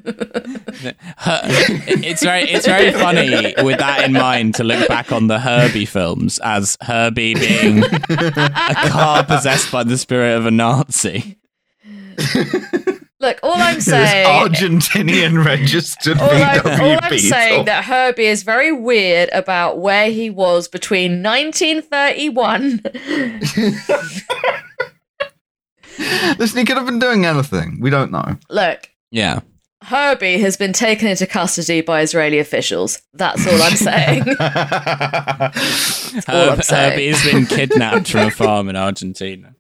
[SPEAKER 1] Her- it's very it's very funny with that in mind to look back on the Herbie films as Herbie being a car possessed by the spirit of a Nazi.
[SPEAKER 3] Look, all I'm
[SPEAKER 2] this
[SPEAKER 3] saying
[SPEAKER 2] Argentinian registered
[SPEAKER 3] all I'm,
[SPEAKER 2] VW
[SPEAKER 3] all I'm
[SPEAKER 2] Beetle.
[SPEAKER 3] saying that Herbie is very weird about where he was between 1931.
[SPEAKER 2] Listen, he could have been doing anything. We don't know.
[SPEAKER 3] Look,
[SPEAKER 1] Yeah.
[SPEAKER 3] Herbie has been taken into custody by Israeli officials. That's all I'm saying. all I'm
[SPEAKER 1] Herb,
[SPEAKER 3] saying.
[SPEAKER 1] Herbie's been kidnapped from a farm in Argentina.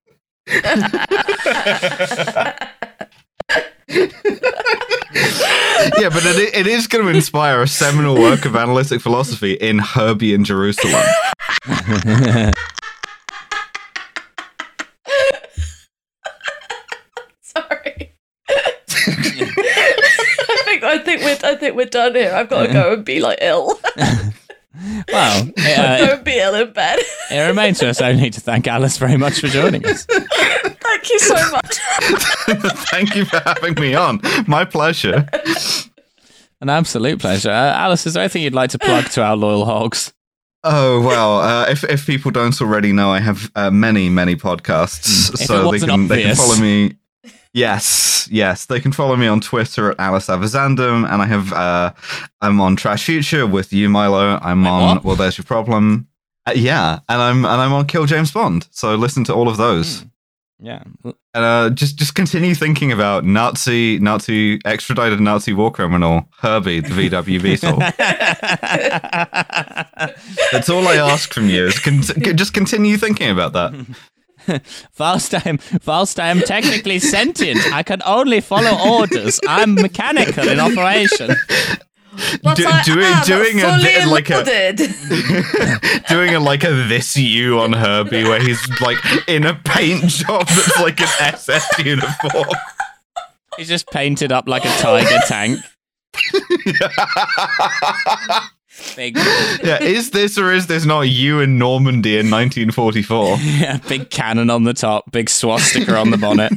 [SPEAKER 2] yeah, but it, i- it is going to inspire a seminal work of analytic philosophy in Herbie in Jerusalem.
[SPEAKER 3] Sorry. I think I think we're I think we're done here. I've got to go and be like ill.
[SPEAKER 1] Well, it,
[SPEAKER 3] go
[SPEAKER 1] uh,
[SPEAKER 3] and be ill in bed.
[SPEAKER 1] it remains for us only to thank Alice very much for joining us.
[SPEAKER 3] Thank you so much.
[SPEAKER 2] Thank you for having me on. My pleasure.
[SPEAKER 1] An absolute pleasure. Uh, Alice, is there anything you'd like to plug to our loyal hogs?
[SPEAKER 2] Oh well, uh, if if people don't already know, I have uh, many many podcasts,
[SPEAKER 1] Hmm. If it
[SPEAKER 2] so they
[SPEAKER 1] wasn't
[SPEAKER 2] can they can
[SPEAKER 1] obvious.
[SPEAKER 2] follow me. Yes, yes, they can follow me on Twitter at Alice Avazandum, and I have uh, I'm on Trash Future with you, Milo. I'm
[SPEAKER 1] Wait,
[SPEAKER 2] on
[SPEAKER 1] what?
[SPEAKER 2] Well, there's your problem. Uh, yeah, and I'm and I'm on Kill James Bond. So listen to all of those.
[SPEAKER 1] Hmm. Yeah.
[SPEAKER 2] And uh, just just continue thinking about Nazi Nazi extradited Nazi war criminal Herbie the VW Beetle. That's all I ask from you is con- c- just continue thinking about that.
[SPEAKER 1] Whilst I'm, whilst I am technically sentient, I can only follow orders. I'm mechanical in operation.
[SPEAKER 3] But
[SPEAKER 2] Do-
[SPEAKER 3] I
[SPEAKER 2] doing-
[SPEAKER 3] am
[SPEAKER 2] doing a
[SPEAKER 3] fully
[SPEAKER 2] bit like a-
[SPEAKER 3] loaded.
[SPEAKER 2] Doing a like a this you on Herbie where he's like in a paint job that's like an SS uniform.
[SPEAKER 1] He's just painted up like a tiger tank. big,
[SPEAKER 2] Yeah, is this or is this not you in Normandy in 1944?
[SPEAKER 1] yeah, big cannon on the top, big swastika on the bonnet.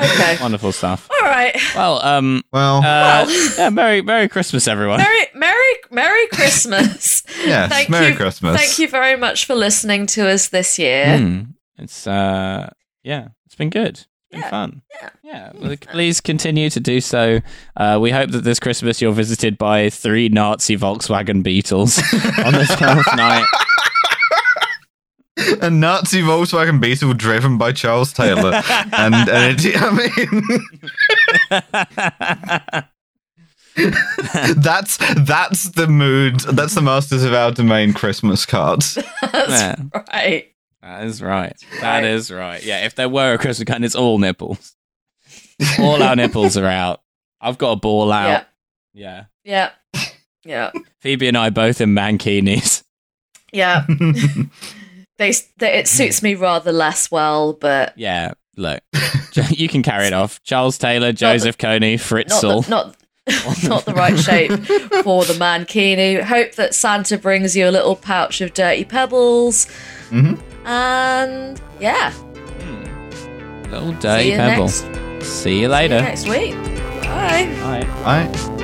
[SPEAKER 3] okay.
[SPEAKER 1] Wonderful stuff.
[SPEAKER 3] All right.
[SPEAKER 1] Well, um,
[SPEAKER 2] Well,
[SPEAKER 1] uh, yeah, Merry Merry Christmas, everyone.
[SPEAKER 3] Merry Merry Merry Christmas.
[SPEAKER 2] yes,
[SPEAKER 3] thank
[SPEAKER 2] Merry
[SPEAKER 3] you-
[SPEAKER 2] Christmas.
[SPEAKER 3] Thank you very much for listening to us this year.
[SPEAKER 1] Mm. It's uh, yeah, it's been good. It's been
[SPEAKER 3] Yeah.
[SPEAKER 1] fun.
[SPEAKER 3] Yeah.
[SPEAKER 1] yeah. well, Please continue to do so. Uh, we hope that this Christmas you're visited by three Nazi Volkswagen Beetles on the twelfth night.
[SPEAKER 2] a Nazi Volkswagen Beetle driven by Charles Taylor, and, uh, and it, I mean, that's that's the mood. That's the Masters of Our Domain Christmas cards.
[SPEAKER 3] That's
[SPEAKER 1] Yeah.
[SPEAKER 3] right.
[SPEAKER 1] That is right. That
[SPEAKER 3] right.
[SPEAKER 1] is right. Yeah, if there were a Christmas card, it's all nipples. All our nipples are out. I've got a ball out.
[SPEAKER 3] Yeah.
[SPEAKER 1] Yeah.
[SPEAKER 3] Yeah. Yeah.
[SPEAKER 1] Phoebe and I both in mankinis.
[SPEAKER 3] Yeah. They, they it suits me rather less well, but
[SPEAKER 1] Yeah, look, you can carry it off. Charles Taylor, Joseph Coney,
[SPEAKER 3] not
[SPEAKER 1] Fritzl.
[SPEAKER 3] the, not not the right shape for the mankini. Hope that Santa brings you a little pouch of dirty pebbles.
[SPEAKER 2] Mhm.
[SPEAKER 3] And yeah,
[SPEAKER 1] Little
[SPEAKER 3] see
[SPEAKER 1] dirty
[SPEAKER 3] you
[SPEAKER 1] pebble.
[SPEAKER 3] next- see
[SPEAKER 1] See you
[SPEAKER 3] you
[SPEAKER 1] later.
[SPEAKER 3] next week. Bye.
[SPEAKER 1] Bye.
[SPEAKER 2] Right.